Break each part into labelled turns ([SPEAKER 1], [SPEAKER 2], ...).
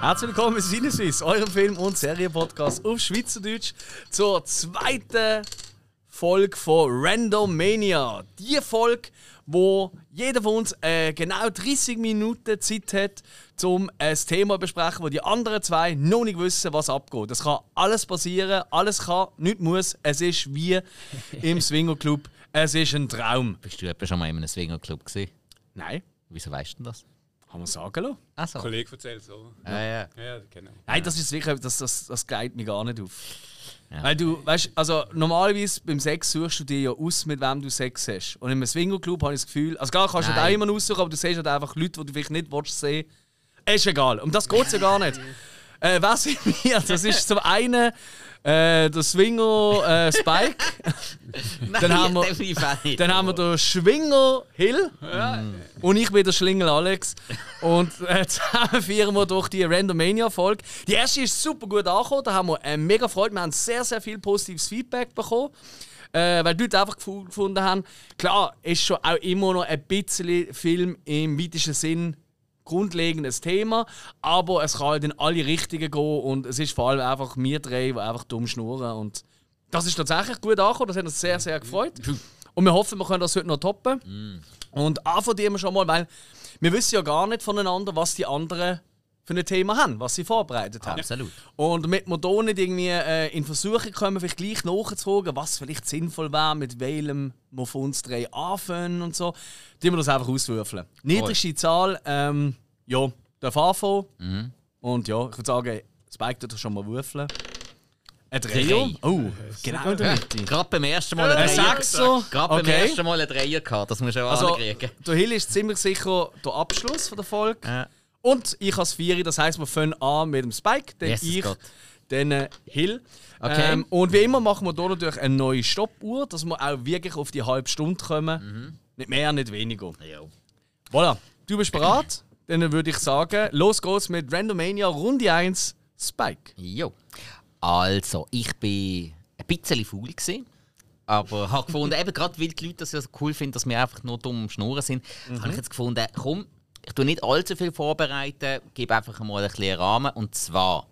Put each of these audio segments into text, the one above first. [SPEAKER 1] Herzlich willkommen bei Sinneswiss, eurem Film- und Serienpodcast auf Schweizerdeutsch zur zweiten Folge von Randomania. Die Folge, wo jeder von uns äh, genau 30 Minuten Zeit hat, um ein Thema zu besprechen, wo die anderen zwei noch nicht wissen, was abgeht. Es kann alles passieren, alles kann, nichts muss. Es ist wie im Swingerclub. Es ist ein Traum.
[SPEAKER 2] Bist du etwa schon mal in einem Swingerclub gewesen?
[SPEAKER 1] Nein,
[SPEAKER 2] Wieso weißt du denn das?
[SPEAKER 1] haben wir sagen lassen.
[SPEAKER 2] Ach so.
[SPEAKER 3] Kollege erzählt so.
[SPEAKER 2] Ah, ja.
[SPEAKER 3] Ja, genau.
[SPEAKER 1] Nein, das ist sicher, das, das, das geht mir gar nicht auf. Weil du, weißt, also normalerweise beim Sex suchst du dir ja aus, mit wem du Sex hast. Und im Swingerclub habe ich das Gefühl, also klar kannst du da
[SPEAKER 2] Nein.
[SPEAKER 1] immer aussuchen, aber du siehst halt einfach Leute, die du vielleicht nicht willst sehen. Ist egal, um das geht es ja gar nicht. Äh, was sind wir? Das ist zum einen äh, der Swinger äh, Spike,
[SPEAKER 2] Nein,
[SPEAKER 1] Dann haben wir-
[SPEAKER 2] definitiv auch nicht.
[SPEAKER 1] dann haben wir den Schwinger Hill und ich bin der Schlingel Alex. Und äh, zusammen feiern wir durch die Randomania-Folge. Die erste ist super gut angekommen, da haben wir äh, mega Freude. Wir haben sehr, sehr viel positives Feedback bekommen. Äh, weil die Leute einfach gefu- gefunden haben, klar, ist schon auch immer noch ein bisschen Film im weitesten Sinn grundlegendes Thema, aber es kann halt in alle Richtungen gehen und es ist vor allem einfach wir drei, die einfach dumm schnurren und das ist tatsächlich gut angekommen, das hat uns sehr, sehr gefreut und wir hoffen, wir können das heute noch toppen und anfangen wir schon mal, weil wir wissen ja gar nicht voneinander, was die anderen für ein Thema haben, was sie vorbereitet haben.
[SPEAKER 2] Absolut.
[SPEAKER 1] Und damit wir da nicht irgendwie äh, in Versuche kommen, vielleicht gleich nachzuholen, was vielleicht sinnvoll wäre, mit welchem wir von uns drei anfangen und so, tun wir das einfach auswürfeln. Niedrigste Zahl, ähm, ja, darf anfangen. Und ja, ich würde sagen, Spike tut das schon mal würfeln. Ein Dreier?
[SPEAKER 2] Drei.
[SPEAKER 1] Oh, genau in der Mitte.
[SPEAKER 2] Gerade beim ersten Mal
[SPEAKER 1] Ein
[SPEAKER 2] ein Dreier.
[SPEAKER 1] Sechser?
[SPEAKER 2] Gerade beim
[SPEAKER 1] Okay.
[SPEAKER 2] ersten Mal ein Dreier gehabt. Das musst du auch
[SPEAKER 1] Also,
[SPEAKER 2] ankriegen.
[SPEAKER 1] der Hill ist ziemlich sicher der Abschluss von der Folge.
[SPEAKER 2] Ja.
[SPEAKER 1] Und ich als Vieri, das heisst, wir fangen an mit dem Spike, dann
[SPEAKER 2] Jesus
[SPEAKER 1] ich,
[SPEAKER 2] Gott.
[SPEAKER 1] dann äh, Hill. Ähm,
[SPEAKER 2] Okay.
[SPEAKER 1] und wie immer machen wir hier natürlich eine neue Stoppuhr, dass wir auch wirklich auf die halbe Stunde kommen.
[SPEAKER 2] Mhm.
[SPEAKER 1] Nicht mehr, nicht weniger.
[SPEAKER 2] Jo.
[SPEAKER 1] Voilà, du bist bereit? dann würde ich sagen, los geht's mit Randomania Runde 1 Spike.
[SPEAKER 2] Jo. Also, ich bin ein bisschen faul gewesen. Aber habe gefunden, eben gerade weil die Leute das ja so cool finden, dass wir einfach nur dumm am Schnurren sind, habe ich jetzt gefunden, komm, ich tue nicht allzu viel vorbereiten, gebe einfach mal ein bisschen Rahmen. Und zwar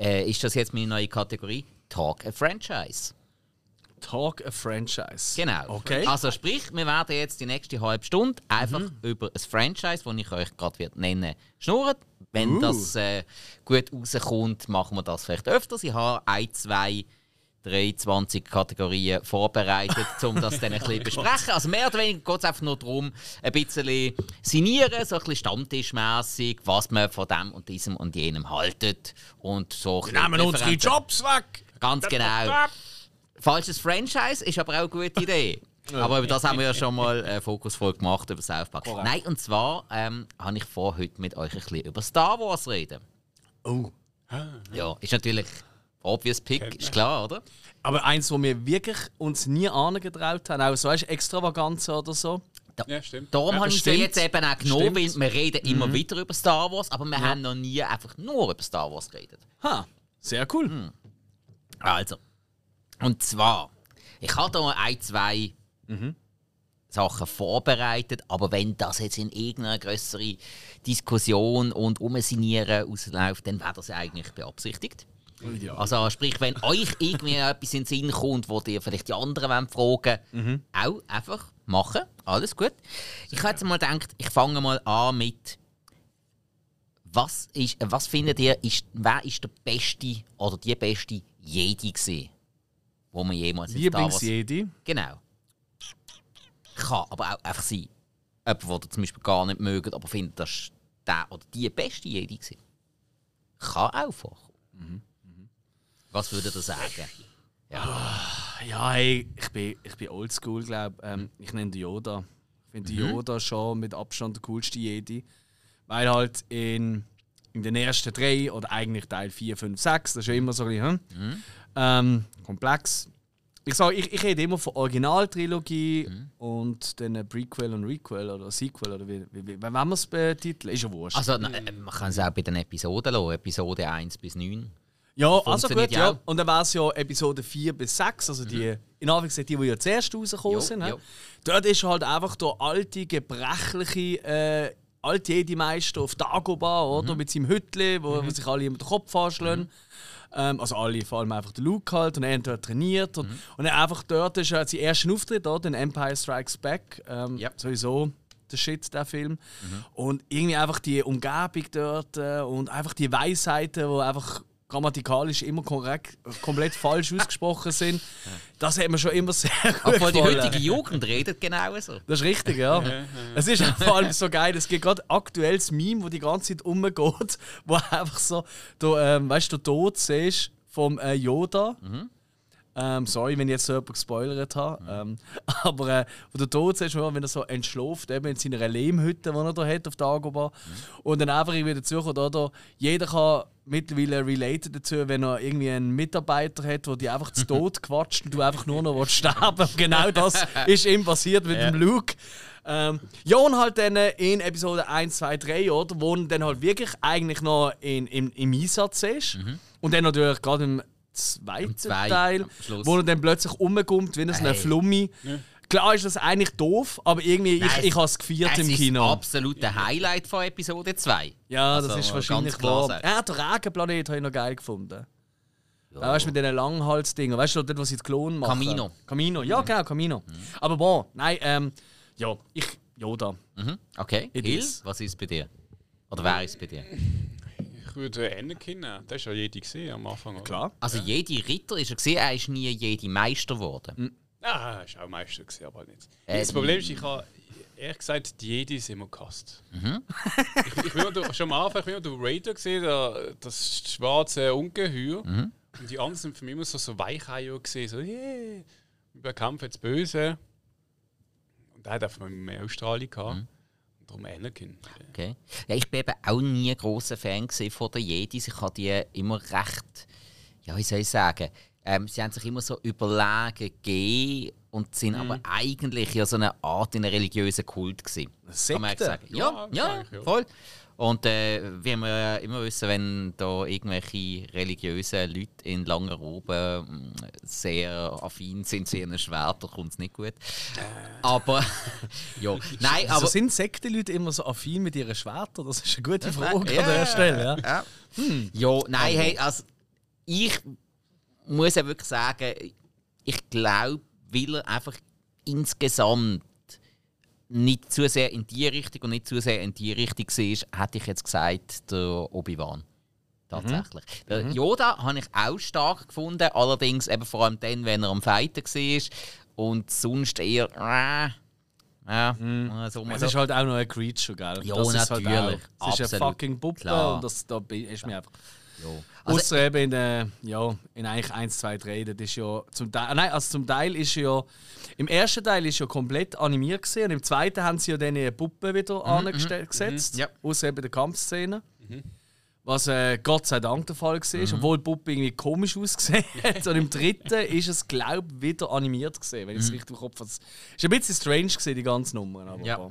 [SPEAKER 2] äh, ist das jetzt meine neue Kategorie Talk a Franchise.
[SPEAKER 1] Talk a Franchise.
[SPEAKER 2] Genau.
[SPEAKER 1] Okay. Mhm.
[SPEAKER 2] Also sprich, wir werden jetzt die nächste halbe Stunde einfach über ein Franchise, das ich euch gerade werd nennen schnurren. Wenn
[SPEAKER 1] Uh.
[SPEAKER 2] das äh, gut rauskommt, machen wir das vielleicht öfters. Ich habe ein, zwei, drei, 20 Kategorien vorbereitet, um das dann ein
[SPEAKER 1] Oh
[SPEAKER 2] bisschen besprechen. Also mehr oder weniger geht es einfach nur darum, ein bisschen sinieren, so ein bisschen stammtischmässig, was man von dem und diesem und jenem haltet. Und so ein bisschen Präferenzen.
[SPEAKER 1] Jobs weg!
[SPEAKER 2] Ganz genau. Falsches Franchise ist aber auch eine gute Idee. Aber über das haben wir ja schon mal eine Fokusfolge gemacht, über South Park. Nein, und zwar ähm, habe ich vor, heute mit euch ein bisschen über Star Wars reden.
[SPEAKER 1] Oh.
[SPEAKER 2] Ja, ist natürlich obvious Pick, ist klar, oder?
[SPEAKER 1] Aber eins, wo wir wirklich uns nie angetraut haben, auch so weißt, du, Extravaganza oder so.
[SPEAKER 3] Ja, stimmt.
[SPEAKER 2] Darum
[SPEAKER 3] ja,
[SPEAKER 2] habe ich sie
[SPEAKER 1] stimmt.
[SPEAKER 2] jetzt eben auch genommen, weil
[SPEAKER 1] Stimmt.
[SPEAKER 2] wir reden immer wieder über Star Wars, aber wir haben noch nie einfach nur über Star Wars geredet.
[SPEAKER 1] Ha, sehr cool.
[SPEAKER 2] Also, und zwar, ich habe da ein, zwei Sachen vorbereitet, aber wenn das jetzt in irgendeiner größere Diskussion und Umsinieren ausläuft, dann wäre das ja eigentlich beabsichtigt. Also sprich, wenn euch irgendwie etwas in den Sinn kommt, wo ihr vielleicht die anderen wollen fragen auch einfach machen. Alles gut. Ich habe jetzt mal gedacht, ich fange mal an mit was, ist, was findet ihr, ist, wer ist der beste oder die beste Jedi gewesen, wo man jemals in Star Wars...
[SPEAKER 1] Lieblings-Jedi.
[SPEAKER 2] Genau. Kann aber auch einfach sein, jemand, den ihr zum Beispiel gar nicht mögt, aber findet, das ist der oder die beste Jedi gewesen. Kann auch vorkommen.
[SPEAKER 1] Mhm,
[SPEAKER 2] Was würdet ihr sagen?
[SPEAKER 1] Ja, hey, ich bin, ich bin oldschool, glaube ähm, ich. nenne den Yoda. Ich finde den Yoda schon mit Abstand der coolste Jedi. Weil halt in, in den ersten drei oder eigentlich Teil 4, 5, 6, das ist ja immer so ein bisschen hm? ähm, komplex, Ich sag, ich, ich rede immer von Originaltrilogie und dann Prequel und Requel oder Sequel oder wie, wie, wie wenn man es betiteln, ist ja wurscht.
[SPEAKER 2] Also, na, äh, man kann es auch bei den Episoden lassen, Episode 1 bis 9.
[SPEAKER 1] ja, also gut,
[SPEAKER 2] funktioniert ja
[SPEAKER 1] ja.
[SPEAKER 2] auch. Mhm.
[SPEAKER 1] Und dann wäre es ja Episode 4 bis 6, also die, in Anführungszeichen, die, die ja zuerst rausgekommen
[SPEAKER 2] Jo,
[SPEAKER 1] sind. hä?
[SPEAKER 2] jo.
[SPEAKER 1] Dort ist halt einfach der alte, gebrechliche, äh, alte Jedi-Meister auf Dagobah,
[SPEAKER 2] Mhm.
[SPEAKER 1] oder? Mit seinem Hütli, wo, wo sich alle immer den Kopf anschlagen. Ähm, also alle, vor allem einfach der Luke halt, und er hat dort trainiert.
[SPEAKER 2] Mhm.
[SPEAKER 1] Und, und er einfach dort ist halt sein erster Auftritt, oder? In Empire Strikes Back. Ähm,
[SPEAKER 2] Ja. Mhm.
[SPEAKER 1] Sowieso der Shit, der Film. Und irgendwie einfach die Umgebung dort äh, und einfach die Weisheiten, die einfach grammatikalisch immer korrekt, komplett falsch ausgesprochen sind. Das hat mir schon immer sehr gut
[SPEAKER 2] Obwohl die
[SPEAKER 1] gefallen.
[SPEAKER 2] heutige Jugend redet genau so.
[SPEAKER 1] Das ist richtig, ja. Es ist auch vor allem so geil. Es gibt gerade aktuelles Meme, wo die ganze Zeit rumgeht, wo einfach so, du, ähm, weißt du, den Tod siehst vom äh, Yoda. Ähm, sorry, wenn ich jetzt so jemanden gespoilert habe. Ähm, aber äh, wo du tot siehst, wenn er so entschläft, eben in seiner Lehmhütte, die er da hat auf der Agoba. Und dann einfach irgendwie dazukommt, oder? Jeder kann mittlerweile relaten dazu, wenn er irgendwie einen Mitarbeiter hat, der dich einfach zu Tod quatscht und du einfach nur noch willst sterben Genau das ist ihm passiert mit dem Luke. Ähm, ja, und halt dann äh, in Episode 1, 2, 3, oder? Wo ihn dann halt wirklich eigentlich noch in, im, im Einsatz ist. Und dann natürlich gerade im zweiten
[SPEAKER 2] zwei,
[SPEAKER 1] Teil,
[SPEAKER 2] am Schluss.
[SPEAKER 1] wo er dann plötzlich umkommt, wie so ein
[SPEAKER 2] Hey.
[SPEAKER 1] Flummi. Klar ist das eigentlich doof, aber irgendwie,
[SPEAKER 2] Nein,
[SPEAKER 1] ich, ich habe es gefeiert
[SPEAKER 2] Es
[SPEAKER 1] im
[SPEAKER 2] ist
[SPEAKER 1] Kino.
[SPEAKER 2] das absolute Highlight von Episode 2.
[SPEAKER 1] Ja,
[SPEAKER 2] Also,
[SPEAKER 1] das ist
[SPEAKER 2] äh,
[SPEAKER 1] wahrscheinlich
[SPEAKER 2] ganz klar
[SPEAKER 1] klar.
[SPEAKER 2] sein.
[SPEAKER 1] Ja, der Regenplanet habe ich noch geil gefunden. Ja. Weißt du, mit diesen Langhalsdingen, weißt du, dort, was sie die Klonen machen?
[SPEAKER 2] Camino. Mhm.
[SPEAKER 1] Camino, ja, genau, Camino. Aber bon, nein, ähm, ja, ich, Yoda.
[SPEAKER 2] Mhm. Okay,
[SPEAKER 1] It
[SPEAKER 2] Hill,
[SPEAKER 1] is.
[SPEAKER 2] was ist bei dir? Oder wer ist bei dir?
[SPEAKER 3] Ich würde Anakin nehmen. Das war ja jeder gesehen am Anfang. Oder?
[SPEAKER 1] Klar.
[SPEAKER 2] Also jede Ritter ist er gesehen, er ist nie jede Meister geworden.
[SPEAKER 3] Ah, ist auch Meister gewesen, aber halt nicht.
[SPEAKER 2] Ähm.
[SPEAKER 3] Das Problem ist, ich habe ehrlich gesagt die Jedis immer gehasst.
[SPEAKER 2] Mhm.
[SPEAKER 3] Ich, ich bin immer durch- schon am Anfang, ich bin immer durch Raider gesehen, der, das schwarze Ungeheuer.
[SPEAKER 2] Mhm.
[SPEAKER 3] Und die anderen sind für mich immer so, so Weicheier gesehen, so yeah, wir kämpfen jetzt böse. Und der hat einfach mehr Ausstrahlung gehabt.
[SPEAKER 2] Mhm.
[SPEAKER 3] Und darum Anakin.
[SPEAKER 2] Okay. Ja, ich bin eben auch nie großer Fan gewesen von den Jedis. Ich habe die immer recht, ja, wie soll ich sagen, ähm, sie haben sich immer so überlegen gegeben und sind aber eigentlich ja so eine Art in einem religiösen Kult gewesen. Kann man
[SPEAKER 1] Sekte?
[SPEAKER 2] sagen. Ja,
[SPEAKER 3] Ja,
[SPEAKER 2] ja,
[SPEAKER 3] eigentlich, ja.
[SPEAKER 2] voll. Und äh, wie wir ja immer wissen, wenn da irgendwelche religiösen Leute in langen Roben mh, sehr affin sind zu ihren Schwertern, kommt es nicht gut. Aber, ja, nein,
[SPEAKER 1] Also
[SPEAKER 2] aber...
[SPEAKER 1] sind Sektenleute immer so affin mit ihren Schwertern? Das ist eine gute Frage
[SPEAKER 2] Ja.
[SPEAKER 1] an der Stelle. Ja.
[SPEAKER 2] Ja.
[SPEAKER 1] Hm.
[SPEAKER 2] Ja, nein, hey, also ich muss ja wirklich sagen, ich glaube, weil er einfach insgesamt nicht zu sehr in die Richtung und nicht zu sehr in die Richtung war, hätte ich jetzt gesagt, der Obi-Wan. Tatsächlich.
[SPEAKER 1] Mhm.
[SPEAKER 2] Der Yoda habe ich auch stark gefunden, allerdings eben vor allem dann, wenn er am Fighten war und sonst eher. Äh, ja, äh, so mal
[SPEAKER 1] Es
[SPEAKER 2] so.
[SPEAKER 1] ist halt auch noch ein Creature, gell?
[SPEAKER 2] Also Ja,
[SPEAKER 1] ist
[SPEAKER 2] natürlich.
[SPEAKER 1] Halt auch, es ist eine
[SPEAKER 2] Absolut.
[SPEAKER 1] fucking Puppe
[SPEAKER 2] Klar.
[SPEAKER 1] und das da bin- ist mir einfach.
[SPEAKER 2] Ja. Also,
[SPEAKER 1] Außer eben in, der, ja, in eigentlich 1, 2, 3, das ist ja zum Teil, nein, also zum Teil ist ja, im ersten Teil ist ja komplett animiert gewesen, und im zweiten haben sie ja dann eine Puppe wieder angesetzt,
[SPEAKER 2] Mhm, ja. Mhm.
[SPEAKER 1] außer eben der Kampfszene. Was äh, Gott sei Dank der Fall war, obwohl die Puppe irgendwie komisch ausgesehen hat. Und im dritten ist es, glaube ich, wieder animiert gesehen, wenn ich
[SPEAKER 2] Mhm.
[SPEAKER 1] es richtig im Kopf habe. Es war ein bisschen strange, gewesen, die ganze Nummer. Aber
[SPEAKER 2] Ja.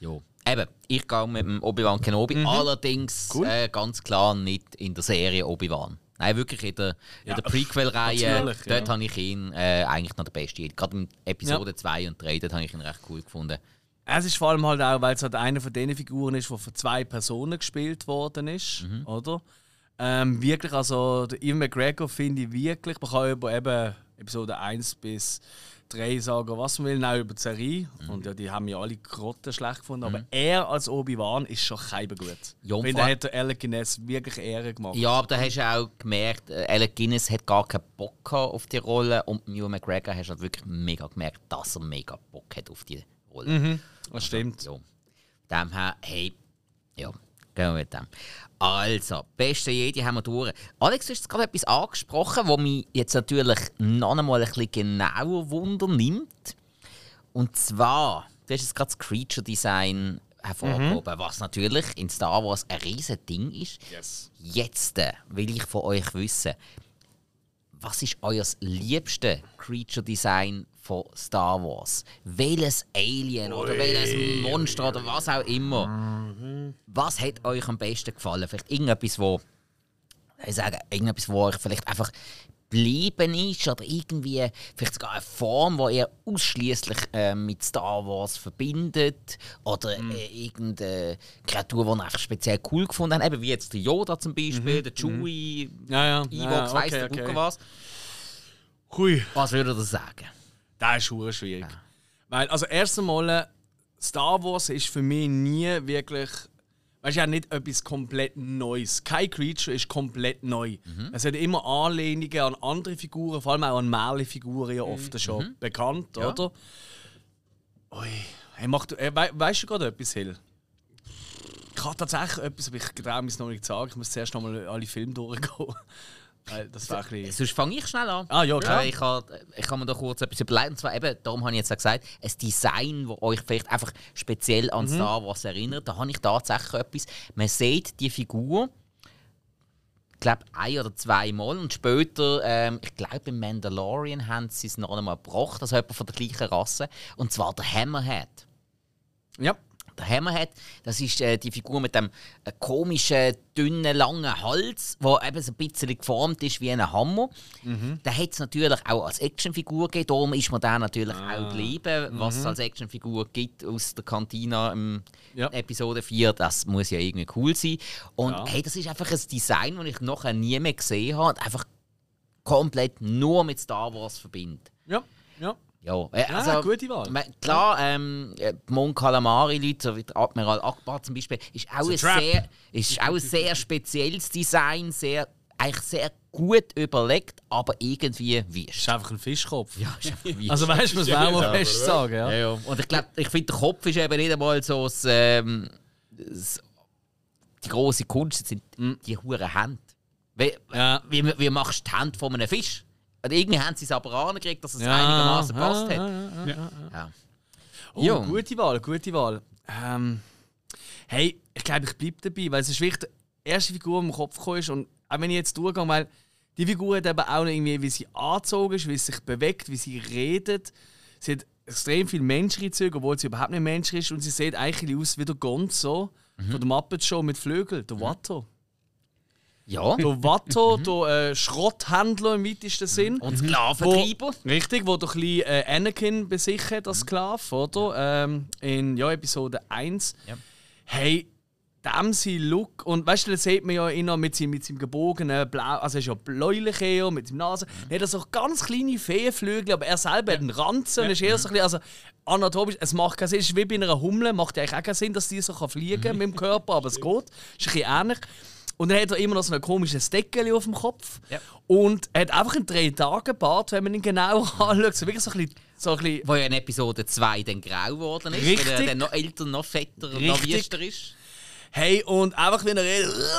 [SPEAKER 2] Ja. Eben, ich gehe mit dem Obi-Wan Kenobi, allerdings
[SPEAKER 1] Mhm. Cool.
[SPEAKER 2] äh, ganz klar nicht in der Serie Obi-Wan. Nein, wirklich in der, in
[SPEAKER 1] Ja,
[SPEAKER 2] der Prequel-Reihe.
[SPEAKER 1] natürlich,
[SPEAKER 2] Dort
[SPEAKER 1] ja.
[SPEAKER 2] habe ich ihn äh, eigentlich noch der beste. Gerade in Episode 2 und 3, dort habe ich ihn recht cool gefunden.
[SPEAKER 1] Es ist vor allem halt auch, weil es halt eine von den Figuren ist, die von zwei Personen gespielt worden ist,
[SPEAKER 2] Mhm.
[SPEAKER 1] oder? Ähm, wirklich, also der Ian McGregor finde ich wirklich, man kann über eben Episode 1 bis 3 sagen, was man will, auch über die Serie.
[SPEAKER 2] Mhm.
[SPEAKER 1] Und ja, die haben ja alle Grotten schlecht gefunden, aber er als Obi-Wan ist schon kein gut.
[SPEAKER 2] Ja, und
[SPEAKER 1] ich finde,
[SPEAKER 2] vor-
[SPEAKER 1] er hat der Alec Guinness wirklich Ehre gemacht.
[SPEAKER 2] Ja, aber da hast du auch gemerkt, äh, Alec Guinness hat gar keinen Bock gehabt auf die Rolle und Mew McGregor hast du halt wirklich mega gemerkt, dass er mega Bock hat auf die Rolle.
[SPEAKER 1] Mhm. Das stimmt.
[SPEAKER 2] Ja. Dem her, hey, ja, gehen wir mit dem. Also, beste Jedi haben wir durch. Alex, du hast jetzt gerade etwas angesprochen, was mich jetzt natürlich noch einmal ein bisschen genauer Wunder nimmt. Und zwar, du hast jetzt gerade das Creature Design hervorgehoben, was natürlich in Star Wars ein riesen Ding ist.
[SPEAKER 1] Yes.
[SPEAKER 2] Jetzt äh, will ich von euch wissen, was ist euer liebste Creature Design von Star Wars? Welches Alien oder welches Monster oder was auch immer? Was hat euch am besten gefallen? Vielleicht irgendetwas, wo ich sagen, irgendetwas, wo euch vielleicht einfach geblieben ist oder irgendwie vielleicht sogar eine Form, die ihr ausschließlich äh, mit Star Wars verbindet oder äh, irgendeine Kreatur, die ihr einfach speziell cool gefunden habt, eben wie jetzt der Yoda zum Beispiel, der Chewie,
[SPEAKER 1] Ja, ja.
[SPEAKER 2] Ewoks,
[SPEAKER 1] Ja, ja,
[SPEAKER 2] weiss
[SPEAKER 1] okay,
[SPEAKER 2] der Gucker
[SPEAKER 1] okay.
[SPEAKER 2] was.
[SPEAKER 1] Hui.
[SPEAKER 2] Was würdet ihr sagen?
[SPEAKER 1] Das ist hure schwierig. Weil, also erst einmal, äh, Star Wars ist für mich nie wirklich. Weißt du, ja, nicht etwas komplett Neues. Kein Creature ist komplett neu. Es hat immer Anlehnungen an andere Figuren, vor allem auch an Märle-Figuren ja oft schon bekannt, oder? Ui, hey, mach du, hey, wei- weißt du gerade etwas, Hill? Ich habe tatsächlich etwas, aber ich traue mich es noch nicht zu sagen. Ich muss zuerst noch mal alle Filme durchgehen. Weil das war ein bisschen.
[SPEAKER 2] Sonst fange ich schnell an.
[SPEAKER 1] Ah, ja, klar.
[SPEAKER 2] Äh, ich, kann, ich kann mir da kurz etwas überlegen. Und zwar eben, darum habe ich jetzt ja gesagt, ein Design, das euch vielleicht einfach speziell an
[SPEAKER 1] Mhm.
[SPEAKER 2] Star Wars erinnert. Da habe ich tatsächlich etwas. Man sieht die Figur, ich glaube, ein oder zweimal. Und später, ähm, ich glaube, im Mandalorian haben sie es noch einmal gebracht, also jemand von der gleichen Rasse. Und zwar der Hammerhead.
[SPEAKER 1] Ja.
[SPEAKER 2] Der Hammerhead, das ist äh, die Figur mit dem äh, komischen, dünnen, langen Hals, der eben so ein bisschen geformt ist wie ein Hammer.
[SPEAKER 1] Hm?
[SPEAKER 2] Der hat es natürlich auch als Actionfigur gegeben, darum ist man da natürlich
[SPEAKER 1] Ah.
[SPEAKER 2] auch geblieben. Was
[SPEAKER 1] Mhm.
[SPEAKER 2] es als Actionfigur gibt aus der Cantina im
[SPEAKER 1] Ja.
[SPEAKER 2] Episode 4, das muss ja irgendwie cool sein. Und
[SPEAKER 1] Ja.
[SPEAKER 2] hey, das ist einfach ein Design, das ich nachher nie mehr gesehen habe und einfach komplett nur mit Star Wars verbindet.
[SPEAKER 1] Ja. Ja.
[SPEAKER 2] Ja, äh,
[SPEAKER 1] Ja,
[SPEAKER 2] also,
[SPEAKER 1] gute Wahl.
[SPEAKER 2] Ma- Klar, ähm, äh, die Mon Calamari-Leute, so wie der Admiral Akbar zum Beispiel, ist auch, ein
[SPEAKER 1] Trap.
[SPEAKER 2] sehr, ist auch ein sehr spezielles Design, sehr, eigentlich sehr gut überlegt, aber irgendwie wie.
[SPEAKER 1] Ist einfach ein Fischkopf.
[SPEAKER 2] Ja, ist einfach wie.
[SPEAKER 1] Also weißt du, muss man auch mal
[SPEAKER 3] Ja,
[SPEAKER 1] fest
[SPEAKER 3] oder?
[SPEAKER 1] sagen, ja.
[SPEAKER 2] ja, ja. Und ich glaube, ich finde, der Kopf ist eben nicht einmal so das, ähm, das, die große Kunst, das sind die huren Hände. Wie,
[SPEAKER 1] Mm. Ja.
[SPEAKER 2] wie, wie machst du die Hände von einem Fisch? Und irgendwie haben sie es aber angekriegt, dass es
[SPEAKER 1] Ja,
[SPEAKER 2] einigermaßen
[SPEAKER 1] ja,
[SPEAKER 2] passt
[SPEAKER 1] ja,
[SPEAKER 2] hat.
[SPEAKER 1] ja,
[SPEAKER 2] Ja.
[SPEAKER 1] Oh,
[SPEAKER 2] Ja.
[SPEAKER 1] gute Wahl, gute Wahl. Ähm, hey, ich glaube, ich bleibe dabei, weil es ist wirklich die erste Figur, die mir im Kopf gekommen ist. Und auch wenn ich jetzt durchgehe, weil die Figur hat eben auch noch irgendwie, wie sie angezogen ist, wie sie sich bewegt, wie sie redet. Sie hat extrem viele menschliche Züge, obwohl sie überhaupt nicht menschlich ist. Und sie sieht eigentlich ein bisschen aus wie der Gonzo
[SPEAKER 2] Mhm.
[SPEAKER 1] von der Muppet Show mit Flügeln, der Watto.
[SPEAKER 2] ja.
[SPEAKER 1] Der Watto, der äh, Schrotthändler im weitesten Sinn.
[SPEAKER 2] Und Sklaventreiber.
[SPEAKER 1] Wo, richtig, wo doch ein bisschen äh, Anakin besichert,
[SPEAKER 2] Mhm.
[SPEAKER 1] das Sklave, oder? Ähm, in ja, Episode 1.
[SPEAKER 2] Ja.
[SPEAKER 1] Hey, dem sein Look. Und weißt du, das sieht man ja immer mit seinem, mit seinem gebogenen Blau. Also, er ist ja bläulich eher, mit seinem Nase.
[SPEAKER 2] Mhm.
[SPEAKER 1] Er hat so ganz kleine Feenflügel, aber er selber hat einen Ranzen. Ist eher so ein bisschen, also, anatomisch, es macht keinen Sinn. Es ist wie bei einer Hummel, macht ja eigentlich auch keinen Sinn, dass die so kann fliegen
[SPEAKER 2] Mhm.
[SPEAKER 1] kann mit dem Körper, aber es geht. Ist ein bisschen ähnlich. Und dann hat er immer noch so ein komisches Deckel auf dem Kopf.
[SPEAKER 2] Ja.
[SPEAKER 1] Und er hat einfach einen drei tage bart wenn man ihn genauer anschaut. So wirklich so ein bisschen. So ein bisschen
[SPEAKER 2] Wo ja in Episode 2 dann grau geworden ist, weil er
[SPEAKER 1] Richtig.
[SPEAKER 2] dann noch älter, noch fetter und noch
[SPEAKER 1] Richtig.
[SPEAKER 2] wüster ist.
[SPEAKER 1] Hey, und einfach wenn er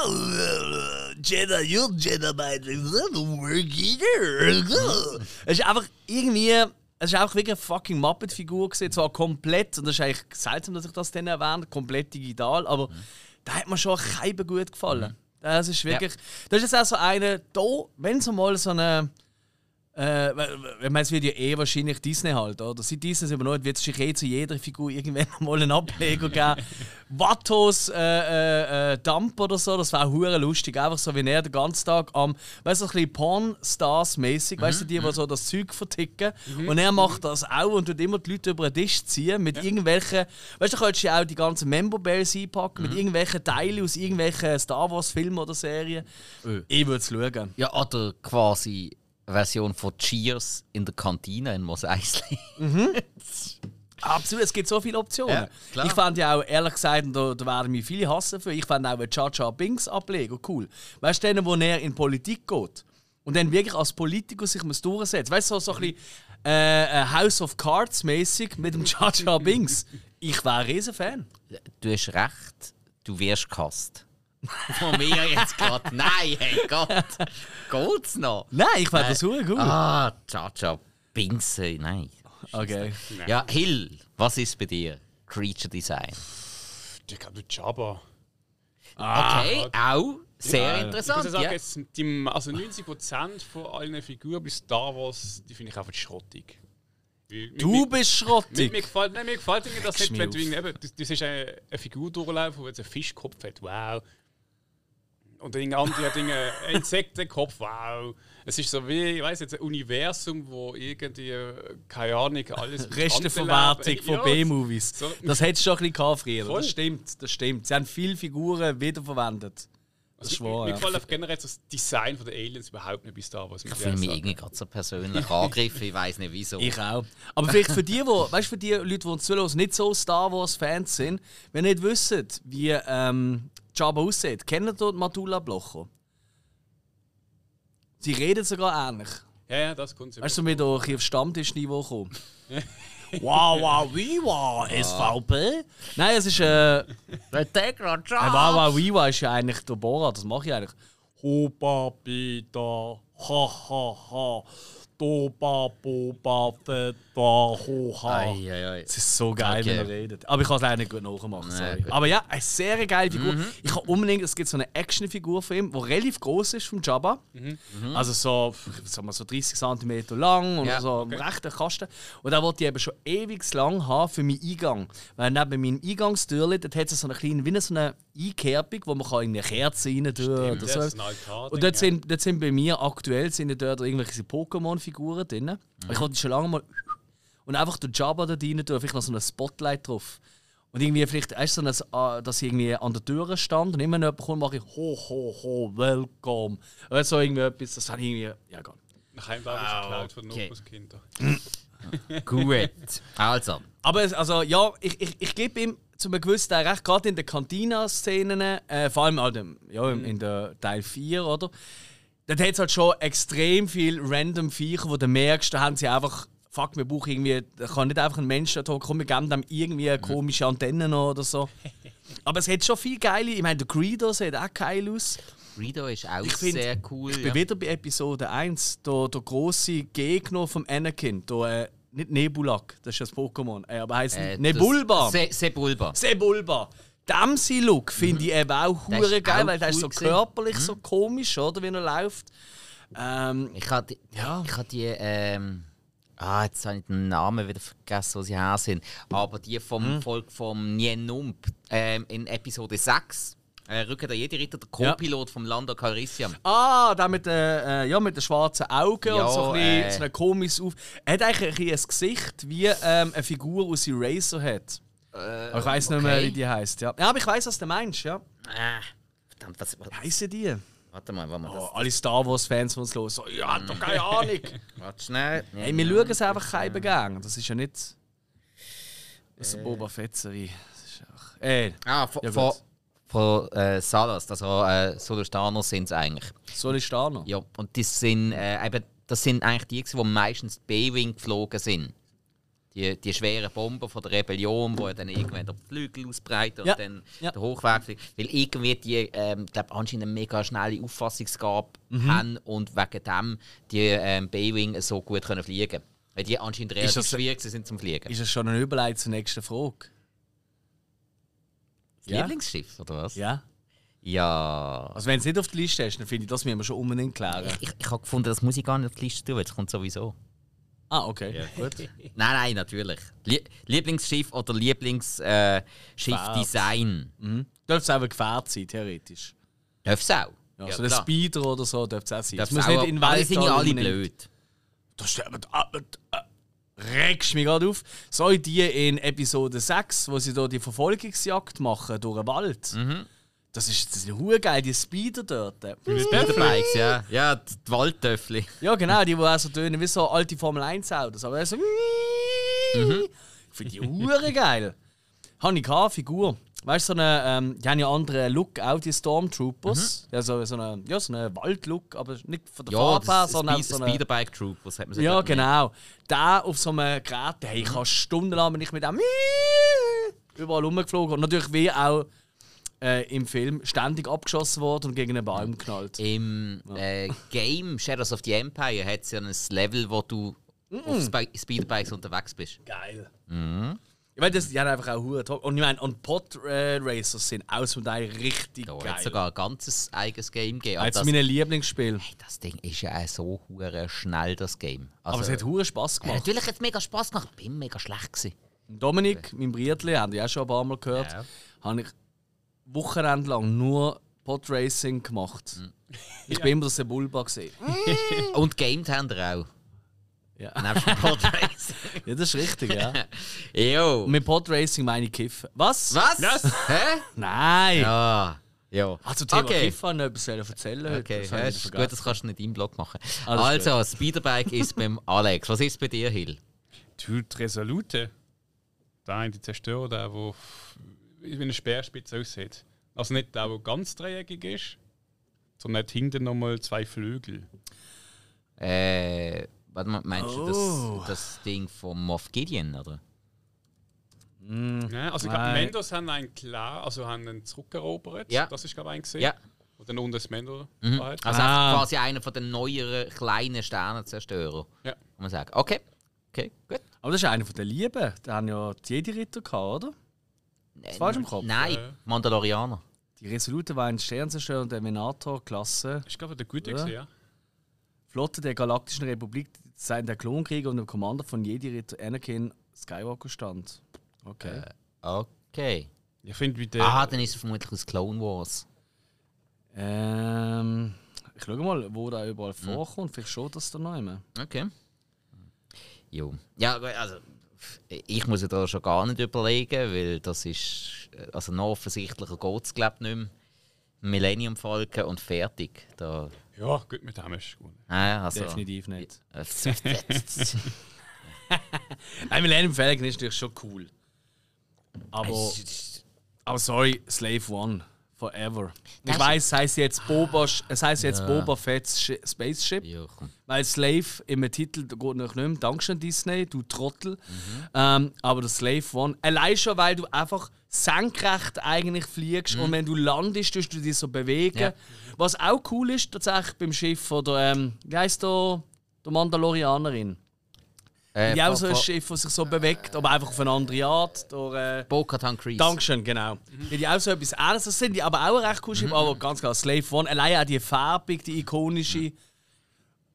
[SPEAKER 1] redet, Jedi, you're Jedi by the work here. Es ist einfach irgendwie, es ist einfach wirklich eine fucking Muppet-Figur gewesen, zwar komplett, und das ist eigentlich seltsam, dass ich das dann erwähne, komplett digital, aber da hat mir schon keinem gut gefallen. Das ist wirklich, das ist jetzt auch so eine, da, wenn es mal so eine, äh, ich meine, es wird ja eh wahrscheinlich Disney halt, oder? Seit Disney es übernommen, wird es sich eh zu jeder Figur irgendwann mal einen Ableger geben. Wattos äh, äh, äh, Dump oder so, das wäre hure lustig. Einfach so wie er den ganzen Tag am, weißt du, so ein bisschen Pornstars-mäßig, weißt du, die, die so das Zeug verticken. Und er macht das auch und tut immer die Leute über den Tisch ziehen mit irgendwelchen, weißt du, da könntest du ja auch die ganzen Member Bears einpacken mit irgendwelchen Teilen aus irgendwelchen Star Wars-Filmen oder Serien. Ich würde es schauen.
[SPEAKER 2] Ja, oder quasi Version von Cheers in der Kantine in Mos Eisley.
[SPEAKER 1] Absolut, es gibt so viele Optionen.
[SPEAKER 2] Ja, klar.
[SPEAKER 1] ich fand ja auch, ehrlich gesagt, und da, da werden mich viele hassen für, ich fand auch einen Chacha Binks Ableger cool. Weißt du, denen, wo er in die Politik geht und dann wirklich als Politiker sich muss durchsetzt. Weißt du, so, so ein bisschen äh, äh, House of Cards mäßig mit dem Chacha Binks. Ich wäre ein riesen Fan.
[SPEAKER 2] Du hast recht, du wirst gehasst. Von mir jetzt gerade. Nein, hey Gott. Geht's noch?
[SPEAKER 1] Nein, ich fand das super gut.
[SPEAKER 2] Ah, Chacha Binse, nein.
[SPEAKER 1] Okay.
[SPEAKER 2] Ja, Hill, was ist bei dir? Creature Design.
[SPEAKER 3] Ich glaube, du Jabba.
[SPEAKER 2] okay, auch Sehr
[SPEAKER 3] Ich muss
[SPEAKER 2] interessant,
[SPEAKER 3] Ah, ja sagen,
[SPEAKER 2] ja.
[SPEAKER 3] jetzt, die, also 90% von allen Figuren bei Star Wars, die finde ich einfach schrottig. Weil mir-
[SPEAKER 1] Du
[SPEAKER 3] mir-
[SPEAKER 1] bist
[SPEAKER 3] Mir, mir
[SPEAKER 1] schrottig.
[SPEAKER 3] gefällt, nein, mir gefällt irgendwie das
[SPEAKER 1] Leckst
[SPEAKER 3] nicht, wenn du,
[SPEAKER 1] mich
[SPEAKER 3] irgendwie eben, du, du siehst eine, eine Figur durchlaufen, die jetzt einen Fischkopf hat, wow. Und irgendein anderer hat irgendwie einen Insektenkopf, wow. Es ist so wie, ich weiß jetzt, ein Universum, wo irgendwie, äh, keine Ahnung, alles mit
[SPEAKER 1] Resteverwertung
[SPEAKER 3] Antennen-
[SPEAKER 1] von
[SPEAKER 3] Ja,
[SPEAKER 1] B-Movies.
[SPEAKER 3] so-
[SPEAKER 1] Das hättest du schon ein bisschen gehabt früher.
[SPEAKER 3] Voll.
[SPEAKER 1] Das stimmt, das stimmt. Sie haben viele Figuren wiederverwendet. Das ist
[SPEAKER 3] Mir
[SPEAKER 1] wahr, ja.
[SPEAKER 3] gefällt einfach generell das Design der Aliens überhaupt nicht bei Star Wars.
[SPEAKER 2] Ich fühle mich irgendwie gerade so persönlich angegriffen, ich weiß nicht wieso.
[SPEAKER 1] Ich auch. Aber vielleicht für die, wo, weißt, für die Leute, die uns zuhören, die nicht so Star Wars-Fans sind, wenn ihr nicht wisst, wie ähm, Jabba aussieht, kennt ihr die Matula Blocher? Sie reden sogar ähnlich.
[SPEAKER 3] Ja, ja, das kommt
[SPEAKER 1] Weißt du, mit euch auf Stammtischniveau kommen. wow, wow, wiwa, SVP? Nein, es ist. Äh,
[SPEAKER 2] Integra
[SPEAKER 1] Hey, Wawa Wiwa ist ja eigentlich der Bora, das mache ich eigentlich. Hopa Pita, ha ha ha, Dopa Boba Feta, hoha.
[SPEAKER 2] Eieiei.
[SPEAKER 1] Es ist so geil,
[SPEAKER 2] Okay.
[SPEAKER 1] wenn er redet. Aber ich kann es leider nicht gut nachmachen.
[SPEAKER 2] Nein,
[SPEAKER 1] Sorry.
[SPEAKER 2] gut.
[SPEAKER 1] Aber ja, eine sehr geile Figur.
[SPEAKER 3] Mhm.
[SPEAKER 1] Ich habe unbedingt, es gibt so eine Actionfigur von ihm, die relativ groß ist vom Jabba.
[SPEAKER 3] Mhm.
[SPEAKER 1] Also so, ich sag mal, so 30 cm lang und
[SPEAKER 2] Ja,
[SPEAKER 1] so im rechten Kasten. Und da wollte ich eben schon ewig lang haben für meinen Eingang. Weil neben meinem Eingangstürchen, dort hat es so eine kleine, wie so eine Einkerbung, wo man kann in eine Kerze rein tun kann.
[SPEAKER 3] das
[SPEAKER 1] Oder
[SPEAKER 3] ist
[SPEAKER 1] so.
[SPEAKER 3] ein Altar,
[SPEAKER 1] Und dort
[SPEAKER 3] ja.
[SPEAKER 1] sind, dort sind bei mir aktuell sind ja dort irgendwelche Pokémon-Figuren drin. Ich wollte schon lange mal und einfach den Jabba da rein tun, vielleicht noch so ein Spotlight drauf. Und irgendwie vielleicht, weißt du, so ein, äh, dass ich irgendwie an der Tür stand und immer noch jemand kommt, mache ich «Ho, ho, ho, welcome!» Oder so irgendwie etwas, das habe ich irgendwie... Ja, egal.
[SPEAKER 3] Nachher glaube ich, ist geklaut von
[SPEAKER 2] Ah, okay.
[SPEAKER 3] Nokos Kindern.
[SPEAKER 2] Gut. Also,
[SPEAKER 1] Aber es, also, ja, ich, ich, ich gebe ihm zu einem gewissen Teil recht, gerade in den Cantina-Szenen, äh, vor allem halt, im- ja, im- in der Teil 4, oder? Dort hat es halt schon extrem viel random Viecher, wo du merkst, da haben sie einfach, fuck, wir brauchen irgendwie, da kann nicht einfach ein Mensch da hocken, komm, wir geben dem irgendwie eine komische Antenne noch oder so. Aber es hat schon viel geile, ich meine, der Greedo sieht auch geil aus.
[SPEAKER 2] Rido ist auch
[SPEAKER 1] find-
[SPEAKER 2] sehr cool.
[SPEAKER 1] Ich
[SPEAKER 2] ja.
[SPEAKER 1] bin wieder bei Episode 1, der, der große Gegner vom Anakin, der, äh, nicht Nebulak, das ist das Pokémon, äh, aber heißt
[SPEAKER 2] Äh, das-
[SPEAKER 1] Nebulba.
[SPEAKER 2] Se Sebulba.
[SPEAKER 1] Sebulba. Dämsi Look finde ich eben auch
[SPEAKER 2] Mhm. Der
[SPEAKER 1] hure
[SPEAKER 2] ist
[SPEAKER 1] geil,
[SPEAKER 2] auch
[SPEAKER 1] weil der ist
[SPEAKER 2] cool
[SPEAKER 1] so
[SPEAKER 2] gewesen. Mhm.
[SPEAKER 1] körperlich so komisch, oder wie er läuft. Ähm,
[SPEAKER 2] Ich hatte,
[SPEAKER 1] Ja.
[SPEAKER 2] ich hatte die, ähm, ah, jetzt habe ich den Namen wieder vergessen, wo sie her sind. Aber die vom
[SPEAKER 1] Hm.
[SPEAKER 2] Volk vom Nien Nump ähm, in Episode 6. Äh, Rücken der jedi Ritter, der Co-Pilot vom Lando Calrissian.
[SPEAKER 1] ah, der mit, den, äh, ja, mit den schwarzen Augen
[SPEAKER 2] Ja,
[SPEAKER 1] und so ein bisschen,
[SPEAKER 2] äh.
[SPEAKER 1] so ein komisches Auf. Er hat eigentlich ein, bisschen ein Gesicht wie ähm, eine Figur aus Eraserhead. aber ich weiß nicht mehr,
[SPEAKER 2] Äh, okay.
[SPEAKER 1] wie die heißt. Ja. ja, aber ich weiß, was du meinst. Ja.
[SPEAKER 2] Ah, verdammt, was, was,
[SPEAKER 1] Heißen die?
[SPEAKER 2] warte mal, warte mal,
[SPEAKER 1] Oh,
[SPEAKER 2] das,
[SPEAKER 1] alle Star Wars-Fans, die uns hören, so, ja, doch keine Ahnung.
[SPEAKER 2] warte schnell.
[SPEAKER 1] Oh. Hey, Mm. wir schauen es einfach keinem Gang. Das ist ja Äh. nicht. Das ist eine Boba Fett-Serie. Das ist auch- Ey,
[SPEAKER 2] Ah, von,
[SPEAKER 1] Ja,
[SPEAKER 2] von,
[SPEAKER 1] gut.
[SPEAKER 2] von äh, Salas, also äh, Solostaner sind es eigentlich.
[SPEAKER 1] so eine Stano.
[SPEAKER 2] Ja, und das sind, äh, eben, das sind eigentlich die, gewesen, die meistens die B-Wing geflogen sind. Die, die schweren Bomber von der Rebellion, die ja dann irgendwann den Flügel ausbreiten
[SPEAKER 1] Ja,
[SPEAKER 2] und dann
[SPEAKER 1] ja.
[SPEAKER 2] den Hochwerk fliegen. Weil irgendwie die, ähm, glaub, anscheinend eine mega schnelle Auffassungsgabe
[SPEAKER 1] Mhm.
[SPEAKER 2] haben und wegen dem die ähm, B-Wing so gut können fliegen Weil die anscheinend relativ
[SPEAKER 1] das-
[SPEAKER 2] schwierig sind zum Fliegen.
[SPEAKER 1] Ist das schon eine Überleitung zur nächsten Frage? ja?
[SPEAKER 2] Lieblingsschiff, oder was?
[SPEAKER 1] Ja.
[SPEAKER 2] ja.
[SPEAKER 1] Also, wenn du es nicht auf der Liste hast, dann finde ich, das müssen wir schon unbedingt klären.
[SPEAKER 2] Ich, ich habe gefunden, das muss ich gar nicht auf die Liste tun, weil es kommt sowieso.
[SPEAKER 1] Ah, okay. gut.
[SPEAKER 2] Nein, nein, natürlich. Lie Lieblingsschiff oder äh, Lieblingsschiffdesign. Äh,
[SPEAKER 1] Dürfte es auch ein Gefährt sein, theoretisch.
[SPEAKER 2] Darf es auch.
[SPEAKER 1] Ja, so ein Speeder oder so dürfte es auch sein.
[SPEAKER 2] Darf's
[SPEAKER 1] Es muss
[SPEAKER 2] auch,
[SPEAKER 1] nicht in
[SPEAKER 2] aber die sind
[SPEAKER 1] Weltall
[SPEAKER 2] ja alle
[SPEAKER 1] unbedingt-
[SPEAKER 2] blöd.
[SPEAKER 1] Da steht man da. da- da- ah, äh, Regst mich gerade auf. So in die in Episode 6, wo sie da die Verfolgungsjagd machen durch den Wald.
[SPEAKER 2] Mhm.
[SPEAKER 1] Das ist, das ist eine Hure geil, die Speeder dort.
[SPEAKER 2] Speederbikes, ja. Ja, die die Waldtöffli.
[SPEAKER 1] Ja, genau, die, die auch so tönen wie so alte Formel 1 Autos. Aber so.
[SPEAKER 2] Mhm.
[SPEAKER 1] Ich finde die Hure geil. Habe ich keine Figur. Weißt du, so eine, ähm, die haben ja anderen Look, auch die Stormtroopers. Also so einen ja, so eine Waldlook, aber nicht von der
[SPEAKER 2] Mhm. Ja,
[SPEAKER 1] Farbe her,
[SPEAKER 2] das
[SPEAKER 1] sondern
[SPEAKER 2] Spe
[SPEAKER 1] so eine.
[SPEAKER 2] Speederbike Troopers hat man so
[SPEAKER 1] Ja, genau.
[SPEAKER 2] genannt.
[SPEAKER 1] Der auf so einem Gerät, hey, ich habe stundenlang bin ich mit dem überall rumgeflogen. Und natürlich wie auch äh, im Film ständig abgeschossen worden und gegen einen Baum geknallt.
[SPEAKER 2] Im äh, Game Shadows of the
[SPEAKER 1] Mm.
[SPEAKER 2] Empire hat es ja ein Level, wo du auf Spe Speederbikes unterwegs bist.
[SPEAKER 1] Geil. weil das, die haben einfach auch Huren top. Und ich meine, und Pod äh, Racers sind auch zum Teil richtig
[SPEAKER 2] Da
[SPEAKER 1] geil.
[SPEAKER 2] hat sogar ein ganzes eigenes Game gegeben. Aber
[SPEAKER 1] Eines
[SPEAKER 2] das,
[SPEAKER 1] meiner Lieblingsspiele.
[SPEAKER 2] Hey, das Ding ist ja auch so hure schnell, das Game. Also,
[SPEAKER 1] Aber es hat Huren Spass
[SPEAKER 2] äh,
[SPEAKER 1] gemacht.
[SPEAKER 2] natürlich hat es mega Spass gemacht. Ich bin mega schlecht gewesen.
[SPEAKER 1] Dominik, mein Brietli, haben die auch schon ein paar Mal gehört,
[SPEAKER 2] Ja.
[SPEAKER 1] habe ich Wochenende lang nur Podracing gemacht.
[SPEAKER 2] Mhm.
[SPEAKER 1] Ich bin immer der Bulba gesehen.
[SPEAKER 2] Und gamed haben wir auch.
[SPEAKER 1] Ja.
[SPEAKER 2] Nebst dem Podrace.
[SPEAKER 1] ja, das ist richtig, ja.
[SPEAKER 2] Jo.
[SPEAKER 1] Und mit Podracing meine ich Kiffen. Was?
[SPEAKER 2] Was?
[SPEAKER 3] Was?
[SPEAKER 2] Hä?
[SPEAKER 1] Nein!
[SPEAKER 2] Ja. Ja.
[SPEAKER 1] Also Thema
[SPEAKER 2] okay.
[SPEAKER 1] Kiffen habe ich noch etwas erzählen heute.
[SPEAKER 2] Okay,
[SPEAKER 1] Das
[SPEAKER 2] ja,
[SPEAKER 1] habe ich
[SPEAKER 2] ist
[SPEAKER 1] vergessen.
[SPEAKER 2] gut, das kannst du nicht im Blog machen.
[SPEAKER 1] Alles
[SPEAKER 2] also, Speederbike ist beim Alex. Was ist bei dir, Hill?
[SPEAKER 3] Tut Resolute. Der eine, die Zerstörer, der, der f- wie eine Speerspitze aussieht. Also nicht der, der ganz dreieckig ist, sondern hat hinten nochmal zwei Flügel.
[SPEAKER 2] Äh, warte mal, meinst du
[SPEAKER 1] Oh.
[SPEAKER 2] das, das Ding von Moff Gideon, oder? Mhm.
[SPEAKER 3] Ja, also ich glaube, die
[SPEAKER 1] Nein.
[SPEAKER 3] Mendos haben einen klar, also haben einen zurückerobert.
[SPEAKER 2] Ja.
[SPEAKER 3] Das ist, glaube ich, ein gesehen.
[SPEAKER 2] Ja.
[SPEAKER 3] Und dann unten das Mendo hat.
[SPEAKER 2] Also
[SPEAKER 1] Ah.
[SPEAKER 2] einfach quasi einer von den neueren kleinen Sternenzerstörer. Kann
[SPEAKER 3] Ja.
[SPEAKER 2] man sagen. Okay. Okay, gut.
[SPEAKER 1] Aber das ist einer von den Lieben. Da haben ja die Jedi-Ritter gehabt, oder?
[SPEAKER 2] Das
[SPEAKER 1] falsch im Kopf.
[SPEAKER 2] Äh, Nein,
[SPEAKER 3] Ja.
[SPEAKER 2] Mandalorianer.
[SPEAKER 1] Die Resolute waren Sternzerstörer und der Venator, Klasse.
[SPEAKER 3] Ich glaube, der gute
[SPEAKER 1] Ja.
[SPEAKER 3] gesehen, ja.
[SPEAKER 1] Flotte der Galaktischen Republik seit der Klonkriege und dem Kommando von Jedi-Ritter Anakin Skywalker stand. Okay.
[SPEAKER 2] Okay.
[SPEAKER 3] Ich finde, wie der.
[SPEAKER 2] Ah, dann ist er vermutlich aus Clone Wars.
[SPEAKER 1] Ähm, ich schaue mal, wo da überall vorkommt. Vielleicht schon das da noch immer.
[SPEAKER 2] Okay. Jo. Ja, gut, also ich muss ja da schon gar nicht überlegen, weil das ist also noch offensichtlicher geht es glaube ich nicht mehr. Millennium Falcon und fertig. Da,
[SPEAKER 3] Ja, gut, mit dem ist gut.
[SPEAKER 2] Ah, also,
[SPEAKER 1] Definitiv nicht.
[SPEAKER 2] es
[SPEAKER 1] Nein, Millennium Falcon ist natürlich schon cool. Aber,
[SPEAKER 2] ist-
[SPEAKER 1] aber sorry, Slave One. Forever. Ich weiß, es heißt jetzt Boba, es heißt jetzt Boba Fett's Sch Spaceship.
[SPEAKER 2] Ah. ja, komm.
[SPEAKER 1] Weil Slave im Titel geht noch nicht mehr. Dankeschön, Disney, du Trottel.
[SPEAKER 2] Mhm.
[SPEAKER 1] Ähm, aber der Slave One, allein schon, weil du einfach senkrecht eigentlich fliegst und wenn du landest, tust du dich so bewegen.
[SPEAKER 2] Mhm. Ja.
[SPEAKER 1] Was auch cool ist tatsächlich beim Schiff oder, ähm, wie heisst der, der Mandalorianerin?
[SPEAKER 2] Äh,
[SPEAKER 1] Die auch so also ein
[SPEAKER 2] Bo-
[SPEAKER 1] Schiff, das sich so bewegt, aber einfach auf eine andere Art. Durch, äh,
[SPEAKER 2] Bo-Katan Kreese.
[SPEAKER 1] Dankeschön, genau.
[SPEAKER 2] Mhm.
[SPEAKER 1] Die Die auch so etwas ähnliches. Das sind die aber auch recht cool, mhm. aber ganz klar, Slave One. Allein auch die Färbung, die ikonische.
[SPEAKER 2] Mhm.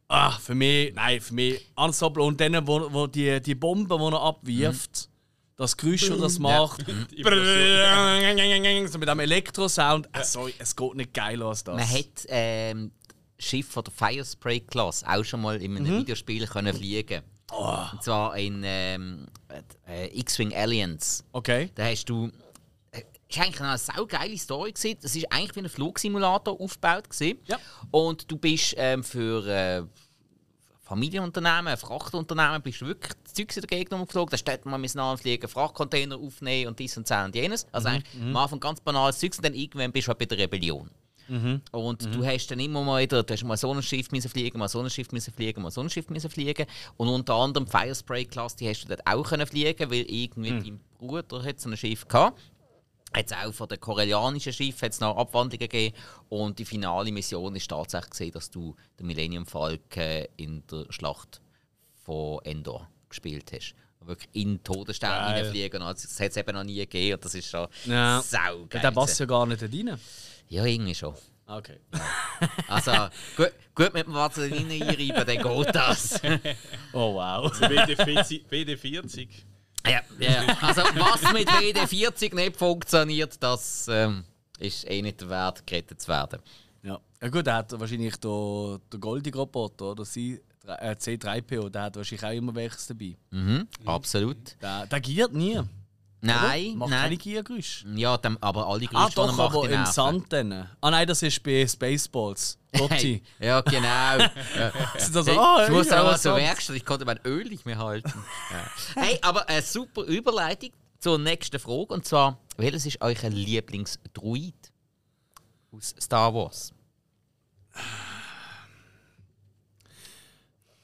[SPEAKER 1] Ah, für mich, nein, für mich, Ensemble. Und dann, wo, wo die, die Bombe, die er abwirft,
[SPEAKER 2] Mhm.
[SPEAKER 1] das Geräusch, das das macht.
[SPEAKER 3] Die Implosion.
[SPEAKER 1] so mit einem Elektrosound. Ah, sorry, es geht nicht geiler als das.
[SPEAKER 2] Man hat ähm, Schiff von der Firespray Class auch schon mal in einem Videospiel können fliegen. Und zwar in ähm, äh, X-Wing Aliens.
[SPEAKER 1] Okay.
[SPEAKER 2] Da hast du. Es war eigentlich eine saugeile Story. gewesen. Das war eigentlich wie ein Flugsimulator aufgebaut. gewesen.
[SPEAKER 1] Ja.
[SPEAKER 2] Und du bist ähm, für äh, Familienunternehmen, Frachtunternehmen, bist du wirklich das Zeug in der Gegend umgeflogen. Da steht man mit fliegen, Frachtcontainer aufnehmen und dies und das und jenes. Also eigentlich am Anfang ganz banales Zeug und dann irgendwann bist du halt bei der Rebellion. Und
[SPEAKER 1] Mhm.
[SPEAKER 2] du hast dann immer mal wieder, du hast mal so ein Schiff müssen fliegen, mal so ein Schiff müssen fliegen, mal so ein Schiff müssen fliegen. Und unter anderem die Firespray-Klasse, die hast du dort auch können fliegen, weil irgendwie
[SPEAKER 1] Mhm.
[SPEAKER 2] dein Bruder hat so ein Schiff gehabt. Hat's auch von den korellianischen Schiffen hat's noch Abwandlungen gegeben. Und die finale Mission ist tatsächlich gesehen, dass du den Millennium Falcon in der Schlacht von Endor gespielt hast. Wirklich in den Todesstern
[SPEAKER 1] Geil.
[SPEAKER 2] reinfliegen. Also, Das hat es eben noch nie gegeben. Und das ist schon
[SPEAKER 1] Ja.
[SPEAKER 2] saugeil.
[SPEAKER 1] Der passt ja gar nicht rein.
[SPEAKER 2] ja, irgendwie schon.
[SPEAKER 1] Okay.
[SPEAKER 2] Also, gut, gut mit dem Vaseline einreiben, dann geht das.
[SPEAKER 1] Oh wow.
[SPEAKER 3] WD40. WD40.
[SPEAKER 2] Ja, ja. Also, was mit WD-40 nicht funktioniert, das ähm, ist eh nicht der Wert, gerettet zu werden.
[SPEAKER 1] Ja. ja gut, der hat wahrscheinlich der, der Goldig-Roboter oder C- äh, C3PO, der hat wahrscheinlich auch immer welches dabei.
[SPEAKER 2] Mhm, absolut.
[SPEAKER 1] Der, der giert nie.
[SPEAKER 2] Nein,
[SPEAKER 1] Macht keine
[SPEAKER 2] nein.
[SPEAKER 1] Giergeräusche.
[SPEAKER 2] Ja, dann, aber alle
[SPEAKER 1] Ah
[SPEAKER 2] Grüße, die er
[SPEAKER 1] doch,
[SPEAKER 2] macht,
[SPEAKER 1] aber
[SPEAKER 2] die
[SPEAKER 1] im
[SPEAKER 2] nerven.
[SPEAKER 1] Sand dann. Ah nein, das ist bei Spaceballs. Gotti.
[SPEAKER 2] Hey, ja, genau. Ja.
[SPEAKER 1] Sind das so,
[SPEAKER 2] Hey,
[SPEAKER 1] ah,
[SPEAKER 2] ich muss
[SPEAKER 1] ja,
[SPEAKER 2] auch mal zur
[SPEAKER 1] Sand.
[SPEAKER 2] Werkstatt, ich konnte mein Öl nicht mehr halten. Ja. Hey, aber eine super Überleitung zur nächsten Frage. Und zwar, welches ist euer Lieblingsdruid aus Star Wars?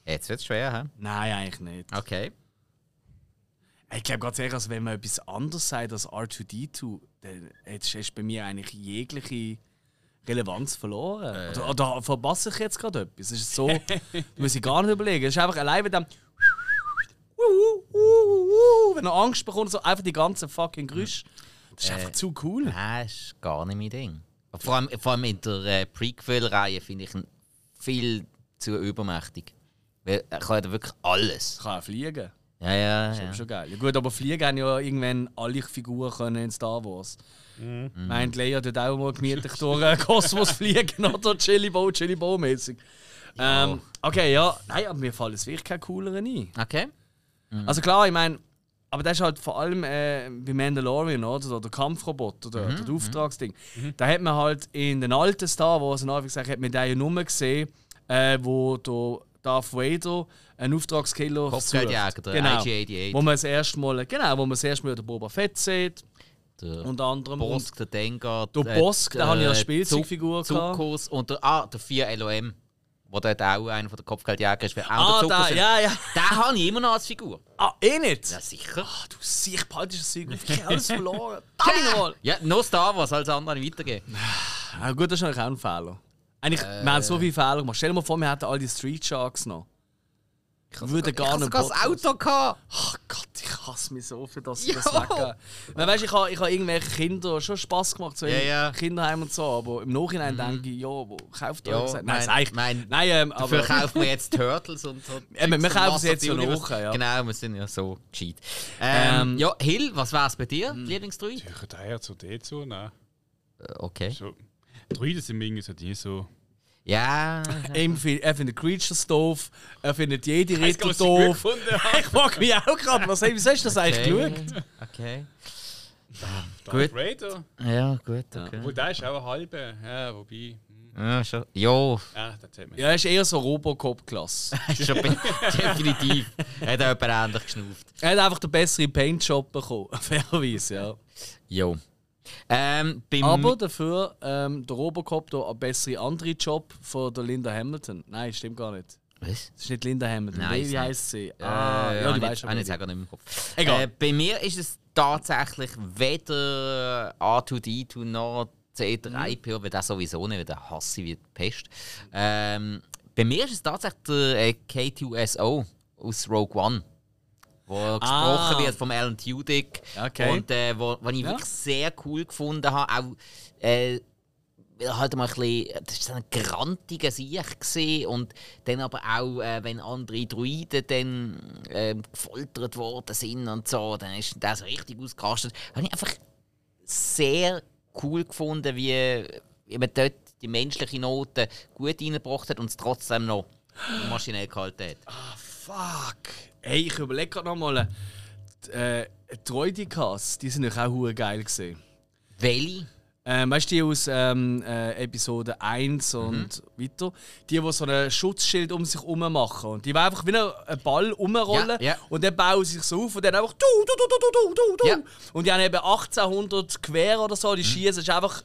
[SPEAKER 2] Jetzt wird's schwer,
[SPEAKER 1] Nein, eigentlich nicht.
[SPEAKER 2] hä? Okay.
[SPEAKER 1] Ich glaube ganz ehrlich, also wenn man etwas anderes sagt als R2D2, dann jetzt hast du bei mir eigentlich jegliche Relevanz verloren. Oder, oder verpasse ich jetzt gerade etwas? Es ist so, da muss ich gar nicht überlegen. Es ist einfach allein mit dem. uh, uh, uh, wenn er Angst bekommt, so einfach die ganzen fucking Geräusche. Das ist einfach zu cool.
[SPEAKER 2] Nein, ist gar nicht mein Ding. Vor allem, vor allem in der äh, Prequel-Reihe finde ich ihn viel zu übermächtig. Weil er kann ja wirklich alles.
[SPEAKER 1] Kann auch fliegen.
[SPEAKER 2] Ja, ja,
[SPEAKER 1] Das
[SPEAKER 2] ja.
[SPEAKER 1] ist schon geil. Ah, Ja, gut, aber Fliegen haben ja irgendwann alle Figuren können in Star Wars. Mhm. Meint Leia dort auch mal gemütlich durch den Kosmos fliegen oder Chili Bow, Chili Bow mäßig. Ähm, okay, ja. Nein, aber mir fallen es wirklich keine cooleren ein.
[SPEAKER 2] Okay. Mhm.
[SPEAKER 1] Also klar, ich meine, aber das ist halt vor allem äh, bei Mandalorian, oder? Der- Der Kampfroboter, der,
[SPEAKER 2] Mhm,
[SPEAKER 1] der Auftragsding. Da hat man halt in den alten Star Wars, in Anführungszeichen, hat man den ja nur gesehen, äh, wo der Darth Vader einen Auftragskiller
[SPEAKER 2] Kopfgeldjäger, der
[SPEAKER 1] genau.
[SPEAKER 2] IG-88.
[SPEAKER 1] Wo man das erste Mal, genau, wo man das erste Mal den Boba Fett sieht,
[SPEAKER 2] Der
[SPEAKER 1] unter anderem. Und
[SPEAKER 2] Bosk, der Dengar.
[SPEAKER 1] Der Bosk, den habe ich als Spielzeugfigur gehabt.
[SPEAKER 2] Zuckus und der, ah, der 4 LOM, wo dort auch einer von der Kopfgeldjäger ist. weil Auch
[SPEAKER 1] ah,
[SPEAKER 2] der
[SPEAKER 1] da,
[SPEAKER 2] Zuckus-
[SPEAKER 1] ja, ja.
[SPEAKER 2] Den habe ich immer noch als Figur.
[SPEAKER 1] Ah, eh nicht? Ah,
[SPEAKER 2] Ja, sicher.
[SPEAKER 1] Du siehst, bald ist das Zeug auf Ich hab alles verloren. Damn ich nochmal.
[SPEAKER 2] Ja, nur Star Wars, alles andere nicht weitergeben.
[SPEAKER 1] Ah, gut, das ist eigentlich auch ein Fehler. Eigentlich, wir haben
[SPEAKER 2] Äh.
[SPEAKER 1] so viele Fehler gemacht. Stell dir mal vor, wir hätten all die Street Sharks noch. Ich würde gar
[SPEAKER 2] Ich
[SPEAKER 1] nicht
[SPEAKER 2] hatte sogar das Auto. Gehabt.
[SPEAKER 1] Ach Gott, ich hasse mich so für das,
[SPEAKER 2] Ja.
[SPEAKER 1] das Weggeben. Nein, weißt, du, ich habe ich habe irgendwelche Kinder schon Spass gemacht, so
[SPEAKER 2] Ja,
[SPEAKER 1] im
[SPEAKER 2] ja. Mhm.
[SPEAKER 1] Kinderheim und so, aber im Nachhinein denke ich, ja, wo kauft ihr
[SPEAKER 2] Ja,
[SPEAKER 1] euch? Nein,
[SPEAKER 2] nein,
[SPEAKER 1] nein, eigentlich,
[SPEAKER 2] nein.
[SPEAKER 1] nein, ähm,
[SPEAKER 2] Dafür
[SPEAKER 1] aber
[SPEAKER 2] kaufen wir jetzt Turtles und so.
[SPEAKER 1] Eben, wir
[SPEAKER 2] Zeugs
[SPEAKER 1] kaufen
[SPEAKER 2] und
[SPEAKER 1] sie jetzt ja
[SPEAKER 2] Universe.
[SPEAKER 1] nachher, ja.
[SPEAKER 2] Genau, wir sind ja so gescheit. Ähm,
[SPEAKER 1] Ähm, Hm.
[SPEAKER 2] ja, Hill, was wär's bei dir, Lieblingsdruid?
[SPEAKER 3] Ich könnte eher zu D zu, ne?
[SPEAKER 2] Okay.
[SPEAKER 3] So. Druiden sind irgendwie so die so.
[SPEAKER 2] Ja.
[SPEAKER 1] ihm find- er findet Creatures doof, er findet jede
[SPEAKER 3] Ich
[SPEAKER 1] Ritter
[SPEAKER 3] weiß gar nicht,
[SPEAKER 1] doof.
[SPEAKER 3] was ich gut gefunden habe.
[SPEAKER 1] Ich mag mich auch gerade, was was hast du das eigentlich geschaut?
[SPEAKER 2] Okay.
[SPEAKER 3] Darth Vader.
[SPEAKER 2] Ja, gut, okay.
[SPEAKER 3] Wo der ist auch ein halber. Ja, wobei.
[SPEAKER 2] Ja, schon. Jo,
[SPEAKER 3] Ah, das hat man.
[SPEAKER 1] Ja, er ist eher so Robocop-Klasse.
[SPEAKER 2] schon be- definitiv. Hat auch jemand ähnlich geschnauft.
[SPEAKER 1] Er hat einfach den besseren Paintjob bekommen, fairerweise, ja.
[SPEAKER 2] Mhm. Jo. Ähm, beim
[SPEAKER 1] Aber dafür ähm, der Robocop da einen besseren anderen Job von der Linda Hamilton. Nein, stimmt gar nicht.
[SPEAKER 2] Was?
[SPEAKER 1] Das ist nicht Linda Hamilton.
[SPEAKER 2] Nein,
[SPEAKER 1] Nein,
[SPEAKER 2] ist
[SPEAKER 1] wie
[SPEAKER 2] nicht.
[SPEAKER 1] heisst sie?
[SPEAKER 2] Ah,
[SPEAKER 1] ah,
[SPEAKER 2] äh,
[SPEAKER 1] ja,
[SPEAKER 2] ich
[SPEAKER 1] die
[SPEAKER 2] weiß
[SPEAKER 1] weißt
[SPEAKER 2] schon. Ich
[SPEAKER 1] du.
[SPEAKER 2] nicht mehr im Kopf.
[SPEAKER 1] Egal.
[SPEAKER 2] Äh, bei mir ist es tatsächlich weder A2D2 noch
[SPEAKER 1] Mhm.
[SPEAKER 2] C3PO, weil das sowieso nicht, weil den hasse ich wie die Pest. Ähm, bei mir ist es tatsächlich der äh, K2SO aus Rogue One. Wo
[SPEAKER 1] Ah.
[SPEAKER 2] gesprochen wird von Alan Tudyk.
[SPEAKER 1] Okay.
[SPEAKER 2] Und äh, wo, was ich
[SPEAKER 1] Ja.
[SPEAKER 2] wirklich sehr cool gefunden habe, auch äh, weil er halt mal ein bisschen, das ist so ein grantiger Sieg gewesen und dann aber auch, äh, wenn andere Druiden dann ähm, gefoltert worden sind und so, dann ist das richtig ausgerastet. Habe ich einfach sehr cool gefunden, wie, wie man dort die menschliche Note gut reingebracht hat und es trotzdem noch maschinell gehalten hat.
[SPEAKER 1] Ah, Fuck. Hey, ich überlege gerade nochmal. Äh, Troidikas, die sind natürlich auch hure geil gesehen.
[SPEAKER 2] Welche?
[SPEAKER 1] Ähm, weißt du, die aus ähm, äh, Episode 1
[SPEAKER 2] Mhm.
[SPEAKER 1] und weiter? Die, die so ein Schutzschild um sich herum machen. Und die wollen einfach wie einen Ball umrollen
[SPEAKER 2] Ja, ja.
[SPEAKER 1] und dann bauen sie sich so auf und dann einfach du, du, du, du, du, du, du.
[SPEAKER 2] Ja. Mhm.
[SPEAKER 1] Und die haben eben 1800 quer oder so, die schießen. Das ist einfach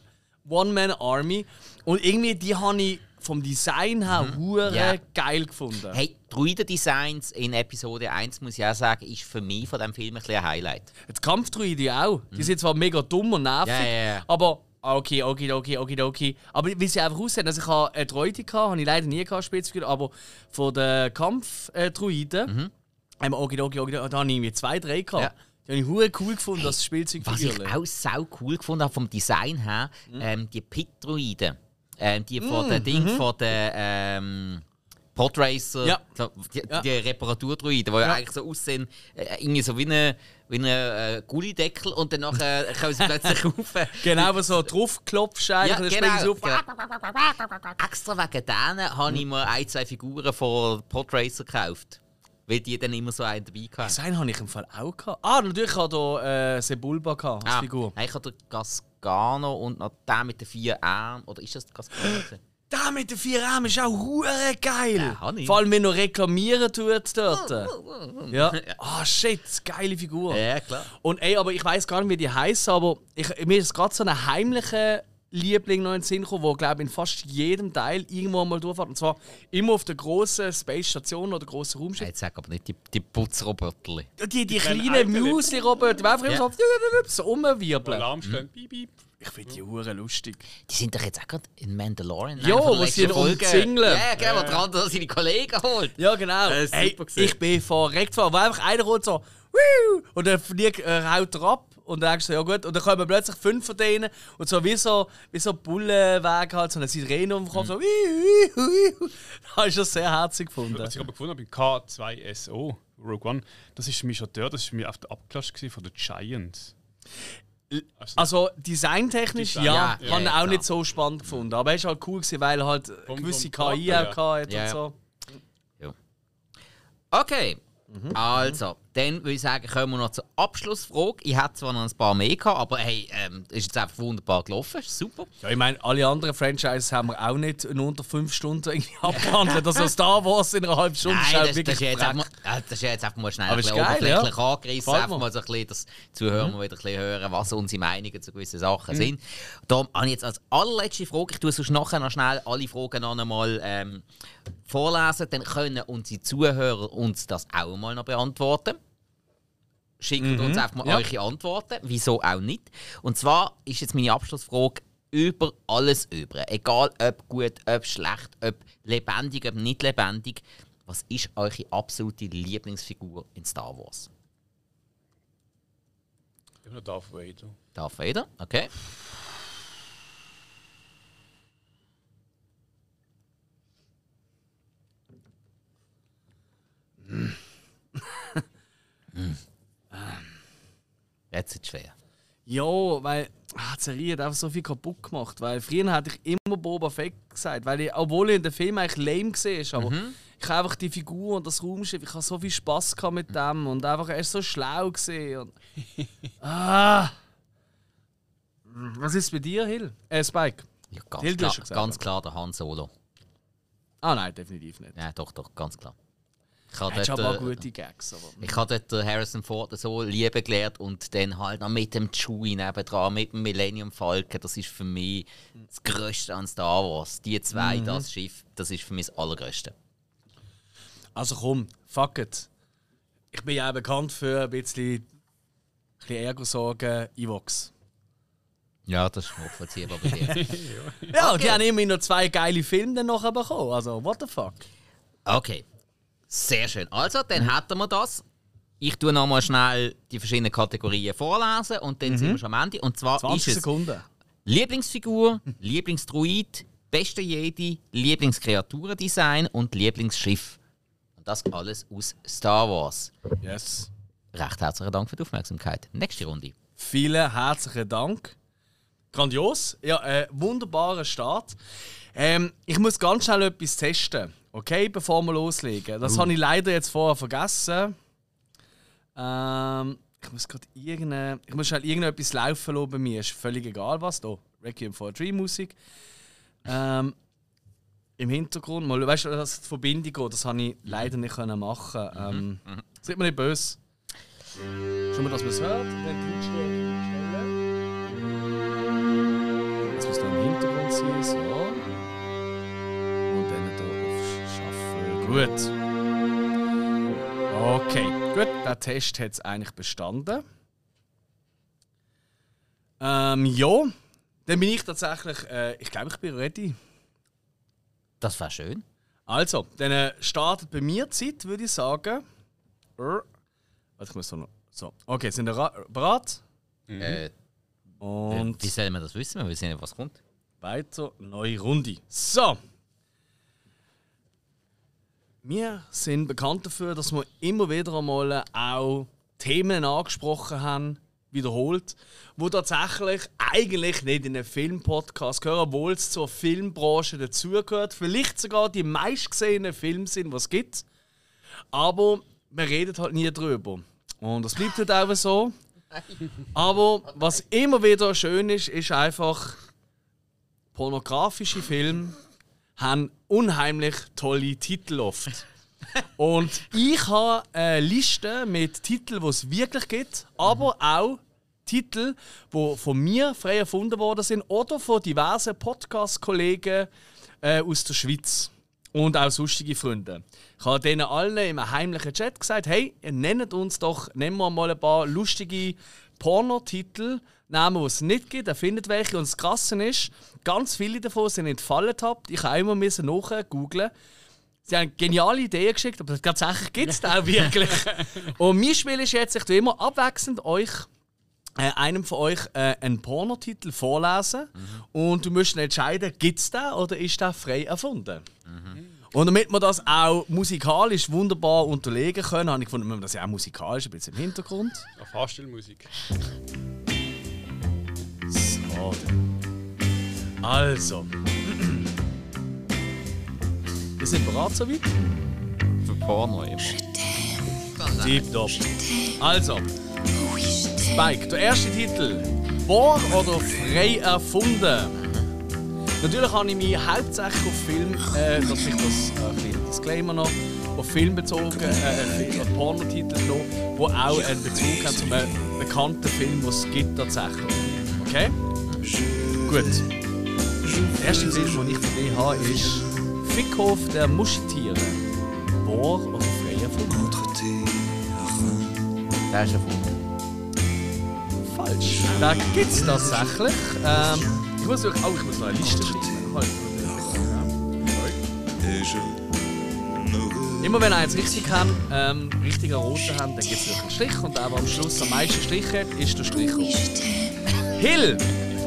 [SPEAKER 1] One-Man-Army. Und irgendwie die habe ich vom Design her hure
[SPEAKER 2] Mhm. Ja.
[SPEAKER 1] geil gefunden.
[SPEAKER 2] Hey, Druidendesigns in Episode 1, muss ich auch sagen, ist für mich von diesem Film ein, bisschen ein Highlight.
[SPEAKER 1] Die Kampfdruide auch. Die sind zwar mega dumm und nervig,
[SPEAKER 2] Mhm. Ja, ja, ja.
[SPEAKER 1] aber ah, okay, okay, okay, okay, okay. Aber wie sie einfach aussehen, also ich habe eine Droide gehabt, habe ich leider nie gehabt, Spitzfigur, aber von den Kampfdruiden, mhm. ähm, okay, okay, okay, da habe ich irgendwie zwei, drei gehabt.
[SPEAKER 2] Ja.
[SPEAKER 1] Die habe ich hure cool gefunden, das Spielzeug
[SPEAKER 2] Was ich auch sau cool gefunden habe vom Design her,
[SPEAKER 1] Mhm.
[SPEAKER 2] ähm, die Pit-Druiden. Ähm, die von den Ding, von den ähm, Podracer,
[SPEAKER 1] Ja.
[SPEAKER 2] so, die,
[SPEAKER 1] Ja.
[SPEAKER 2] die Reparaturdruiden, die ja. eigentlich so aussehen, äh, irgendwie so wie ein wie eine, äh, Gullideckel und dann nachher können sie plötzlich rauf.
[SPEAKER 1] Genau, wo so drauf klopfst eigentlich,
[SPEAKER 2] Ja,
[SPEAKER 1] und dann springen sie
[SPEAKER 2] genau,
[SPEAKER 1] auf. Ah,
[SPEAKER 2] genau. Extra wegen denen habe ich mir ein, zwei Figuren von Podracer gekauft. Weil die dann immer so einen dabei hatten.
[SPEAKER 1] So einen habe ich im Fall auch gehabt. Ah, natürlich hatte ich hier äh, Sebulba gehabt,
[SPEAKER 2] Ah.
[SPEAKER 1] als Figur.
[SPEAKER 2] Nein, ich habe den Gascano und noch den mit den vier Armen. Oder ist das der Gascano? gewesen?
[SPEAKER 1] Der mit den vier Armen ist auch hure geil.
[SPEAKER 2] Den hab ich.
[SPEAKER 1] Vor allem, wenn er reklamieren tut dort. Ja. Ah, shit, geile Figur.
[SPEAKER 2] ja, klar.
[SPEAKER 1] Und ey, aber ich weiß gar nicht, wie die heißen, aber ich, mir ist gerade so ein heimlicher Liebling noch in den Sinn gekommen, der, glaube ich, in fast jedem Teil irgendwo mal durchfährt. Und zwar immer auf der grossen Space Station oder grossen
[SPEAKER 2] Ja,
[SPEAKER 1] Raumschiff.
[SPEAKER 2] Jetzt sag aber nicht die, die Putzroboterli.
[SPEAKER 1] Die, die kleinen
[SPEAKER 3] kleinen Eiterli.
[SPEAKER 1] Müsli-Roboter, die einfach immer so, so rumwirbeln.
[SPEAKER 3] Alarmstellen, piep, piep.
[SPEAKER 1] Ich finde die Uhren lustig.
[SPEAKER 2] Die sind doch jetzt auch gerade in Mandalorian.
[SPEAKER 1] Ja,
[SPEAKER 2] einer von
[SPEAKER 1] wo
[SPEAKER 2] der
[SPEAKER 1] sie
[SPEAKER 2] letzten
[SPEAKER 1] ihn
[SPEAKER 2] Folge.
[SPEAKER 1] umzingeln.
[SPEAKER 2] Ja, gell, wo der andere seine Kollegen holt.
[SPEAKER 1] Ja, genau.
[SPEAKER 2] Äh, super
[SPEAKER 1] Ey,
[SPEAKER 2] gesehen.
[SPEAKER 1] ich bin verreckt vor, weil einfach einer kommt so, "Wiu!" und dann fliegt, äh, haut er ab. Und dann denkst du, ja gut, und dann kommen plötzlich fünf von denen und so wie so, wie so Bullenweg halt, so eine Sirene um den Kopf,
[SPEAKER 2] Mhm.
[SPEAKER 1] so, "Wiu, wiu, wiu." da ist das sehr herzig gefunden.
[SPEAKER 3] Was ich aber gefunden habe, im K2SO, Rogue One, das ist für mich schon dort, das ist für mich auf der Abklatsch gewesen von den Giants.
[SPEAKER 1] Also designtechnisch,
[SPEAKER 3] Design.
[SPEAKER 1] ja,
[SPEAKER 2] Ja,
[SPEAKER 1] ja habe
[SPEAKER 2] ja,
[SPEAKER 1] ich
[SPEAKER 2] klar.
[SPEAKER 1] auch nicht so spannend gefunden. Aber es war halt cool, gewesen, weil halt eine gewisse
[SPEAKER 3] vom Charakter,
[SPEAKER 1] KI auch
[SPEAKER 3] ja.
[SPEAKER 1] hatte
[SPEAKER 2] Ja,
[SPEAKER 1] und
[SPEAKER 2] ja.
[SPEAKER 1] so.
[SPEAKER 2] Okay, also, dann würde ich sagen, kommen wir noch zur Abschlussfrage. Ich hätte zwar noch ein paar mehr gehabt, aber hey, ähm, ist jetzt einfach wunderbar gelaufen, ist super.
[SPEAKER 1] Ja, ich meine, alle anderen Franchises haben wir auch nicht in unter fünf Stunden irgendwie abgehandelt. Also Star Wars in einer halben Stunde ist
[SPEAKER 2] Nein,
[SPEAKER 1] auch
[SPEAKER 2] das, das,
[SPEAKER 1] wirklich
[SPEAKER 2] ist jetzt
[SPEAKER 1] Dreck.
[SPEAKER 2] einfach mal, ah, das ist jetzt einfach mal schnell
[SPEAKER 1] Aber
[SPEAKER 2] ein
[SPEAKER 1] ist
[SPEAKER 2] bisschen
[SPEAKER 1] geil,
[SPEAKER 2] oberflächlich angerissen,
[SPEAKER 1] Gefällt
[SPEAKER 2] einfach
[SPEAKER 1] mir. Mhm.
[SPEAKER 2] mal so ein bisschen, dass die Zuhörer mal wieder ein bisschen hören, was unsere Meinungen zu gewissen Sachen sind. Darum habe ich jetzt als allerletzte Frage, ich tue sonst nachher noch schnell alle Fragen noch einmal ähm, vorlesen, dann können unsere Zuhörer uns das auch mal noch beantworten. Schickt uns einfach mal
[SPEAKER 1] Mhm. ja.
[SPEAKER 2] eure Antworten, wieso auch nicht. Und zwar ist jetzt meine Abschlussfrage über alles über. Egal ob gut, ob schlecht, ob lebendig, ob nicht lebendig. Was ist eure absolute Lieblingsfigur in Star Wars?
[SPEAKER 3] Immer noch Darth Vader.
[SPEAKER 2] Darth Vader, okay. Mm. Jetzt ist es schwer.
[SPEAKER 1] Ja, weil ah, die Serie hat einfach so viel kaputt gemacht. Weil früher hatte ich immer Boba Fett gesagt. Weil ich, obwohl ich in den Film eigentlich lame war, aber ich habe einfach die Figur und das Raumschiff, ich habe so viel Spass gehabt mit dem und einfach, er ist so schlau gesehen. Und, ah. Was ist bei dir, Hill? Äh, Spike?
[SPEAKER 2] Ja, ganz,
[SPEAKER 1] Hilde
[SPEAKER 2] klar,
[SPEAKER 1] hast du gesagt,
[SPEAKER 2] ganz klar der Han Solo.
[SPEAKER 1] Ah nein, definitiv nicht.
[SPEAKER 2] Ja, doch, doch, ganz klar. Ich habe
[SPEAKER 1] Hättest
[SPEAKER 2] dort,
[SPEAKER 1] aber auch
[SPEAKER 2] äh,
[SPEAKER 1] gute Gags. Aber.
[SPEAKER 2] ich habe dort den Harrison Ford so lieben gelernt und dann halt noch mit dem Chewie nebendran, mit dem Millennium Falcon. Das ist für mich das Größte an Star Wars. Die zwei, das Schiff, das ist für mich das Allergrößte.
[SPEAKER 1] Also komm, fuck it. Ich bin ja auch bekannt für ein bisschen, ein bisschen Ärger-Sorgen, Evox.
[SPEAKER 2] Ja, das ist nachvollziehbar bei dir.
[SPEAKER 1] Ja, die haben immerhin noch zwei geile Filme dann nachher bekommen. Also, what the fuck?
[SPEAKER 2] Okay, sehr schön. Also, dann hätten wir das. Ich tue nochmal schnell die verschiedenen Kategorien vorlesen und dann sind wir schon am Ende. Und zwar
[SPEAKER 1] 20
[SPEAKER 2] ist es
[SPEAKER 1] Sekunden.
[SPEAKER 2] Lieblingsfigur, Lieblingsdruid, beste Jedi, Lieblingskreaturendesign und Lieblingsschiff. Und das alles aus Star Wars.
[SPEAKER 1] Yes.
[SPEAKER 2] Recht herzlichen Dank für die Aufmerksamkeit. Nächste Runde.
[SPEAKER 1] Vielen herzlichen Dank. Grandios. Ja, äh, wunderbarer Start. Ähm, ich muss ganz schnell etwas testen. Okay, bevor wir loslegen. Das habe ich leider jetzt vorher vergessen. Ähm, ich muss gerade irgendeine, ich muss schnell irgendetwas laufen lassen bei mir. Ist völlig egal was. Da, Requiem for a Dream Musik. Ähm, Im Hintergrund, mal, weißt du, dass die Verbindung geht, das habe ich leider nicht können machen. Ähm, Seid mir nicht böse. Schon mal, dass man es hört. Dann klitscht er. Jetzt muss da im Hintergrund sein, so. Und dann hier auf Schaffen. Gut. Okay, gut. Der Test hat es eigentlich bestanden. Ähm, ja. Dann bin ich tatsächlich, äh, ich glaube, ich bin ready.
[SPEAKER 2] Das war schön.
[SPEAKER 1] Also, dann äh, startet bei mir die Zeit, würde ich sagen. Er, warte, ich muss so noch. So, okay, sind wir ra- bereit?
[SPEAKER 2] Äh,
[SPEAKER 1] Und
[SPEAKER 2] wie soll man das wissen? Wir wissen ja, was kommt.
[SPEAKER 1] weiter, neue Runde. So. Wir sind bekannt dafür, dass wir immer wieder einmal auch Themen angesprochen haben, wiederholt, wo tatsächlich eigentlich nicht in einen Filmpodcast gehören, obwohl es zur Filmbranche dazugehört. Vielleicht sogar die meistgesehenen Filme sind, was es gibt. Aber man redet halt nie drüber. Und das bleibt halt auch so. Aber was immer wieder schön ist, ist einfach, pornografische Filme haben unheimlich tolle Titel oft. Und ich habe eine Liste mit Titeln, die es wirklich gibt, aber auch Titel, die von mir frei erfunden worden sind oder von diversen Podcast-Kollegen äh, aus der Schweiz und auch sonstige Freunde. Ich habe denen allen im heimlichen Chat gesagt, hey, nennt uns doch, nehmen wir mal ein paar lustige Pornotitel, Namen, die es nicht gibt, er findet welche. Und das Krasse ist, ganz viele davon sind entfallen habt. Ich habe immer müssen nachgoogeln. Sie haben geniale Ideen geschickt, aber tatsächlich gibt es auch wirklich. Und mein Spiel ist jetzt, ich tue immer abwechselnd euch äh, einem von euch äh, einen Pornotitel vorlesen und du musst dann entscheiden, gibt es den oder ist der frei erfunden. Und damit wir das auch musikalisch wunderbar unterlegen können, habe ich gefunden, wir müssen das ja auch musikalisch ein bisschen im Hintergrund.
[SPEAKER 3] Auf Fahrstuhlmusik.
[SPEAKER 1] So. Also. Wir sind bereit soweit?
[SPEAKER 2] Für Porno immer.
[SPEAKER 1] Tipptopp. Also. Spike, der erste Titel. Wahr oder frei erfunden? Natürlich habe ich mich hauptsächlich auf Film, äh, das ist das äh, ein kleiner Disclaimer noch, auf Film bezogen, äh, äh, auf Pornotitel genommen, die auch einen Bezug haben zu einem bekannten Film, den es gibt tatsächlich. Okay? Gut. Der erste Film, den ich von dir habe, ist Fickhof der Muschetiere. Wahr oder frei erfunden?
[SPEAKER 2] Der ist erfunden.
[SPEAKER 1] Falsch. Da gibt es tatsächlich. Ähm, ich muss euch auch, ich muss noch eine Liste schreiben. Halt. Immer wenn ihr eins richtig haben, ähm, richtiger roten haben, dann gibt es einen Strich und der, der am Schluss am meisten Strich hat, ist der Strich. Hill,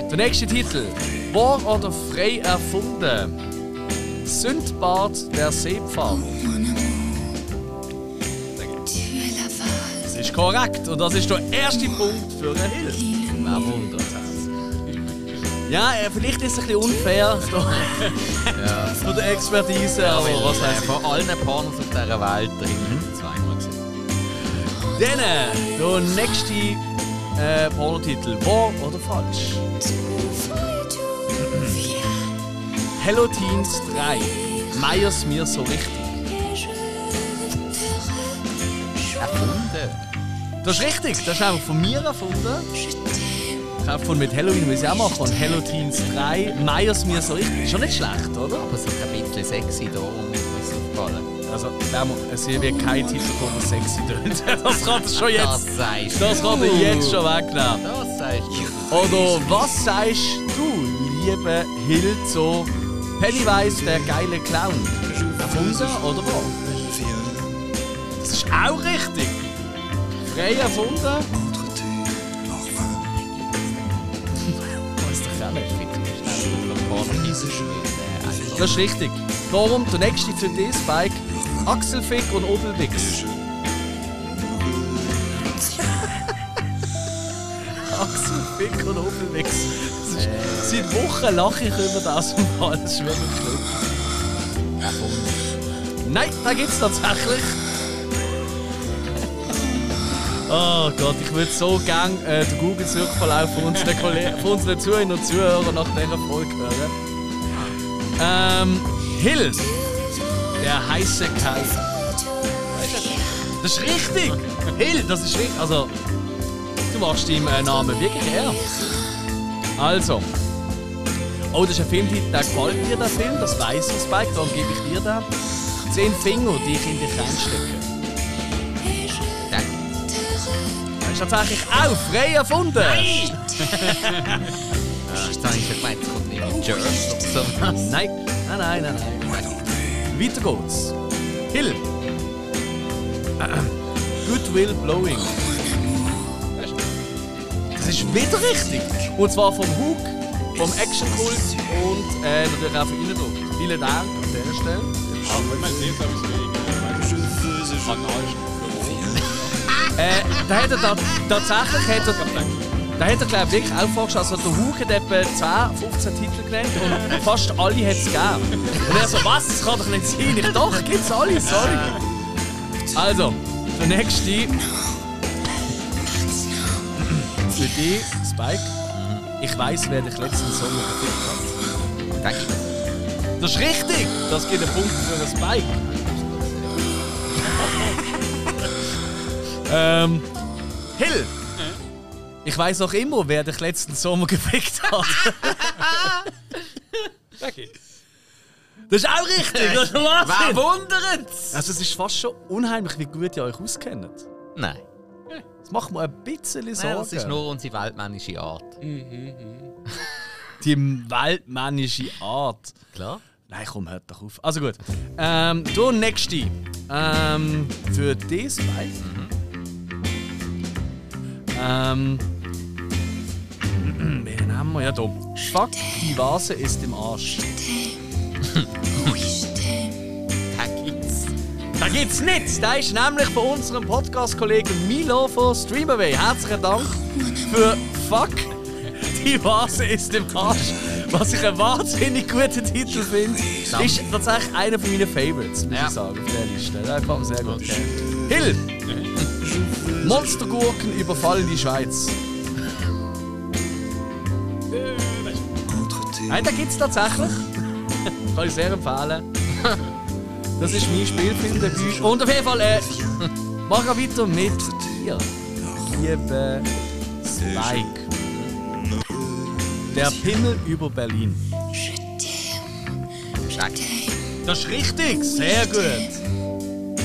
[SPEAKER 1] der nächste Titel. Wahr oder frei erfunden? Sündbad der Seepfad. Das ist korrekt und das ist der erste Punkt für einen Hill. Wer wundert Ja, äh, vielleicht ist es ein bisschen unfair da- von der Expertise, aber was
[SPEAKER 2] Äh,
[SPEAKER 1] heißt
[SPEAKER 2] Von allen Pornos auf dieser Welt drin. Zweimal gesehen.
[SPEAKER 1] Dann, der nächste äh, Pornotitel. Wahr oder falsch? Hello Teens 3. Meyers mir so richtig.
[SPEAKER 2] Erfunden.
[SPEAKER 1] Das ist richtig, das ist einfach von mir erfunden. Ich habe von mit Halloween muss ich auch machen. Und Hello Teens 3, Meyers mir so richtig. Ist schon nicht schlecht, oder?
[SPEAKER 2] Aber es ist ein bisschen sexy da und muss aufgefallen.
[SPEAKER 1] Also, der muss- es hier wird kein Titel kommen, der sexy tönt. Das kann es schon
[SPEAKER 2] Das
[SPEAKER 1] jetzt.
[SPEAKER 2] sagst du.
[SPEAKER 1] Das kann er jetzt schon wegnehmen.
[SPEAKER 2] Das sagst du.
[SPEAKER 1] Oder was sagst du, liebe Hill, zu Pennywise, der geile Clown? Erfunden oder wahr? Das ist auch richtig. Frei erfunden. Weiß doch auch nicht. Das ist richtig. Darum der nächste für dich, Spike. Axelfick und Obelbix. Axelfick und Obelbix. Das ist- Seit Wochen lache ich über das und mal. Das ist wirklich schlimm. Nein, da gibt es tatsächlich. Oh Gott, ich würde so gerne äh, den Google-Suchverlauf von unseren, Kolle- von unseren Zuhörern und Zuhörern nach dieser Folge hören. Ähm, Hill. Der heiße Kai. Das ist richtig! Hill, das ist richtig. Also, du machst deinem äh, Namen wirklich her. Also. Oh, das ist ein Film, der gefällt dir, der Film. Das weiß ich, Spike. Darum gebe ich dir den. Zehn Finger, die ich in dich reinstecke. Das ist tatsächlich auch frei erfunden.
[SPEAKER 2] Jetzt habe ich schon gemeint, es kommt nicht ein Jerk oder sowas.
[SPEAKER 1] Nein, nein, nein, nein, nein. Weiter geht's. Hill. Goodwill Blowing. Das ist wieder richtig. Und zwar vom Hook, vom Action-Kult und äh, natürlich auch von Innendruck. Vielen Dank an dieser Stelle.
[SPEAKER 3] Aber ich meine, das ist auch ein Kanalstufe.
[SPEAKER 1] Äh, da hat er da, tatsächlich, hat er, da hat er glaube ich wirklich auch vorgeschlagen, also der Hug hat etwa 10, 15 Titel genannt und fast alle hat es gegeben. Und er so, was, das kann doch nicht sein. Ich, doch, gibt's alle, sorry. Also, der nächste. Für dich, Spike. Ich weiß, wer dich letzten Sommer gefickt
[SPEAKER 2] Danke.
[SPEAKER 1] hat. Das ist richtig! Das gibt einen Punkt für den Spike. Ähm, Hill! Ich weiß noch immer, wer dich letzten Sommer gefickt hat.
[SPEAKER 3] Da geht's.
[SPEAKER 1] Das ist auch richtig, das ist
[SPEAKER 2] Wer
[SPEAKER 1] Wahnsinn.
[SPEAKER 2] wundert's?
[SPEAKER 1] Also es ist fast schon unheimlich, wie gut ihr euch auskennt.
[SPEAKER 2] Nein.
[SPEAKER 1] Das macht mir ein bisschen Sorgen.
[SPEAKER 2] Nein, das ist nur unsere weltmännische Art.
[SPEAKER 1] die weltmännische Art.
[SPEAKER 2] Klar.
[SPEAKER 1] Nein, komm, hört doch auf. Also gut. Ähm, du nächste. Ähm, für das weiß. Ähm. Wen haben wir? Ja, da. Fuck, die Vase ist im Arsch.
[SPEAKER 2] Da gibt's.
[SPEAKER 1] Da gibt's nichts. Der ist nämlich von unserem Podcast-Kollegen Milo von Streamaway. Herzlichen Dank für Fuck, die Vase ist im Arsch. Was ich einen wahnsinnig guten Titel finde. Ist tatsächlich einer meiner Favorites, muss
[SPEAKER 2] Ja.
[SPEAKER 1] ich sagen, auf der Liste. Der gefällt mir sehr gut. Hill! Monstergurken überfallen die Schweiz. Nein, da gibt's tatsächlich. Kann ich sehr empfehlen. Das ist mein Spielfilmdebüt. Und auf jeden Fall, äh, mach auch weiter mit dir. Liebe Spike. Der Pimmel über Berlin.
[SPEAKER 2] Check.
[SPEAKER 1] Das ist richtig, sehr gut. Ähm,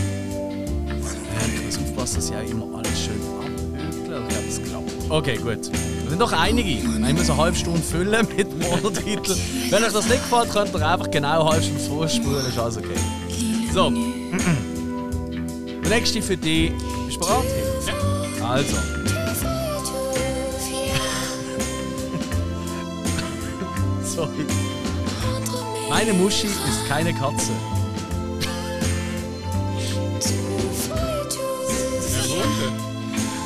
[SPEAKER 1] ich muss aufpassen, dass ich auch immer alles schön abhügle. aber Ich glaube, das klappt. Okay, gut. Das sind doch einige. Ich muss eine halbe Stunde füllen mit Monotitel. Wenn euch das nicht gefällt, könnt ihr einfach genau eine halbe Stunde vorspulen. Ist alles okay. So. Der nächste für dich. Bist du bereit? Also. Sorry. Meine Muschi ist keine Katze.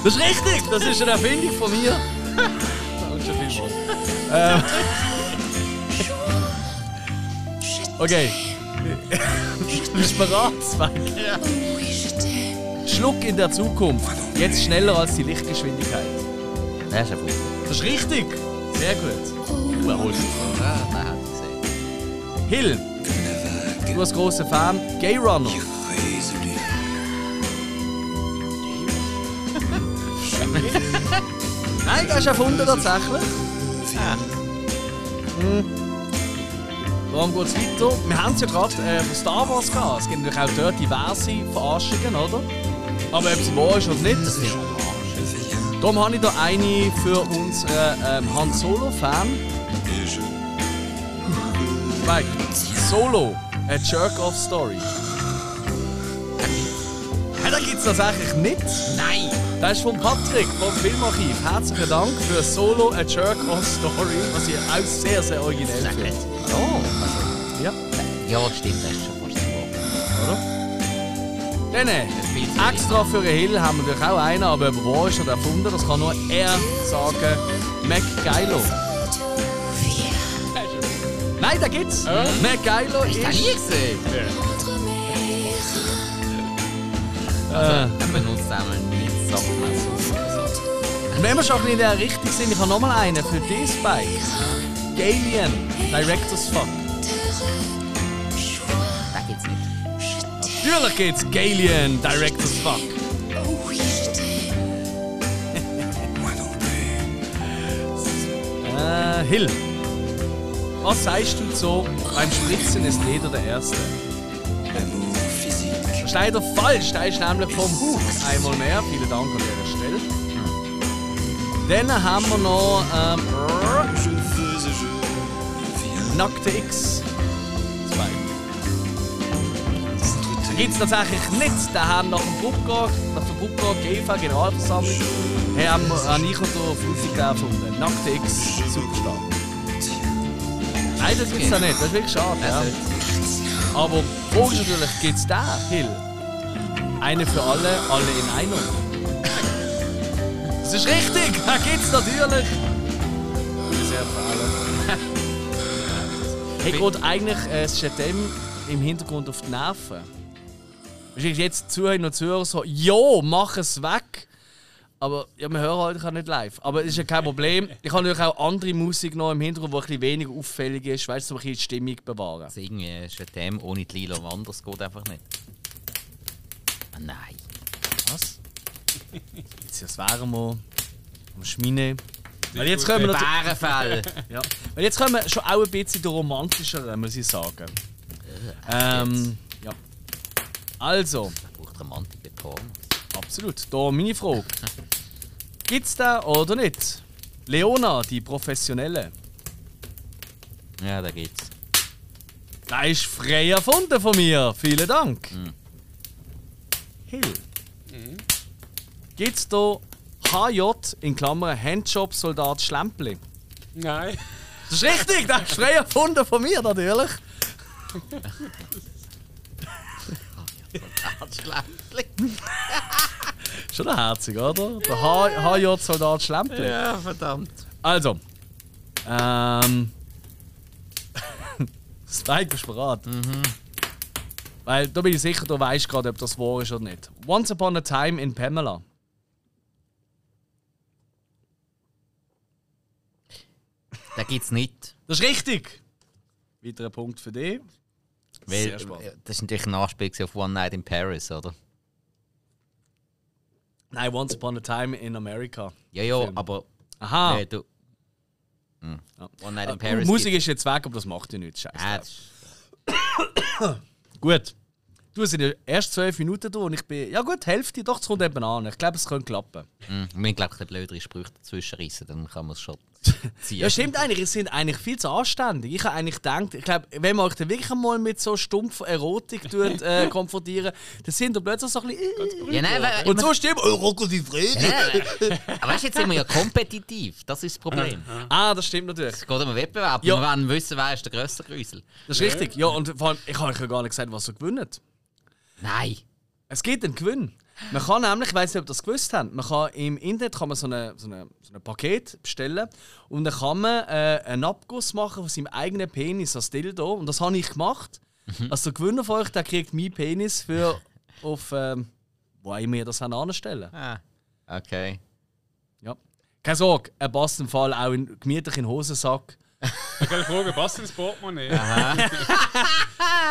[SPEAKER 1] Das ist richtig! Das ist eine Erfindung von mir! Und schon viel mehr. ähm. Okay. Bist du bereit, Sven? Schluck in der Zukunft. Jetzt schneller als die Lichtgeschwindigkeit.
[SPEAKER 2] Das ist ein Wunder.
[SPEAKER 1] Das ist richtig! Sehr gut. Überholt.
[SPEAKER 2] Ah, den hat ich gesehen.
[SPEAKER 1] Hill. Du als großer Fan. Gay Runner. Nein, das ist erfunden tatsächlich. Hm. Warum geht es weiter? Wir haben es ja gerade äh, von Star Wars gehabt. Es gibt natürlich auch dort diverse Verarschungen, oder? Aber ob es wahr ist oder nicht, das ist Darum habe ich da eine für unseren ähm, Han Solo-Fan. Mike, Solo, a Jerk-Off-Story. Hey, da gibt es das eigentlich nicht.
[SPEAKER 2] Nein!
[SPEAKER 1] Das ist von Patrick vom Filmarchiv. Herzlichen Dank für Solo A Jerk-Off-Story, was ich auch sehr, sehr originell
[SPEAKER 2] Das ist
[SPEAKER 1] finde.
[SPEAKER 2] nicht. Oh!
[SPEAKER 1] Ja.
[SPEAKER 2] Ja, stimmt, das ist schon fast so.
[SPEAKER 1] Dann, äh, extra für den Hill haben wir natürlich auch einen, aber über wo ist er erfunden, das kann nur er sagen. MacGylo. Nein, da gibt's.
[SPEAKER 3] Äh?
[SPEAKER 1] MacGylo ist...
[SPEAKER 2] Das habe ich nie gesehen. Er benutzt einmal nichts, sagt man so.
[SPEAKER 1] Wenn wir schon ein bisschen in der Richtung sind, ich habe nochmal einen für die Spike. Galien, Director's Fuck.
[SPEAKER 2] Also, Den gibt's nicht.
[SPEAKER 1] Natürlich geht's Galien, Director's Fuck. Äh, Hill. Was sagst du so? Beim Spritzen ist jeder der Erste. Das ist leider falsch, der ist nämlich vom Hug. Einmal mehr, vielen Dank an dieser Stelle. Dann haben wir noch ähm, Nackte X. Gibt es tatsächlich nicht. Da haben nach dem Pubgag, nach der Pubgag GV Generalversammlung, haben wir an ich und so Flüssig erfunden. Nackte X, Superstar. Nein, das gibt es da nicht. Das ist wirklich schade.
[SPEAKER 2] Also,
[SPEAKER 1] Ja. Aber wo ist natürlich gibt es da, Hill? Eine für alle, alle in einem. Das ist richtig, da gibt's natürlich. Sehr fehlen. hey, geht eigentlich äh, es steht dem im Hintergrund auf die Nerven. Wahrscheinlich jetzt die Zuhörer und Zuhörer so, jo, mach es weg. Aber ja, wir hören halt ich kann nicht live. Aber es ist ja kein Problem. Ich habe natürlich auch andere Musik noch im Hintergrund, die ein bisschen weniger auffällig ist, weißt du, um ein bisschen die Stimmung zu bewahren.
[SPEAKER 2] Das irgendwie ist ein Thema ohne die Lilo Wanders geht einfach nicht. Ah, Nein.
[SPEAKER 1] Was? Jetzt wären wir Schmine. Weil jetzt kommen wir
[SPEAKER 2] Äh,
[SPEAKER 1] noch zu-
[SPEAKER 2] Bärenfell.
[SPEAKER 1] Ja. Weil jetzt kommen wir schon auch ein bisschen romantischer, muss ich sagen. Ähm, ja. Also,
[SPEAKER 2] braucht Romantik bei Pornos.
[SPEAKER 1] absolut. Da meine Frage. Gibt's da oder nicht? Leona, die Professionelle.
[SPEAKER 2] Ja, da geht's.
[SPEAKER 1] Da ist frei erfunden von mir. Vielen Dank. Hill. Gibt's da HJ in Klammern Handjob Soldat Schlempli?
[SPEAKER 3] Nein.
[SPEAKER 1] Das ist richtig, das ist frei erfunden von mir natürlich. Schon noch herzig, oder? Der H- HJ-Soldat Schlempli.
[SPEAKER 2] Ja, verdammt.
[SPEAKER 1] Also. Ähm. Strike bist du bereit. Weil da bin ich sicher, du weißt gerade, ob das wahr ist oder nicht. Once upon a time in Pamela.
[SPEAKER 2] Da geht's nicht.
[SPEAKER 1] Das ist richtig! Weiterer Punkt für dich.
[SPEAKER 2] Weil,
[SPEAKER 1] Sehr spannend.
[SPEAKER 2] äh, das ist natürlich ein Anspiel gewesen auf One Night in Paris, oder?
[SPEAKER 1] Nein, Once upon a time in America.
[SPEAKER 2] Ja, ja, aber
[SPEAKER 1] Aha.
[SPEAKER 2] äh, du. Hm. One Night in
[SPEAKER 1] Die
[SPEAKER 2] Paris.
[SPEAKER 1] Musik ist jetzt weg, aber das macht ja nichts. Scheiß
[SPEAKER 2] Ah,
[SPEAKER 1] drauf.
[SPEAKER 2] das ist-
[SPEAKER 1] Gut. Du, es sind ja erst zwölf Minuten da und ich bin. Ja gut, die Hälfte, doch, es kommt eben an. Ich glaube, es könnte klappen.
[SPEAKER 2] Hm, Wir müssen, glaube ich, ein bisschen blödere Sprüche dazwischen reissen, dann kann man es schon ziehen.
[SPEAKER 1] Ja, stimmt eigentlich. Sie sind eigentlich viel zu anständig. Ich habe eigentlich gedacht, ich glaube, wenn man euch dann wirklich mal mit so stumpfer Erotik tut, äh, konfrontieren, dann sind da plötzlich so ein bisschen. äh.
[SPEAKER 2] Ja, nein, weil,
[SPEAKER 1] Und so stimmt, oh, Rocco die Freude.
[SPEAKER 2] nein, weil- aber weißt du, jetzt sind wir ja kompetitiv. Das ist das Problem.
[SPEAKER 1] Ah, das stimmt natürlich.
[SPEAKER 2] Es geht um einen Wettbewerb.
[SPEAKER 1] Ja.
[SPEAKER 2] Wir wollen wissen, wer ist der grösste Grüsel.
[SPEAKER 1] Das ist richtig. Ja, und vor allem, ich habe euch ja gar nicht gesagt, was ihr gewinnt.
[SPEAKER 2] Nein.
[SPEAKER 1] Es gibt einen Gewinn. Man kann nämlich, ich weiß nicht, ob ihr das gewusst habt, man kann im Internet kann man so, eine, so, eine, so ein Paket bestellen und dann kann man äh, einen Abguss machen von seinem eigenen Penis als Dildo. Und das habe ich gemacht. Also der Gewinner von euch, der kriegt meinen Penis für auf ähm, wo auch immer ihr das anstellen
[SPEAKER 2] Ah, okay.
[SPEAKER 1] Ja. Keine Sorge, er passt im Fall auch in, gemütlich in den Hosensack.
[SPEAKER 3] Ich kann fragen, passt ins Portemonnaie?
[SPEAKER 1] Ja,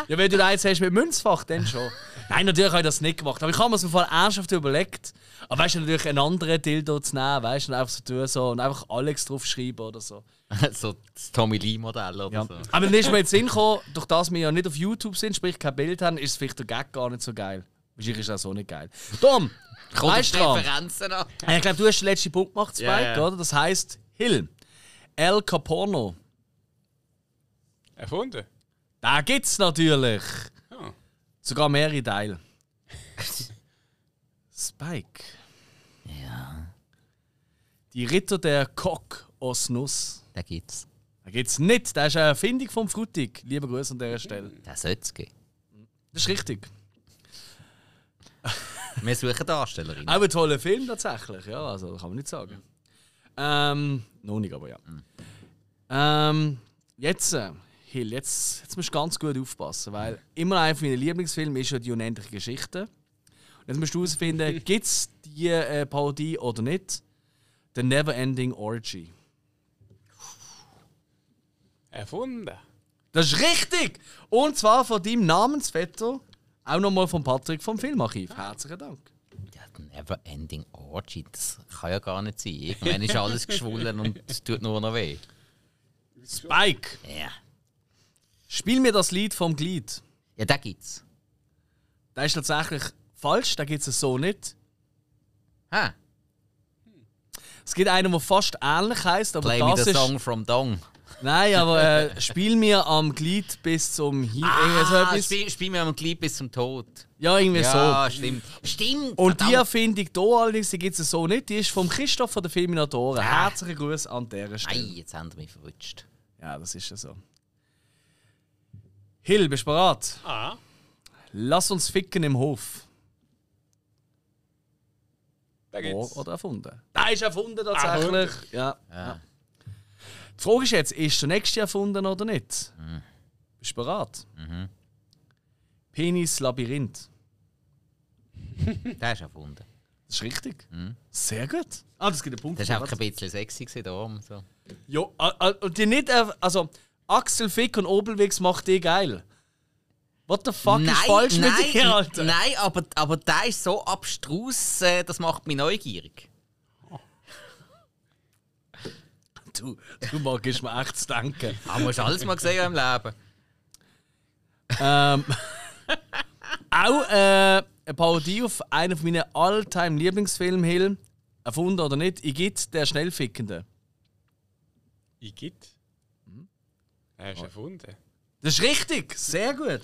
[SPEAKER 1] wenn du da eins hast mit Münzfach, dann schon. Nein, natürlich habe ich das nicht gemacht. Aber ich habe mir das im Fall ernsthaft überlegt. Aber weißt du, natürlich einen anderen Dildo zu nehmen, weißt du, und einfach so tun so und einfach Alex draufschreiben oder so.
[SPEAKER 2] so das Tommy Lee-Modell oder
[SPEAKER 1] Ja.
[SPEAKER 2] so.
[SPEAKER 1] Aber dann ist mir jetzt Sinn gekommen, durch das wir ja nicht auf YouTube sind, sprich kein Bild haben, ist vielleicht der Gag gar nicht so geil. Wahrscheinlich ist das auch nicht geil. Tom,
[SPEAKER 2] Kommt
[SPEAKER 1] weißt du
[SPEAKER 2] auf
[SPEAKER 1] dran?
[SPEAKER 2] Referenzen an.
[SPEAKER 1] Äh, Ich glaube, du hast den letzten Punkt gemacht, Spike,
[SPEAKER 2] Ja, ja.
[SPEAKER 1] oder? Das heisst Hill. El Caporno.
[SPEAKER 3] Erfunden.
[SPEAKER 1] Da gibt's natürlich.
[SPEAKER 3] Ja.
[SPEAKER 1] Sogar mehrere Teile. Spike.
[SPEAKER 2] Ja,
[SPEAKER 1] Die Ritter der Cock aus Nuss.
[SPEAKER 2] da gibt's.
[SPEAKER 1] Da geht's nicht. Das ist eine Erfindung vom Frutig. Lieber Grüße an dieser Stelle.
[SPEAKER 2] Da sollte es geben.
[SPEAKER 1] Das ist richtig.
[SPEAKER 2] Wir suchen Darstellerinnen.
[SPEAKER 1] Auch ein toller Film tatsächlich. Ja, also kann man nicht sagen. Ähm, noch nicht, aber ja. Ähm, jetzt, äh, Hill, jetzt, jetzt musst du ganz gut aufpassen, weil immer einer meiner Lieblingsfilme ist ja die unendliche Geschichte. Und jetzt musst du herausfinden, gibt es die äh, Parodie oder nicht? The Neverending Orgy.
[SPEAKER 3] Erfunden.
[SPEAKER 1] Das ist richtig! Und zwar von deinem Namensvetter, auch nochmal von Patrick vom Filmarchiv. Herzlichen Dank.
[SPEAKER 2] Ja, die Neverending Orgy, das kann ja gar nicht sein. Irgendwann ist alles geschwollen und es tut nur noch weh.
[SPEAKER 1] Spike,
[SPEAKER 2] Ja.
[SPEAKER 1] spiel mir das Lied vom Glied.
[SPEAKER 2] Ja, da gibt's.
[SPEAKER 1] Das ist tatsächlich falsch, da gibt es so nicht.
[SPEAKER 2] Ha,
[SPEAKER 1] Es gibt einen, der fast ähnlich heißt, aber
[SPEAKER 2] play me
[SPEAKER 1] das
[SPEAKER 2] the
[SPEAKER 1] ist.
[SPEAKER 2] song from Dong.
[SPEAKER 1] Nein, aber äh, spiel mir am Glied bis zum Hi irgendwie so
[SPEAKER 2] Ah,
[SPEAKER 1] Äh, also etwas.
[SPEAKER 2] spiel, spiel mir am Glied bis zum Tod.
[SPEAKER 1] Ja, irgendwie
[SPEAKER 2] Ja,
[SPEAKER 1] so.
[SPEAKER 2] stimmt. Stimmt!
[SPEAKER 1] Und die
[SPEAKER 2] verdammt.
[SPEAKER 1] Erfindung hier allerdings, die gibt es so nicht, die ist vom Christoph von der Feminatoren.
[SPEAKER 2] Ah.
[SPEAKER 1] Herzlichen Gruß an dieser Stelle.
[SPEAKER 2] Ei, jetzt haben sie mich verwutscht.
[SPEAKER 1] Ja, das ist ja so. Hill, bist du bereit?
[SPEAKER 3] Ah.
[SPEAKER 1] Lass uns ficken im Hof.
[SPEAKER 3] Da
[SPEAKER 1] Wahr
[SPEAKER 3] geht's.
[SPEAKER 1] oder erfunden? Nein, ist erfunden
[SPEAKER 2] Ah,
[SPEAKER 1] tatsächlich.
[SPEAKER 3] Erfunden.
[SPEAKER 1] Ja. ja. Die Frage ist jetzt, ist der nächste erfunden oder nicht?
[SPEAKER 2] Mhm.
[SPEAKER 1] Bist du bereit? Penis Labyrinth.
[SPEAKER 2] Der ist erfunden.
[SPEAKER 1] Das ist richtig. Sehr gut. Ah, das gibt einen Punkt.
[SPEAKER 2] Mhm. Das war einfach ein bisschen sexy gewesen, darum. So.
[SPEAKER 1] ja, ah, ah, und die nicht, erf- also Axel Fick und Obelwix macht die geil. What the fuck ist falsch mit dir, Alter?
[SPEAKER 2] Nein, aber, aber der ist so abstrus, äh, das macht mich neugierig.
[SPEAKER 1] Du, du magst mir echt zu denken.
[SPEAKER 2] Aber hast alles mal gesehen im Leben.
[SPEAKER 1] ähm, auch äh, eine Parodie auf einen von meinen all-time Lieblingsfilmen, Hill. Erfunden oder nicht, Igitt, der Schnellfickende.
[SPEAKER 3] Igitt?
[SPEAKER 2] Hm?
[SPEAKER 3] Er ist erfunden.
[SPEAKER 1] Das ist richtig, sehr gut.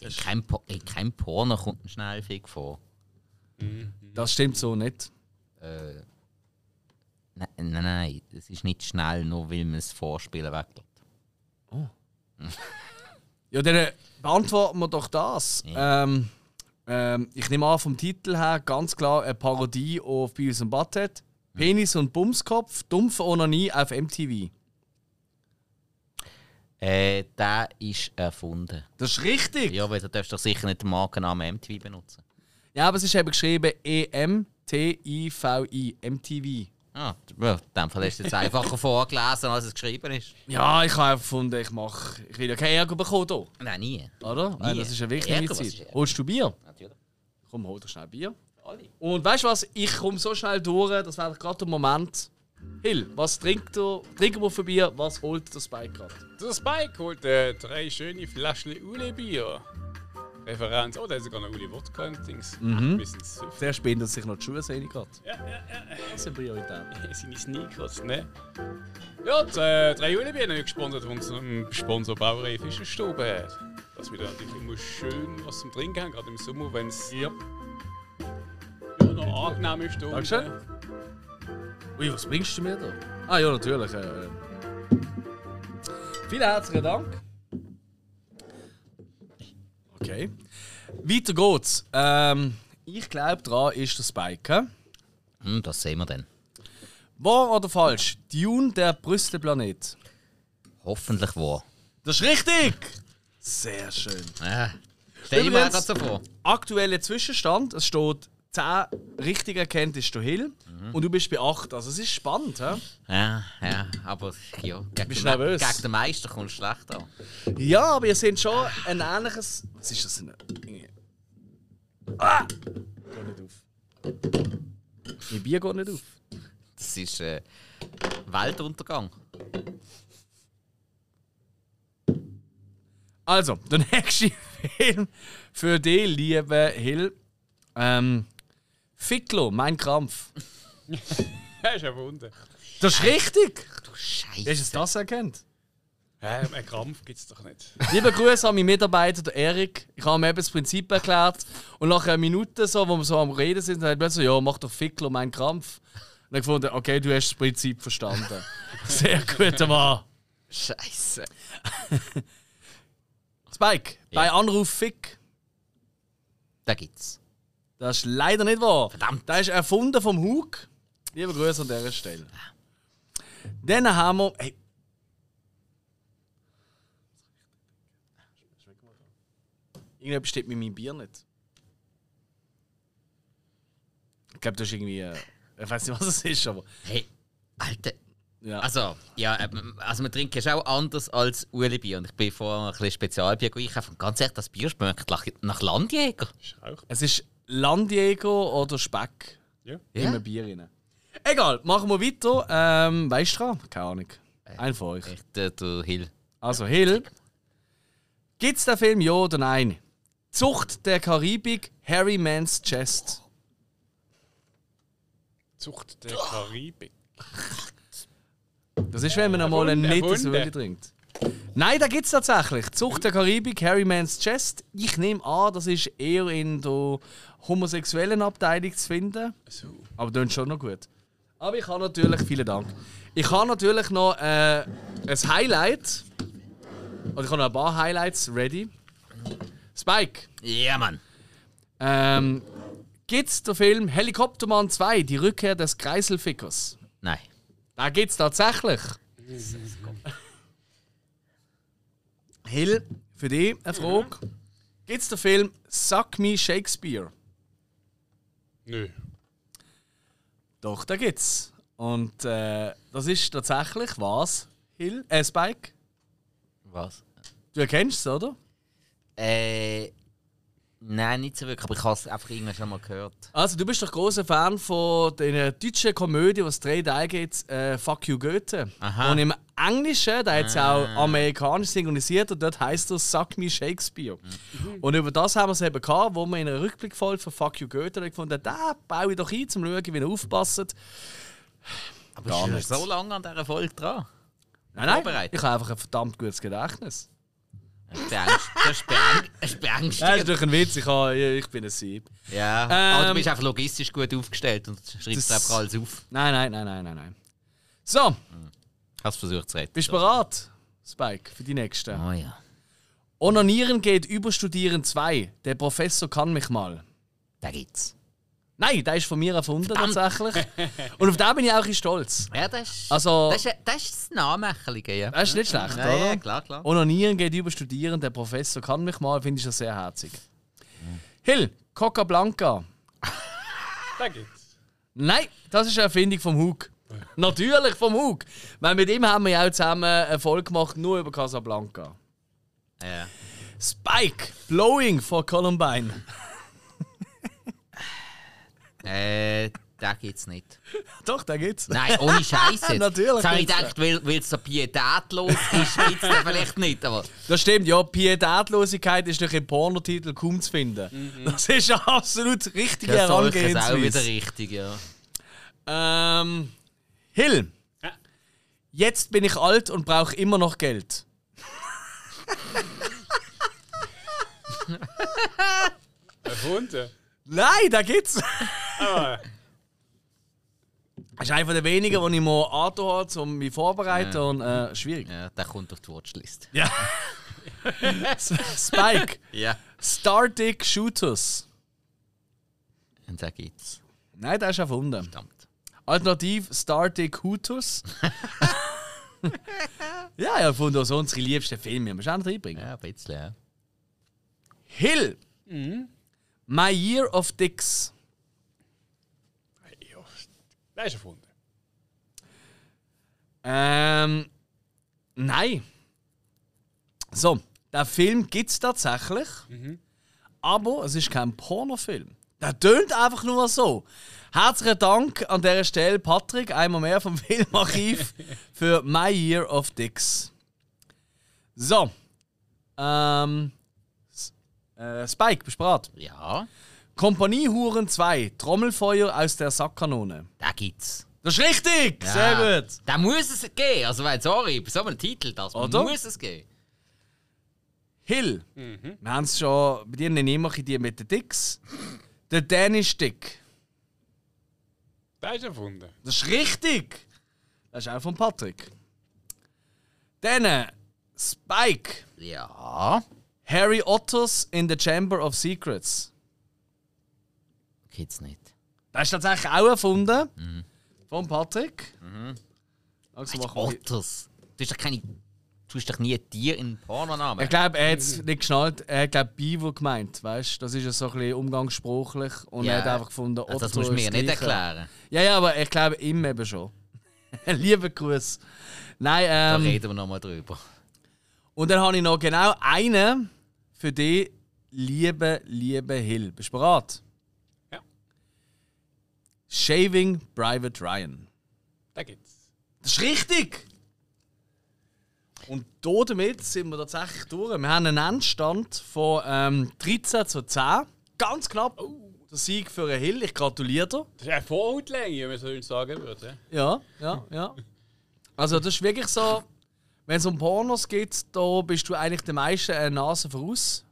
[SPEAKER 2] In keinem, po in keinem Porno kommt ein Schnellfick vor.
[SPEAKER 1] Das stimmt so nicht.
[SPEAKER 2] Äh, nein, nein, Ne, nein, das ist nicht schnell, nur weil man es vorspielen weglässt.
[SPEAKER 1] Ja, dann äh, beantworten wir doch das. Ähm, ähm, ich nehme an, vom Titel her ganz klar eine Parodie auf Beavis und Butthead. Penis und Bumskopf, dumpfe Onanie auf MTV.
[SPEAKER 2] Äh, der ist erfunden.
[SPEAKER 1] Das ist richtig. Ja,
[SPEAKER 2] Ja, weil du darfst doch sicher nicht den Markennamen MTV benutzen.
[SPEAKER 1] aber es ist eben geschrieben E E-M-T-I-V-I, MTV.
[SPEAKER 2] Ah, ja, in dem Fall ist es jetzt einfacher vorgelesen, als es geschrieben ist.
[SPEAKER 1] Ja, ich habe gefunden, ich mache. Ich will ja keinen Ärger bekommen hier,
[SPEAKER 2] Nein, nie.
[SPEAKER 1] oder? Weil das ist eine wichtige
[SPEAKER 2] Ärger, was ist
[SPEAKER 1] Zeit.
[SPEAKER 2] Ärger?
[SPEAKER 1] Holst du Bier?
[SPEAKER 2] Natürlich.
[SPEAKER 1] Komm, hol dir schnell Bier.
[SPEAKER 2] Alle.
[SPEAKER 1] Und weißt du was? Ich komme so schnell durch, das wäre gerade der Moment. Hill, was trinkt du? Trinken wir für Bier? Was holt der Spike gerade?
[SPEAKER 3] Der Spike holt äh, drei schöne Flaschen Ule-Bier. Referenz. Oh, da ist sogar noch Ule-Wodka und Dings. Mhm. Bisschen süffig.
[SPEAKER 1] Sehr spannend, dass ich noch die Schuhe sehe gerade. Ja, ja, ja. Das sind Prioritäten.
[SPEAKER 3] Seine Sneakers, ne? Ja, die, äh, drei Ule-Bier haben wir gesponsert von unserem Sponsor Bauerei Fischerstube. Dass wir da natürlich immer schön was zum Trinken haben, gerade im Sommer, wenn es ja. noch angenehm ist. da unten.
[SPEAKER 1] Dankeschön. Ui, was bringst du mir da? Ah ja, natürlich. Äh, äh. Vielen herzlichen Dank. Okay. Weiter geht's. Ähm, ich glaube, dran ist der Spike. hä?
[SPEAKER 2] Hm, das sehen wir dann.
[SPEAKER 1] Wahr oder falsch? Dune, der Brüsselplanet.
[SPEAKER 2] Hoffentlich wo.
[SPEAKER 1] Das ist richtig! Sehr schön.
[SPEAKER 2] Äh, stell dir mal
[SPEAKER 1] Übrigens-
[SPEAKER 2] gerade so vor.
[SPEAKER 1] Aktueller Zwischenstand: Es steht 10 richtig erkennt ist du Hill und du bist bei 8. Also, es ist spannend. hä?
[SPEAKER 2] Ja, ja, aber ja, gegen,
[SPEAKER 1] Bist
[SPEAKER 2] den Me-
[SPEAKER 1] nervös?
[SPEAKER 2] gegen den Meister kommst du schlecht an.
[SPEAKER 1] Ja, aber ihr seht schon ein ähnliches. Was ist das denn? Irgendwie- Ah! Geht nicht auf. Mein Bier geht nicht auf.
[SPEAKER 2] Das ist äh, Weltuntergang.
[SPEAKER 1] Also, der nächste Film für dich, liebe Hill. Ähm, Ficklo, mein Krampf.
[SPEAKER 3] Er ist erfunden.
[SPEAKER 1] Das ist richtig!
[SPEAKER 2] Du Scheiße.
[SPEAKER 1] Hast du das erkannt?
[SPEAKER 3] Hä, einen Krampf gibt's doch nicht.
[SPEAKER 1] Lieber Grüße an meinen Mitarbeiter, der Erik. Ich habe ihm eben das Prinzip erklärt. Und nach einer Minute, so, wo wir so am Reden sind, hat er gesagt, ja, mach doch Fickler meinen Krampf. Und dann gefunden, okay, du hast das Prinzip verstanden. Sehr guter Mann.
[SPEAKER 2] Scheiße.
[SPEAKER 1] Spike, bei Anruf Fick.
[SPEAKER 2] Da gibt's.
[SPEAKER 1] Das ist leider nicht wahr.
[SPEAKER 2] Verdammt.
[SPEAKER 1] Das ist erfunden vom Hug. Liebe Grüße an dieser Stelle. Dann haben wir. Hey. Irgendetwas steht mit meinem Bier nicht. Ich glaube, das ist irgendwie. äh, Ich weiß nicht, was es ist, aber.
[SPEAKER 2] Hey, Alter.
[SPEAKER 1] Ja.
[SPEAKER 2] Also, ja, ähm, also man trinkt ja auch anders als Ueli-Bier. Und ich bin vorher ein bisschen Spezialbier gekauft. Und ganz ehrlich, das Bier schmeckt nach, nach Landjäger.
[SPEAKER 3] Ist auch.
[SPEAKER 1] es ist Landjäger oder Speck
[SPEAKER 3] Ja.
[SPEAKER 1] in einem Bier rein. Egal, machen wir weiter. Ähm, weißt du dran? Keine Ahnung. Ein von euch.
[SPEAKER 2] Echt, äh, du Hill.
[SPEAKER 1] Also Hill, gibt's den Film ja oder nein? Zucht der Karibik, Harry Man's Chest.
[SPEAKER 3] Zucht der Karibik.
[SPEAKER 1] Das ist, wenn man einmal einen
[SPEAKER 3] Erfunden,
[SPEAKER 1] Liter so
[SPEAKER 3] erfunden.
[SPEAKER 1] viel trinkt. Nein, da gibt's tatsächlich. Zucht der Karibik, Harry Man's Chest. Ich nehme an, das ist eher in der homosexuellen Abteilung zu finden.
[SPEAKER 3] So.
[SPEAKER 1] Aber tönt schon noch gut. Aber ich habe natürlich, vielen Dank. Ich habe natürlich noch äh, ein Highlight. Oder ich habe noch ein paar Highlights ready. Spike.
[SPEAKER 2] Ja, Mann.
[SPEAKER 1] Ähm, gibt's den Film Helikoptermann 2, die Rückkehr des Kreiselfickers?
[SPEAKER 2] Nein.
[SPEAKER 1] Da gibt's tatsächlich. Hill, für dich eine Frage. Gibt's den Film Suck Me Shakespeare?
[SPEAKER 3] Nö.
[SPEAKER 1] Doch, da gibt's. Und äh, das ist tatsächlich was, Hill? Äh, Spike?
[SPEAKER 2] Was?
[SPEAKER 1] Du erkennst es, oder?
[SPEAKER 2] Äh. Nein, nicht so wirklich, aber ich habe es einfach irgendwann schon mal gehört.
[SPEAKER 1] Also, du bist doch großer Fan von der deutschen Komödie, die es drei Teile gibt, äh, Fuck You Goethe.
[SPEAKER 2] Aha. Ah.
[SPEAKER 1] Und im Englischen, da hat es auch amerikanisch synchronisiert und dort heißt das Suck Me Shakespeare.
[SPEAKER 2] Mhm.
[SPEAKER 1] Und über das haben wir es eben gehabt, wo wir in einer Rückblickfolge von Fuck You Goethe dann gefunden haben, da baue ich doch ein, zum schauen, wie er aufpasst.
[SPEAKER 2] Aber Gar
[SPEAKER 1] Gar
[SPEAKER 2] ist
[SPEAKER 1] nichts.
[SPEAKER 2] schon so lange an dieser Folge dran.
[SPEAKER 1] Nein, nein,
[SPEAKER 2] Vorbereitet.
[SPEAKER 1] ich habe einfach ein verdammt gutes Gedächtnis.
[SPEAKER 2] Beängst- Das ist beäng- das ist
[SPEAKER 1] Das ist
[SPEAKER 2] beängstigend.
[SPEAKER 1] doch ein Witz, ich, habe, ich bin ein Sieb.
[SPEAKER 2] Ja, aber du Ähm, bist einfach logistisch gut aufgestellt und
[SPEAKER 1] Das-
[SPEAKER 2] schreibst einfach alles auf.
[SPEAKER 1] Nein, nein, nein, nein, nein, nein. So,
[SPEAKER 2] Hast versucht zu retten.
[SPEAKER 1] bist du bereit, Spike, für die nächste?
[SPEAKER 2] Oh ja.
[SPEAKER 1] Onanieren geht über Studieren 2. Der Professor kann mich mal.
[SPEAKER 2] Da gibt's.
[SPEAKER 1] Nein, der ist von mir erfunden tatsächlich. Und auf den bin ich auch ein bisschen stolz.
[SPEAKER 2] Ja, das ist.
[SPEAKER 1] Also-
[SPEAKER 2] das, ist das ist das Nahmächelige, ja.
[SPEAKER 1] Das ist nicht schlecht,
[SPEAKER 2] Ja, ja,
[SPEAKER 1] oder?
[SPEAKER 2] klar, klar.
[SPEAKER 1] Onanieren geht über Studieren, der Professor kann mich mal, finde ich schon sehr herzig. Hill, Coca Blanca.
[SPEAKER 3] Da geht's.
[SPEAKER 1] Nein, das ist eine Erfindung vom Hug. Natürlich vom Hug. Weil mit ihm haben wir ja auch zusammen eine Folge gemacht, nur über Casablanca.
[SPEAKER 2] Ja.
[SPEAKER 1] Spike, Blowing for Columbine.
[SPEAKER 2] Äh, da gibt's nicht.
[SPEAKER 1] Doch, da geht's.
[SPEAKER 2] Nein, ohne Scheiße.
[SPEAKER 1] Natürlich
[SPEAKER 2] Jetzt habe ich
[SPEAKER 1] gibt's
[SPEAKER 2] gedacht, weil es so pietätlos ist, gibt's den vielleicht nicht. Aber
[SPEAKER 1] Das stimmt, ja. Pietätlosigkeit ist durch im Pornotitel kaum zu finden.
[SPEAKER 2] Mhm.
[SPEAKER 1] Das ist eine absolut richtige
[SPEAKER 2] das solche ist auch wieder
[SPEAKER 1] Herangehensweise.
[SPEAKER 2] richtig, ja.
[SPEAKER 1] Ähm, Hill.
[SPEAKER 3] Ja.
[SPEAKER 1] Jetzt bin ich alt und brauche immer noch Geld.
[SPEAKER 3] Erfunden.
[SPEAKER 1] Nein, da gibt's.
[SPEAKER 3] Ah,
[SPEAKER 1] Das ist einer der wenigen, wo ich mal Auto habe, um mich vorzubereiten. Und äh, schwierig.
[SPEAKER 2] Ja, der kommt auf die Watchlist.
[SPEAKER 1] Ja. Spike.
[SPEAKER 2] Ja.
[SPEAKER 1] Stardick Shooters.
[SPEAKER 2] Und da gibt's.
[SPEAKER 1] Nein, der ist erfunden.
[SPEAKER 2] Verdammt.
[SPEAKER 1] Alternativ Stardick Hutus. ja, ja, von so unsere liebsten Filme. Wir müssen auch noch reinbringen.
[SPEAKER 2] Ja, ein bisschen, ja.
[SPEAKER 1] Hill. My Year of Dicks.
[SPEAKER 3] ja. Das ist erfunden.
[SPEAKER 1] Ähm, nein. So, der Film gibt es tatsächlich, aber es ist kein Pornofilm. Der tönt einfach nur so. Herzlichen Dank an dieser Stelle, Patrick, einmal mehr vom Filmarchiv für My Year of Dicks. So, ähm, S- äh, Spike, bist du bereit?
[SPEAKER 2] Ja,
[SPEAKER 1] Kompanie Huren 2, Trommelfeuer aus der Sackkanone.
[SPEAKER 2] da gibt's.
[SPEAKER 1] Das ist richtig!
[SPEAKER 2] Ja.
[SPEAKER 1] Sehr gut!
[SPEAKER 2] Da muss es gehen. Also, weil, sorry, bei so einem Titel, das
[SPEAKER 1] Oder?
[SPEAKER 2] muss es gehen.
[SPEAKER 1] Hill.
[SPEAKER 2] Mhm.
[SPEAKER 1] Wir haben es schon, bei dir nehme ich immer die mit den Dicks. Der Danish Dick.
[SPEAKER 3] Das ist erfunden.
[SPEAKER 1] Das ist richtig. Das ist auch von Patrick. Dann äh, Spike.
[SPEAKER 2] Ja.
[SPEAKER 1] Harry Otters in the Chamber of Secrets.
[SPEAKER 2] Gibt's nicht.
[SPEAKER 1] Das ist tatsächlich auch erfunden.
[SPEAKER 2] Mhm.
[SPEAKER 1] Von Patrick. Also
[SPEAKER 2] Weißt du,
[SPEAKER 1] machen wir-
[SPEAKER 2] Otters. Du hast doch keine. Du hast doch nie Tier in Pornonamen.
[SPEAKER 1] ich glaube, er hat es nicht geschnallt. Er hat, glaube Bivo gemeint. Weißt? Das ist ja so ein bisschen umgangssprachlich. Und er hat einfach gefunden,
[SPEAKER 2] also Das
[SPEAKER 1] Otter
[SPEAKER 2] musst du
[SPEAKER 1] ist
[SPEAKER 2] mir nicht
[SPEAKER 1] gleich.
[SPEAKER 2] erklären.
[SPEAKER 1] Ja, ja, aber ich glaube ihm eben schon. Lieber Gruß. Nein,
[SPEAKER 2] Da
[SPEAKER 1] ähm,
[SPEAKER 2] reden wir nochmal drüber.
[SPEAKER 1] und dann habe ich noch genau einen für dich, liebe, liebe Hill. Bist du bereit?
[SPEAKER 3] Ja.
[SPEAKER 1] Shaving Private Ryan.
[SPEAKER 3] Da geht's.
[SPEAKER 1] Das ist richtig! Und da damit sind wir tatsächlich durch. Wir haben einen Endstand von ähm, 13 zu 10. Ganz knapp. Der Sieg für den Hill. Ich gratuliere dir.
[SPEAKER 3] Das ist eine Vorhautlänge, wenn man so sagen würde.
[SPEAKER 1] Ja, ja, ja. Also das ist wirklich so, wenn es um Pornos geht, da bist du eigentlich der meiste eine Nase voraus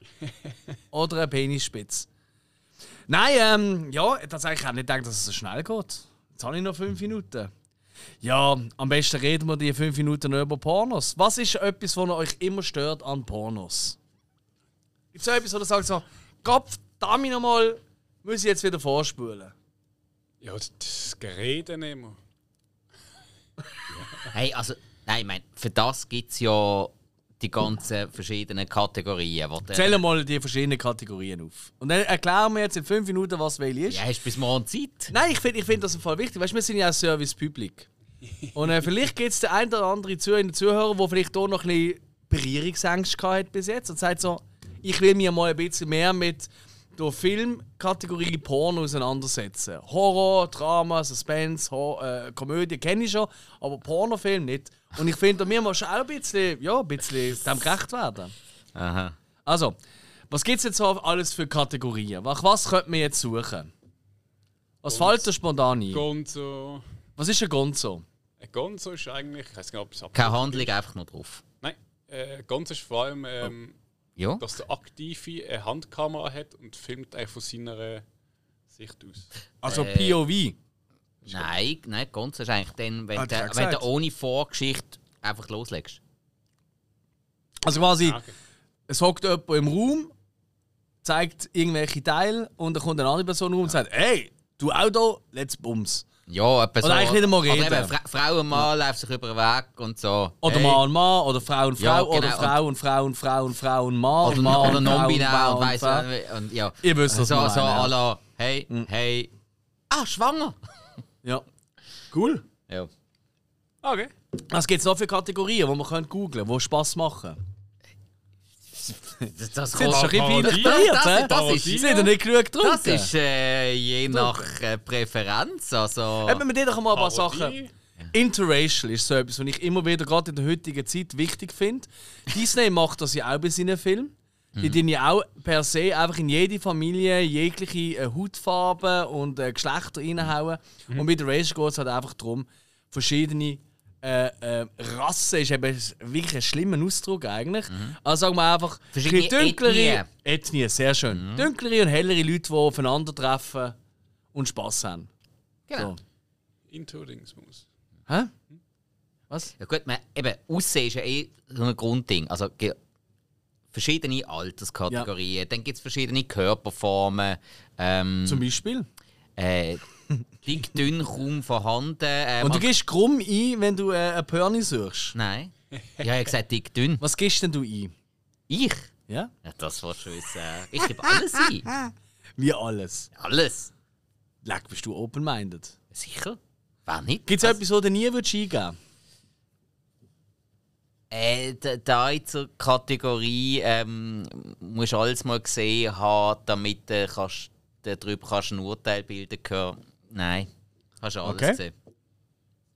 [SPEAKER 1] oder eine Penisspitze. Nein, ähm, ja, tatsächlich habe ich nicht gedacht, dass es so schnell geht. Jetzt habe ich noch fünf Minuten. Ja, am besten reden wir die fünf Minuten noch über Pornos. Was ist etwas, was euch immer stört an Pornos? Gibt es etwas, wo ihr sagt so, Kopf, damit nochmal, muss ich jetzt wieder vorspulen?
[SPEAKER 3] Ja, das- das Gerede nehmen
[SPEAKER 2] Hey, also, nein, ich meine, für das gibt es ja die ganzen verschiedenen Kategorien. Wo der,
[SPEAKER 1] Zählen mal die verschiedenen Kategorien auf. Und dann erklären wir jetzt in fünf Minuten, was welche ist.
[SPEAKER 2] ja, hast du bis morgen Zeit?
[SPEAKER 1] Nein, ich finde ich find das im Fall wichtig. Weißt du, wir sind ja auch Service-Publik. Und äh, vielleicht gibt es den einen oder anderen Zuhörer, Zuhörer der vielleicht auch noch ein bisschen Berührungsängste gehabt hat bis jetzt und sagt so, ich will mich mal ein bisschen mehr mit der Filmkategorie Porno auseinandersetzen. Horror, Drama, Suspense, Hor äh, Komödie kenne ich schon, aber Pornofilm nicht. Und ich finde, wir müssen auch ein bisschen, ja, ein bisschen dem gerecht werden.
[SPEAKER 2] Aha.
[SPEAKER 1] Also, was gibt es jetzt so alles für Kategorien? Nach was könnte man jetzt suchen? Was fällt dir spontan ein?
[SPEAKER 3] Gonzo.
[SPEAKER 1] Was ist ein Gonzo?
[SPEAKER 3] Äh, Gonzo ist eigentlich. Ich weiß nicht, ob es ab-
[SPEAKER 2] Keine Handlung, einfach nur drauf.
[SPEAKER 3] Nein. Äh, Gonzo ist vor allem, ähm,
[SPEAKER 2] Ja?
[SPEAKER 3] dass der Aktive eine Handkamera hat und filmt einfach von seiner Sicht aus.
[SPEAKER 1] Also POV.
[SPEAKER 2] Nein, nein, ganz ist eigentlich dann, wenn,
[SPEAKER 1] Hat er
[SPEAKER 2] der,
[SPEAKER 1] ja
[SPEAKER 2] wenn du
[SPEAKER 1] gesagt.
[SPEAKER 2] ohne Vorgeschichte einfach loslegst.
[SPEAKER 1] Also quasi,
[SPEAKER 3] Okay.
[SPEAKER 1] es hockt jemand im Raum, zeigt irgendwelche Teile und dann kommt eine andere Person rum und sagt: Hey, du auch da, let's bums.
[SPEAKER 2] Ja, etwa so.
[SPEAKER 1] Oder eigentlich nicht einmal
[SPEAKER 2] Oder
[SPEAKER 1] reden.
[SPEAKER 2] eben, Fra Frau und Mann läuft sich über den Weg und so.
[SPEAKER 1] Oder
[SPEAKER 2] Hey.
[SPEAKER 1] Mann und Mann, oder Frau und Frau,
[SPEAKER 2] Ja,
[SPEAKER 1] oder
[SPEAKER 2] genau.
[SPEAKER 1] Frau und Frau und Frau und Frau und Mann
[SPEAKER 2] Oder,
[SPEAKER 1] und Mann
[SPEAKER 2] oder
[SPEAKER 1] und Frau
[SPEAKER 2] non-binär
[SPEAKER 1] Mann
[SPEAKER 2] und weiss
[SPEAKER 1] Frau.
[SPEAKER 2] nicht, und ja.
[SPEAKER 1] Ihr wisst, was
[SPEAKER 2] so,
[SPEAKER 1] wir
[SPEAKER 2] So
[SPEAKER 1] meinen, ja. Mm.
[SPEAKER 2] à la, hey, hey, ah, schwanger!
[SPEAKER 1] Ja.
[SPEAKER 3] Cool.
[SPEAKER 2] Ja.
[SPEAKER 3] Okay.
[SPEAKER 1] Was gibt es noch für Kategorien, die man könnte googlen die Spass machen?
[SPEAKER 2] Das, das,
[SPEAKER 1] Sind schon ein bisschen
[SPEAKER 3] Parodie.
[SPEAKER 1] peinlich berührt,
[SPEAKER 2] Das-
[SPEAKER 1] hä?
[SPEAKER 2] das ist-
[SPEAKER 1] Sind ihr nicht genug getrunken?
[SPEAKER 2] das ist äh, je nach äh, Präferenz, also...
[SPEAKER 1] Eben, wir tun doch mal ein paar
[SPEAKER 3] Parodie.
[SPEAKER 1] Sachen. Interracial ist so etwas, was ich immer wieder gerade in der heutigen Zeit wichtig finde. Disney macht das ja auch bei seinen Filmen. Die tun ja auch per se einfach in jede Familie jegliche äh, Hautfarben und äh, Geschlechter reinhauen. Und bei der Race geht es halt einfach darum, verschiedene äh, äh, Rassen ist eben wirklich ein schlimmer Ausdruck eigentlich. Also sagen wir einfach,
[SPEAKER 2] Verschiedene
[SPEAKER 1] bisschen
[SPEAKER 2] Ethnien.
[SPEAKER 1] Ethnien, sehr schön. Dunklere und hellere Leute, die aufeinandertreffen und Spass haben.
[SPEAKER 2] genau.
[SPEAKER 1] So.
[SPEAKER 3] Into Dingsmus.
[SPEAKER 1] Hä? Was?
[SPEAKER 2] Ja gut, man, eben, Aussehen ist ja eh so ein Grundding. Also ge- verschiedene Alterskategorien, dann gibt es verschiedene Körperformen, ähm,
[SPEAKER 1] Zum Beispiel?
[SPEAKER 2] äh, dick, dünn, kaum vorhanden. Äh,
[SPEAKER 1] Und du
[SPEAKER 2] man-
[SPEAKER 1] gibst krumm ein, wenn du äh, eine Pörni suchst.
[SPEAKER 2] Nein. Ja, ich habe gesagt dick, dünn.
[SPEAKER 1] Was gibst denn du ein?
[SPEAKER 2] Ich?
[SPEAKER 1] Ja?
[SPEAKER 2] Ja, das willst du wissen. Ich gebe alles ein.
[SPEAKER 1] Wie alles.
[SPEAKER 2] Alles.
[SPEAKER 1] Leck, bist du open-minded.
[SPEAKER 2] Sicher? Wer nicht?
[SPEAKER 1] Gibt es etwas, wo du nie würdest eingeben
[SPEAKER 2] Äh, da- da in zur Kategorie ähm, musst du alles mal gesehen haben, damit du kannst, darüber kannst ein Urteil bilden können. Nein, kannst du alles
[SPEAKER 1] Okay.
[SPEAKER 2] sehen.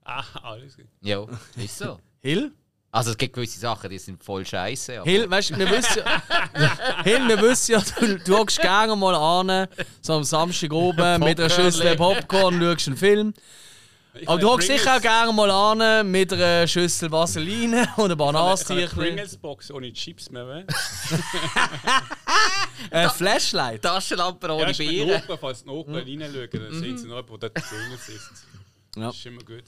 [SPEAKER 3] Ah, alles gut.
[SPEAKER 2] Ja, ist so.
[SPEAKER 1] Hill?
[SPEAKER 2] Also es gibt gewisse Sachen, die sind voll scheiße. Aber
[SPEAKER 1] Hill, weißt du, wir wissen ja. Hill, wir wissen ja, du, du hockst gerne mal an, so am Samstag oben mit einer Schüssel Popcorn schaust einen Film.
[SPEAKER 3] Ich
[SPEAKER 1] Aber du hockst
[SPEAKER 3] Pringles-
[SPEAKER 1] sicher auch gerne mal an mit einer Schüssel Vaseline und einem
[SPEAKER 3] Ich habe eine
[SPEAKER 1] Bananenstierchen.
[SPEAKER 3] Pringles-Box ohne oh, Chips mehr. weh?
[SPEAKER 1] Äh, Flashlight.
[SPEAKER 2] Taschenlampe ohne
[SPEAKER 3] Ja, ist mit
[SPEAKER 2] Bier.
[SPEAKER 3] Nachbarn, falls die Nachbarn reinschauen, dann sehen sie noch, wo dort Pringles ist.
[SPEAKER 1] Ja.
[SPEAKER 3] Das ist immer gut.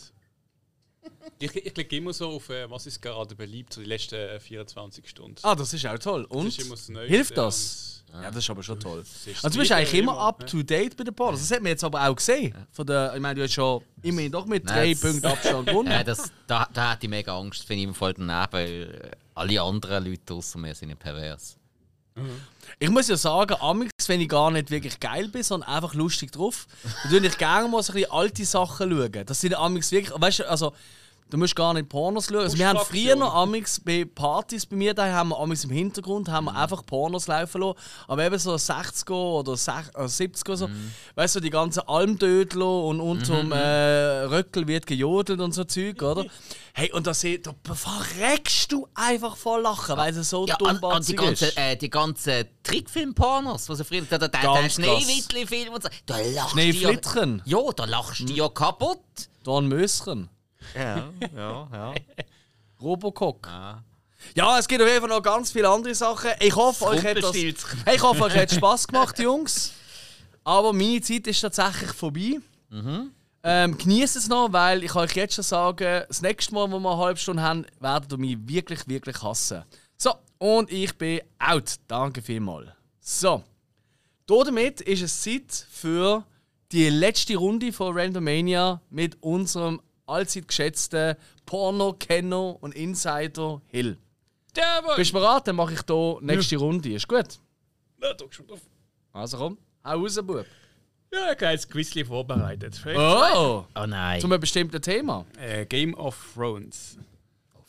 [SPEAKER 3] Ich, ich klicke immer so auf, äh, was ist gerade beliebt, so die letzten äh, 24 Stunden.
[SPEAKER 1] Ah, das ist auch toll. Und
[SPEAKER 3] ist immer das Neueste
[SPEAKER 1] hilft das? Ja, das ist aber schon toll. Also du bist eigentlich immer up to date bei den Pornos. Das hat man jetzt aber auch gesehen. Von der, ich meine, du hast schon immerhin doch mit
[SPEAKER 2] Nein,
[SPEAKER 1] drei
[SPEAKER 2] das-
[SPEAKER 1] Punkten Abstand gewonnen.
[SPEAKER 2] Äh, das, da, da hatte ich mega Angst, finde ich im Fall daneben, weil äh, alle anderen Leute außer mir sind ja pervers.
[SPEAKER 1] Ich muss ja sagen, amigs, wenn ich gar nicht wirklich geil bin, sondern einfach lustig drauf, dann schaue ich gerne mal so ein bisschen alte Sachen. Schauen. Das sind amigs wirklich, weißt du, also, du musst gar nicht Pornos schauen. Also, wir haben früher noch amigs bei Partys bei mir, da haben wir amigs im Hintergrund haben wir
[SPEAKER 2] Mhm.
[SPEAKER 1] einfach Pornos laufen lassen. Aber eben so 60er oder 60, äh, 70er so,
[SPEAKER 2] Mhm.
[SPEAKER 1] weißt du, die ganzen Almdödel und unterm äh, Röckel wird gejodelt und so Zeug, oder? Hey, und da, se- da verreckst du einfach vor Lachen, weil es so
[SPEAKER 2] Ja, an, an die
[SPEAKER 1] dummbatzig ist.
[SPEAKER 2] ganzen äh, die ganzen Trickfilm-Pornos, was er früher da, da, da, der
[SPEAKER 1] Ganz krass.
[SPEAKER 2] Schneewittli-Film und so. Da lachst du ja,
[SPEAKER 1] Schneeflittchen.
[SPEAKER 2] ja, da lachst du ja kaputt.
[SPEAKER 1] Don Möschen.
[SPEAKER 2] Ja, ja, ja.
[SPEAKER 1] Robocock. Ja, es gibt auf jeden Fall noch ganz viele andere Sachen. Ich hoffe, euch hat das,
[SPEAKER 2] Rumpelstilz.
[SPEAKER 1] ich hoffe, euch hat Spass gemacht, Jungs. Aber meine Zeit ist tatsächlich vorbei.
[SPEAKER 2] Mhm.
[SPEAKER 1] Ähm, Genießt es noch, weil ich kann euch jetzt schon sagen, das nächste Mal, wo wir eine halbe Stunde haben, werdet ihr mich wirklich, wirklich hassen. So, und ich bin out. Danke vielmals. So, damit ist es Zeit für die letzte Runde von Randomania mit unserem allzeit geschätzten Porno-Kenner und Insider Hill.
[SPEAKER 3] Jawohl!
[SPEAKER 1] Bist du bereit? Dann mache ich hier nächste Runde. Ist gut?
[SPEAKER 3] Na, drückst schon drauf.
[SPEAKER 1] Also komm, hau raus, Bub.
[SPEAKER 3] Ja, ein kleines Quizli vorbereitet.
[SPEAKER 1] Oh!
[SPEAKER 2] Oh nein.
[SPEAKER 1] Zu einem bestimmten Thema.
[SPEAKER 3] Äh, Game of Thrones.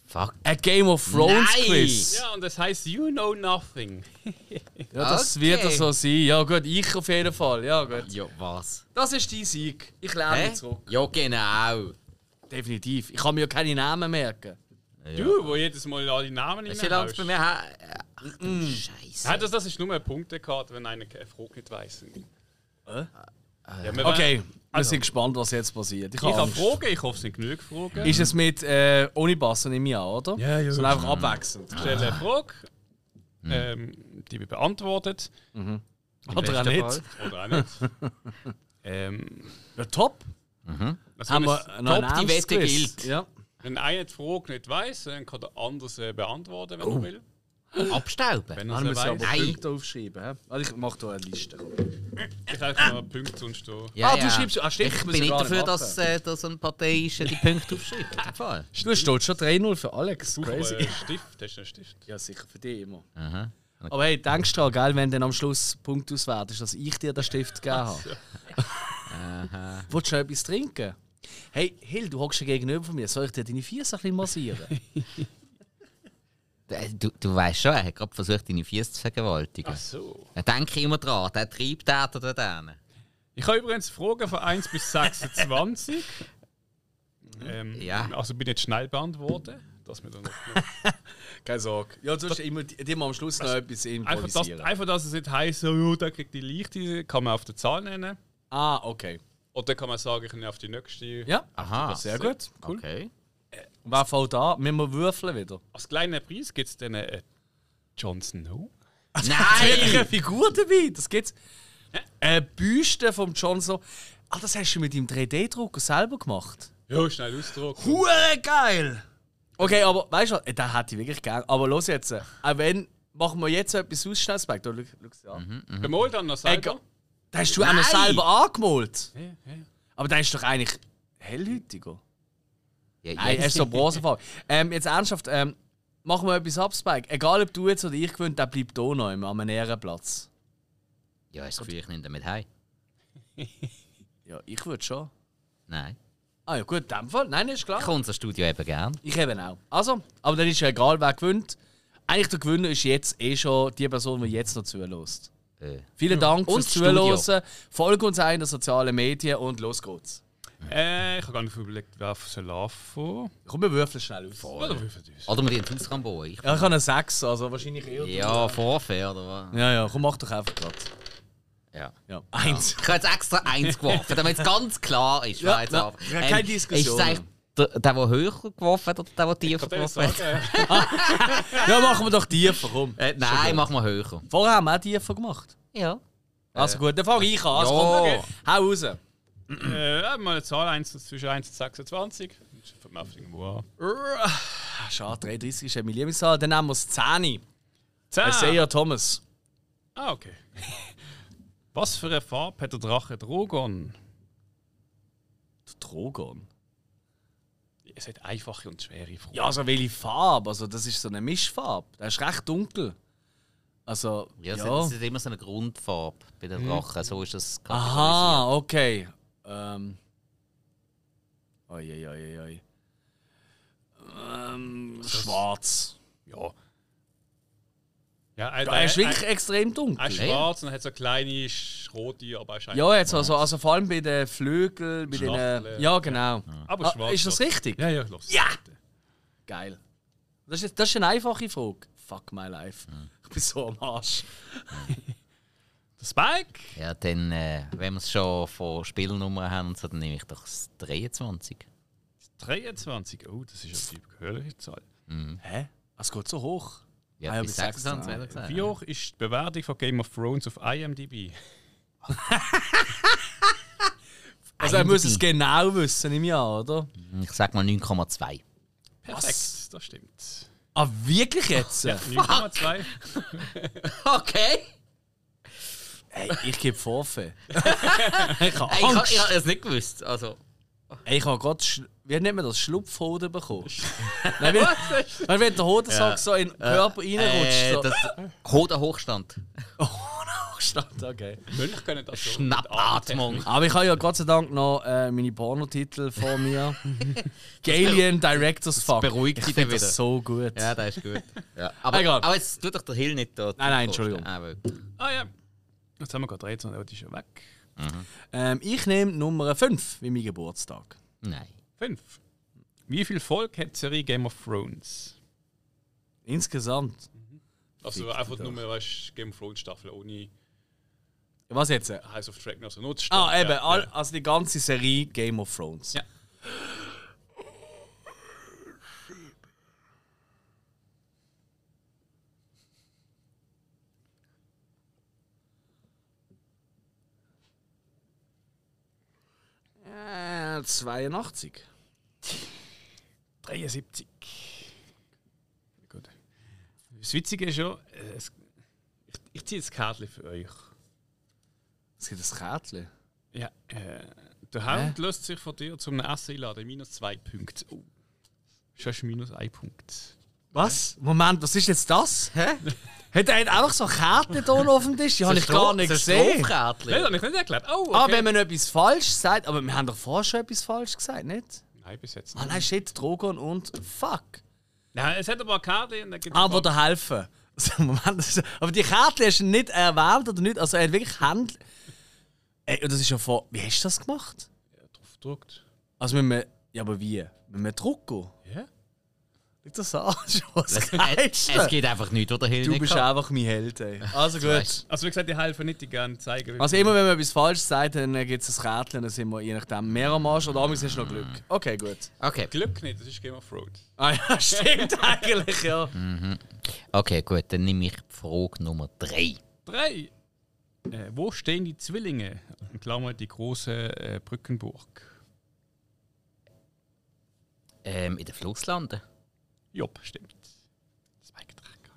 [SPEAKER 2] Fuck.
[SPEAKER 1] Ein Game of Thrones
[SPEAKER 2] Nein!
[SPEAKER 1] Quiz.
[SPEAKER 3] Ja, und das heißt You Know Nothing.
[SPEAKER 1] Ja, das
[SPEAKER 2] Okay.
[SPEAKER 1] wird ja so sein. Ja gut, ich auf jeden Fall. Ja gut.
[SPEAKER 2] Ja, was?
[SPEAKER 1] Das ist dein Sieg. Ich lehne mich zurück.
[SPEAKER 2] Ja, genau.
[SPEAKER 1] Definitiv. Ich kann mir ja keine Namen merken.
[SPEAKER 3] Du, wo jedes Mal alle Namen
[SPEAKER 2] Weißt du, wie lange es bei
[SPEAKER 3] reinhaust.
[SPEAKER 2] mir her... Ach du Scheiße.
[SPEAKER 3] Ja, das, das ist nur eine Punktekarte, wenn einer keine Frage nicht weiss. Ja, wir
[SPEAKER 1] Okay,
[SPEAKER 3] wollen-
[SPEAKER 1] wir sind gespannt, was jetzt passiert. Ich,
[SPEAKER 3] Ich
[SPEAKER 1] habe
[SPEAKER 3] habe
[SPEAKER 1] Angst.
[SPEAKER 3] Fragen, ich hoffe, es sind genug Fragen. Ich
[SPEAKER 1] Ist es mit äh, ohne Bass und im Jahr, oder?
[SPEAKER 3] Ja, ja.
[SPEAKER 1] Sondern einfach abwechselnd.
[SPEAKER 3] stelle eine Frage,
[SPEAKER 1] Hm.
[SPEAKER 3] ähm, die wird beantwortet.
[SPEAKER 1] Oder auch
[SPEAKER 3] Besten
[SPEAKER 1] nicht.
[SPEAKER 3] Fall. Oder auch nicht. ähm,
[SPEAKER 1] Ja, top.
[SPEAKER 3] also
[SPEAKER 1] Haben
[SPEAKER 3] wenn,
[SPEAKER 1] wir
[SPEAKER 3] es,
[SPEAKER 1] noch
[SPEAKER 2] Top, die
[SPEAKER 1] ein
[SPEAKER 2] Wette
[SPEAKER 1] Ernstquiz?
[SPEAKER 2] gilt.
[SPEAKER 1] Ja.
[SPEAKER 3] wenn einer die Frage nicht weiss, dann kann der andere äh, beantworten, wenn
[SPEAKER 1] Oh.
[SPEAKER 3] er will.
[SPEAKER 2] Abstauben.
[SPEAKER 3] Wenn
[SPEAKER 1] Dann
[SPEAKER 3] er es
[SPEAKER 1] müssen wir
[SPEAKER 3] weiss.
[SPEAKER 1] aber
[SPEAKER 2] Nein.
[SPEAKER 1] Punkte aufschreiben. hä? Also ich mache hier eine Liste.
[SPEAKER 3] Ich helfe noch Punkte sonst da.
[SPEAKER 2] Ja,
[SPEAKER 1] Ah, du
[SPEAKER 2] ja.
[SPEAKER 1] schreibst- ah, stimmt,
[SPEAKER 2] ich
[SPEAKER 1] muss
[SPEAKER 2] bin
[SPEAKER 1] ich
[SPEAKER 2] nicht
[SPEAKER 1] gar nicht
[SPEAKER 2] dafür,
[SPEAKER 1] machen.
[SPEAKER 2] dass, äh, dass ein Parteiische die Punkte aufschreibt. in dem Fall.
[SPEAKER 1] Du steht schon 3-0 für Alex.
[SPEAKER 3] Du hast
[SPEAKER 1] Crazy.
[SPEAKER 3] einen Stift, hast du einen Stift?
[SPEAKER 1] Ja, sicher für dich immer. Aber hey, denkst du dran, gell, wenn dann am Schluss Punkt auswertest, dass ich dir den Stift gegeben habe? Wolltest du noch etwas trinken? Hey, Hill, du hockst ja gegenüber von mir. Soll ich dir deine Füße ein bisschen massieren?
[SPEAKER 2] Äh, Du, du weißt schon, er hat gerade versucht, deine Füße zu vergewaltigen.
[SPEAKER 3] Ach so.
[SPEAKER 2] Dann denke ich immer dran, der Triebtäter da drinnen.
[SPEAKER 3] Ich habe übrigens Fragen von 1 bis 26.
[SPEAKER 1] Mhm.
[SPEAKER 3] ähm,
[SPEAKER 2] Ja.
[SPEAKER 3] Also bin jetzt schnell beantwortet. Dass wir dann noch
[SPEAKER 1] Keine Sorge. Ja, du hast immer, immer am Schluss noch etwas
[SPEAKER 3] Also einfach, dass,
[SPEAKER 1] improvisieren.
[SPEAKER 3] einfach, dass es nicht heisst, so, ja, der kriegt die leichte, kann man auf die Zahl nennen.
[SPEAKER 1] ah, okay.
[SPEAKER 3] Oder kann man sagen, ich nehme auf die nächste.
[SPEAKER 1] Ja,
[SPEAKER 2] Aha.
[SPEAKER 1] sehr gut.
[SPEAKER 2] Cool. Okay.
[SPEAKER 1] Und wer fällt da? Müssen wir würfeln wieder?
[SPEAKER 3] Als kleinen Preis gibt es dann äh, Jon Snow.
[SPEAKER 1] Wirklich
[SPEAKER 2] Nein!
[SPEAKER 1] eine Figur dabei. Das gibt's. Eine Büste von Johnson. Ah, das hast du mit dem 3D-Drucker selber gemacht.
[SPEAKER 3] Ja, schnell ausdrucken.
[SPEAKER 1] Hure geil! Okay, aber weißt du, was? den hätte ich wirklich gern. Aber los jetzt, äh, auch wenn, machen wir jetzt etwas aus, schnell Speck. Da, schau, schau's dir an.
[SPEAKER 3] Bemol dann noch selber.
[SPEAKER 1] Den hast du auch noch
[SPEAKER 2] Nein!
[SPEAKER 1] selber angemalt.
[SPEAKER 3] Ja, ja.
[SPEAKER 1] Aber der ist doch eigentlich hellhütiger.
[SPEAKER 2] Ja,
[SPEAKER 1] Nein, er ist so bronzefarb. Ähm, jetzt ernsthaft, ähm, machen wir etwas ab, Spike. Egal ob du jetzt oder ich gewinnt, der bleibt hier noch immer am Ehrenplatz.
[SPEAKER 2] ja, das Gefühl, ich nehme damit heim.
[SPEAKER 1] Ja, ich würde schon.
[SPEAKER 2] Nein.
[SPEAKER 1] Ah ja, gut, in dem Fall. Nein, ist klar.
[SPEAKER 2] Ich habe unser Studio eben gern.
[SPEAKER 1] Ich eben auch. Also, aber dann ist ja egal, wer gewinnt. Eigentlich der Gewinner ist jetzt eh schon die Person, die jetzt noch zulässt.
[SPEAKER 2] Äh.
[SPEAKER 1] Vielen Dank
[SPEAKER 2] Und
[SPEAKER 1] fürs
[SPEAKER 2] Studio.
[SPEAKER 1] Zuhören. Folge uns auch in den sozialen Medien und los geht's.
[SPEAKER 3] Äh, ich habe gar nicht überlegt, wer auf Solar vor.
[SPEAKER 1] Komm, wir würfeln schnell auf.
[SPEAKER 3] Oder wie viel das?
[SPEAKER 2] Oder wir gehen ins Haus bauen. Ich,
[SPEAKER 1] Ja, ich habe eine 6, also wahrscheinlich eher.
[SPEAKER 2] ja, Vorfair oder was?
[SPEAKER 1] Ja, ja, komm, mach doch einfach gerade.
[SPEAKER 2] Ja.
[SPEAKER 1] Ja. Eins.
[SPEAKER 2] Ich habe jetzt extra eins geworfen, damit es ganz klar ist.
[SPEAKER 1] Ja,
[SPEAKER 2] wer jetzt
[SPEAKER 1] na,
[SPEAKER 2] ab-
[SPEAKER 1] ja, keine Diskussion.
[SPEAKER 2] Ist es eigentlich der, der, der höher geworfen hat oder der, der tiefer
[SPEAKER 3] Kann der
[SPEAKER 2] geworfen hat?
[SPEAKER 3] sagen?
[SPEAKER 1] Ja, machen wir doch tiefer, komm.
[SPEAKER 2] Äh, nein, machen wir höher.
[SPEAKER 1] Vorher haben wir auch tiefer gemacht.
[SPEAKER 2] Ja.
[SPEAKER 1] Also gut, dann fange ich an. Also,
[SPEAKER 2] Ja.
[SPEAKER 1] komm, okay. hau raus.
[SPEAKER 3] äh, ja, mal eine Zahl 1, zwischen 1 und 26. Das fängt man auf irgendwo an.
[SPEAKER 1] Ah, Schade, 33 ist ja mein Lieblingszahl. Dann nehmen wir das 10.
[SPEAKER 3] Zehn.
[SPEAKER 1] Isaiah Thomas.
[SPEAKER 3] Ah, okay. Was für eine Farbe hat der Drache Drogon?
[SPEAKER 1] Der Drogon.
[SPEAKER 3] Es hat einfache und schwere Fragen.
[SPEAKER 1] Ja, also welche Farbe? Also das ist so eine Mischfarbe. Der ist recht dunkel. Also,
[SPEAKER 2] Ja,
[SPEAKER 1] ja. Mhm.
[SPEAKER 2] es- Es ist immer so eine Grundfarbe bei den Drachen. So ist das
[SPEAKER 1] Ah. Aha, okay. Ähm. Oi, oi, oi, oi. Ähm, schwarz.
[SPEAKER 3] Ja. Ja, ein,
[SPEAKER 1] Er ist
[SPEAKER 3] ein,
[SPEAKER 1] wirklich extrem
[SPEAKER 3] ein, ein
[SPEAKER 1] dunkel.
[SPEAKER 3] schwarz und hat so kleine sch- rote, aber er scheint.
[SPEAKER 1] Ja, jetzt also, also vor allem bei den Flügeln, bei den...
[SPEAKER 3] Stacheln.
[SPEAKER 1] Ja, genau.
[SPEAKER 3] Aber
[SPEAKER 1] Ah,
[SPEAKER 3] schwarz
[SPEAKER 1] ist das
[SPEAKER 3] doch.
[SPEAKER 1] richtig?
[SPEAKER 3] Ja, ja, los.
[SPEAKER 1] Ja! Geil. Das ist, jetzt- das ist eine einfache Frage. Fuck my life. Ich bin so am Arsch.
[SPEAKER 3] Der Spike!
[SPEAKER 2] Visier. Ja, dann, äh, wenn wir es schon von Spielnummern haben, und so, dann nehme ich doch das 23.
[SPEAKER 3] 23. Oh, das ist eine gehörliche Zahl.
[SPEAKER 1] Hä? Es geht so hoch.
[SPEAKER 2] Ja,
[SPEAKER 1] Ah, ja,
[SPEAKER 2] bis
[SPEAKER 1] bis 26,
[SPEAKER 2] 26, hat er gesagt.
[SPEAKER 3] Wie hoch ist die Bewertung von Game of Thrones auf IMDb?
[SPEAKER 1] Also er muss es genau wissen im Jahr, oder?
[SPEAKER 2] Ich sag mal 9,2.
[SPEAKER 3] Perfekt, das stimmt.
[SPEAKER 1] Ah, wirklich jetzt?
[SPEAKER 3] 9,2.
[SPEAKER 2] Okay!
[SPEAKER 1] Ey, ich gebe Vorfe. ich habe
[SPEAKER 2] Ey, ich ha-
[SPEAKER 1] Angst.
[SPEAKER 2] ich habe es nicht gewusst. Also,
[SPEAKER 1] Ey, ich habe gerade, Sch- wie nennt man das, Schlupfhoden bekommen. Nein, wie, weil Äh, wenn der Hodensack so in den Körper reinrutscht.
[SPEAKER 2] äh,
[SPEAKER 1] so.
[SPEAKER 2] das, Hoden Hochstand.
[SPEAKER 1] Machstand, okay.
[SPEAKER 3] Mönch können das so.
[SPEAKER 2] Schnappatmung.
[SPEAKER 1] Aber ich habe ja Gott sei Dank noch äh, meine Pornotitel vor mir. Alien Directors Fuck.
[SPEAKER 2] beruhigt
[SPEAKER 1] ich
[SPEAKER 2] dich
[SPEAKER 1] finde
[SPEAKER 2] wieder.
[SPEAKER 1] das so gut.
[SPEAKER 2] Ja, das ist gut. Ja. Aber,
[SPEAKER 1] Egal.
[SPEAKER 2] aber jetzt tut doch der Hill nicht da.
[SPEAKER 1] nein, Entschuldigung.
[SPEAKER 2] Aber,
[SPEAKER 3] Ah ja. Jetzt haben wir gerade 13 und die ist schon weg.
[SPEAKER 1] Ähm, ich nehme Nummer 5 wie mein Geburtstag.
[SPEAKER 2] nein.
[SPEAKER 3] 5. Wie viel Volk hat die Serie Game of Thrones?
[SPEAKER 1] Insgesamt.
[SPEAKER 3] Also einfach nur, weißt du, Game of Thrones Staffel ohne
[SPEAKER 1] Was jetzt? äh?
[SPEAKER 3] House of Dragon, also nur die
[SPEAKER 1] Ah,
[SPEAKER 3] Staffel.
[SPEAKER 1] eben,
[SPEAKER 3] Ja,
[SPEAKER 1] all,
[SPEAKER 3] ja.
[SPEAKER 1] also die ganze Serie Game of Thrones.
[SPEAKER 3] Ja.
[SPEAKER 1] Äh, 82.
[SPEAKER 3] 73. Gut. Das Witzige ist ja, äh, es, ich, ich ziehe das Kärtchen für euch.
[SPEAKER 1] Es gibt ein Kärtchen.
[SPEAKER 3] Ja. Äh, der Hound löst sich von dir zum Essen einladen. Minus zwei Punkte. Oh. Schon ist minus ein Punkt.
[SPEAKER 1] Was? Moment, was ist jetzt das? Hä? Hat er einfach so Kärtchen hier noch auf dem Tisch? Die habe ich gar nicht gesehen.
[SPEAKER 3] Nein, das
[SPEAKER 2] gesehen.
[SPEAKER 3] habe ich nicht erklärt. Oh, okay.
[SPEAKER 1] Ah, wenn man etwas falsch sagt, aber wir haben doch vorher schon etwas falsch gesagt, nicht?
[SPEAKER 3] Nein, bis jetzt
[SPEAKER 1] Ah
[SPEAKER 3] nicht.
[SPEAKER 1] nein, shit, Drogon und fuck.
[SPEAKER 3] Nein, es hat aber eine Karte und dann gibt es
[SPEAKER 1] Aber
[SPEAKER 3] ein paar-
[SPEAKER 1] Ah, da helfen. Also, Moment, das ist- aber die Karte hast du nicht erwähnt oder nicht? Also er hat wirklich Hand. Ey, und das ist ja vor. Wie hast du das gemacht?
[SPEAKER 3] Ja, drauf gedruckt.
[SPEAKER 1] Also mit einem. Ja, aber wie? Mit einem Drucker?
[SPEAKER 3] Ja?
[SPEAKER 1] Liegt das an? Schon Was
[SPEAKER 2] Es,
[SPEAKER 1] Geilste.
[SPEAKER 2] es geht einfach nichts, oder Hill?
[SPEAKER 1] Du
[SPEAKER 2] nicht
[SPEAKER 1] bist
[SPEAKER 2] kann.
[SPEAKER 1] einfach mein Held, ey. Also
[SPEAKER 2] weißt
[SPEAKER 1] gut.
[SPEAKER 3] Also wie gesagt, ich helfe nicht, die gerne zeigen.
[SPEAKER 1] Also immer wenn man etwas falsch sagt, dann äh, gibt es ein Kärtchen und dann sind wir je nachdem mehr am Arsch oder abends hast du noch Glück.
[SPEAKER 2] Mhm.
[SPEAKER 1] Okay, gut.
[SPEAKER 2] Okay.
[SPEAKER 3] Glück nicht, das ist Game of Thrones.
[SPEAKER 1] Ah ja, stimmt eigentlich, ja.
[SPEAKER 2] Mhm. okay, gut, dann nehme ich Frage Nummer 3.
[SPEAKER 3] Drei. Äh, wo stehen die Zwillinge? In Klammern die große äh, Brückenburg.
[SPEAKER 2] Ähm, in den Flusslanden.
[SPEAKER 3] Jopp, stimmt. Zwei Getränke.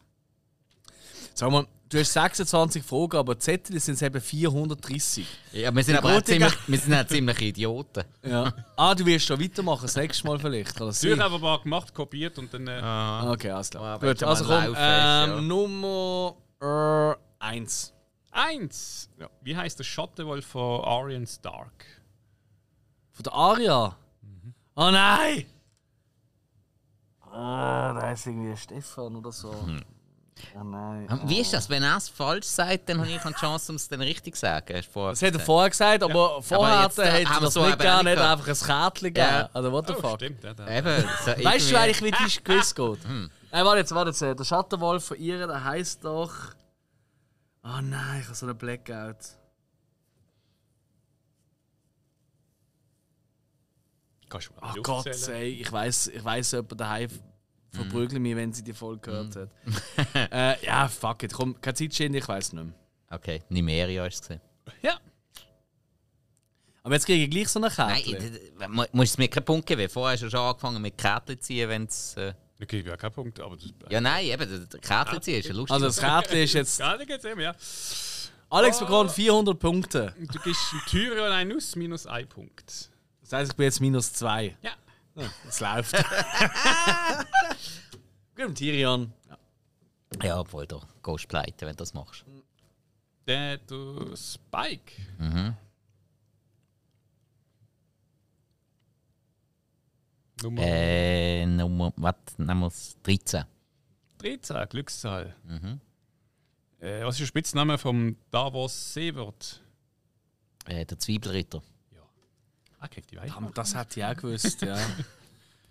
[SPEAKER 1] Sag mal, du hast 26 Fragen, aber die Zettel sind es eben 430.
[SPEAKER 2] Ja, wir sind
[SPEAKER 1] Die
[SPEAKER 2] aber auch
[SPEAKER 1] Gotigen.
[SPEAKER 2] ziemlich, wir sind auch ziemlich Idioten.
[SPEAKER 1] Ja. Ah, du wirst schon weitermachen, das nächste Mal vielleicht. Kann das
[SPEAKER 3] Zürich
[SPEAKER 1] sein?
[SPEAKER 3] haben wir mal gemacht, kopiert und dann. Äh,
[SPEAKER 1] Okay, alles klar.
[SPEAKER 2] Ah, wenn
[SPEAKER 1] Gut,
[SPEAKER 2] schon
[SPEAKER 1] also
[SPEAKER 2] mal
[SPEAKER 1] komm, ähm,
[SPEAKER 2] laufen ist, ja.
[SPEAKER 1] Nummer äh, 1.
[SPEAKER 3] Eins. Wie heißt der Schattenwolf von Aryan Stark?
[SPEAKER 1] Von der Aria.
[SPEAKER 2] Mhm.
[SPEAKER 1] Oh nein! Ah, da ist irgendwie Stefan oder so. Oh nein.
[SPEAKER 2] Wie ist das? Wenn er es falsch sagt, dann habe ich eine Chance, um es dann richtig zu sagen. Hast du vorher
[SPEAKER 1] Das hat er
[SPEAKER 2] gesagt.
[SPEAKER 1] vorher gesagt, aber vorher
[SPEAKER 2] Äh, Aber
[SPEAKER 1] hat
[SPEAKER 2] jetzt,
[SPEAKER 1] er
[SPEAKER 2] äh,
[SPEAKER 1] hätte
[SPEAKER 2] haben wir
[SPEAKER 1] das
[SPEAKER 2] so
[SPEAKER 1] nicht
[SPEAKER 2] eben
[SPEAKER 1] gegeben,
[SPEAKER 2] nicht
[SPEAKER 1] nicht einfach
[SPEAKER 2] gehabt.
[SPEAKER 1] ein Kärtchen gegeben.
[SPEAKER 2] Ja.
[SPEAKER 1] Also, what the fuck.
[SPEAKER 3] Oh, stimmt. Ja, der.
[SPEAKER 2] Eben, so
[SPEAKER 1] Weißt
[SPEAKER 2] irgendwie- Hm.
[SPEAKER 1] du eigentlich, wie die Quiz geht? Nein, warte jetzt, warte jetzt. äh, Der Schattenwolf von ihr, der heisst doch. Oh nein, ich habe so einen Blackout.
[SPEAKER 3] Kannst du mal
[SPEAKER 1] Ach
[SPEAKER 3] die
[SPEAKER 1] Oh Gott,
[SPEAKER 3] aufzählen?
[SPEAKER 1] ey, ich weiß, ich weiß, jemand daheim
[SPEAKER 2] Hm.
[SPEAKER 1] verprügelt mich, wenn sie die Folge gehört hat. äh, ja, fuck it, komm, keine Zeit schinden, ich weiß nicht mehr.
[SPEAKER 2] Okay, Nimeria ist es. gewesen.
[SPEAKER 3] Ja.
[SPEAKER 1] Aber jetzt kriege ich gleich so eine
[SPEAKER 2] Nein,
[SPEAKER 1] Karte.
[SPEAKER 2] du musst es mir keinen Punkt geben. Vorher hast du schon angefangen mit Kärtchen zu ziehen, wenn es. Äh,
[SPEAKER 3] Da gebe ich ja keinen Punkt, aber das ist.
[SPEAKER 2] ja, nein, eben, der- der Kärtchen ziehen ist ja lustig.
[SPEAKER 1] Also das Kärtchen ist jetzt.
[SPEAKER 3] Ja, da geht's eben, ja.
[SPEAKER 1] Alex bekommt 400 Punkte.
[SPEAKER 3] Und Du gibst im Tyrion einen aus, minus ein Punkt.
[SPEAKER 1] Das heißt, ich bin jetzt minus 2.
[SPEAKER 3] Ja.
[SPEAKER 1] Es läuft. Gut, mit Tyrion.
[SPEAKER 2] ja, obwohl, da gehst du pleite, wenn du das machst.
[SPEAKER 3] Der du Spike.
[SPEAKER 1] Mhm.
[SPEAKER 3] Nummer
[SPEAKER 2] Äh, Nummer, was, Nummer 13.
[SPEAKER 3] 13, Glückszahl.
[SPEAKER 1] Mhm.
[SPEAKER 3] Äh, was ist der Spitzname vom Davos Seewort?
[SPEAKER 2] Äh, der Zwiebelritter.
[SPEAKER 3] Ja. Ah, kriegt die Weiche.
[SPEAKER 1] Verdammt, das hätte ich auch gewusst, ja.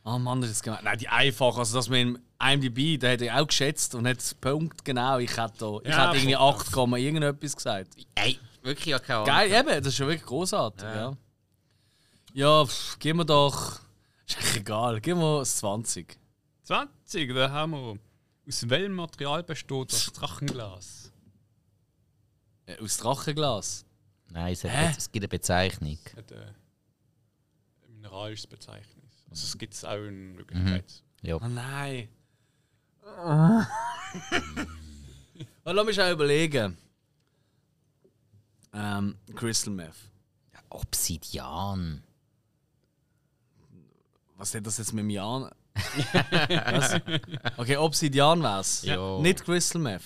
[SPEAKER 1] Oh Mann, das ist gemein. Nein, die einfach. Also, dass man im IMDb, da hätte ich auch geschätzt und hat Punkt genau. Ich hätte, da, ich
[SPEAKER 3] Ja,
[SPEAKER 1] hätte irgendwie 8, Komma irgendetwas gesagt.
[SPEAKER 2] Ey, wirklich ja keine Ahnung.
[SPEAKER 1] Geil, eben, das ist schon wirklich großartig. Ja, ja. pff, gib mir doch. Ist eigentlich egal, gib mir das 20.
[SPEAKER 3] 20, da haben wir. Aus welchem Material besteht das Drachenglas?
[SPEAKER 1] Äh, aus Drachenglas.
[SPEAKER 2] Nein, es,
[SPEAKER 1] Hä?
[SPEAKER 2] hat, es gibt eine Bezeichnung.
[SPEAKER 3] Hat äh, ein mineralisches Verzeichnis. Also es gibt es auch in Wirklichkeit.
[SPEAKER 2] Ja.
[SPEAKER 1] Oh nein. Und lass mich auch überlegen. Ähm, Crystal Meth.
[SPEAKER 2] Obsidian.
[SPEAKER 1] Was hat das jetzt mit mir an? Okay, Obsidian wär's.
[SPEAKER 2] Ja.
[SPEAKER 1] Nicht Crystal Meth.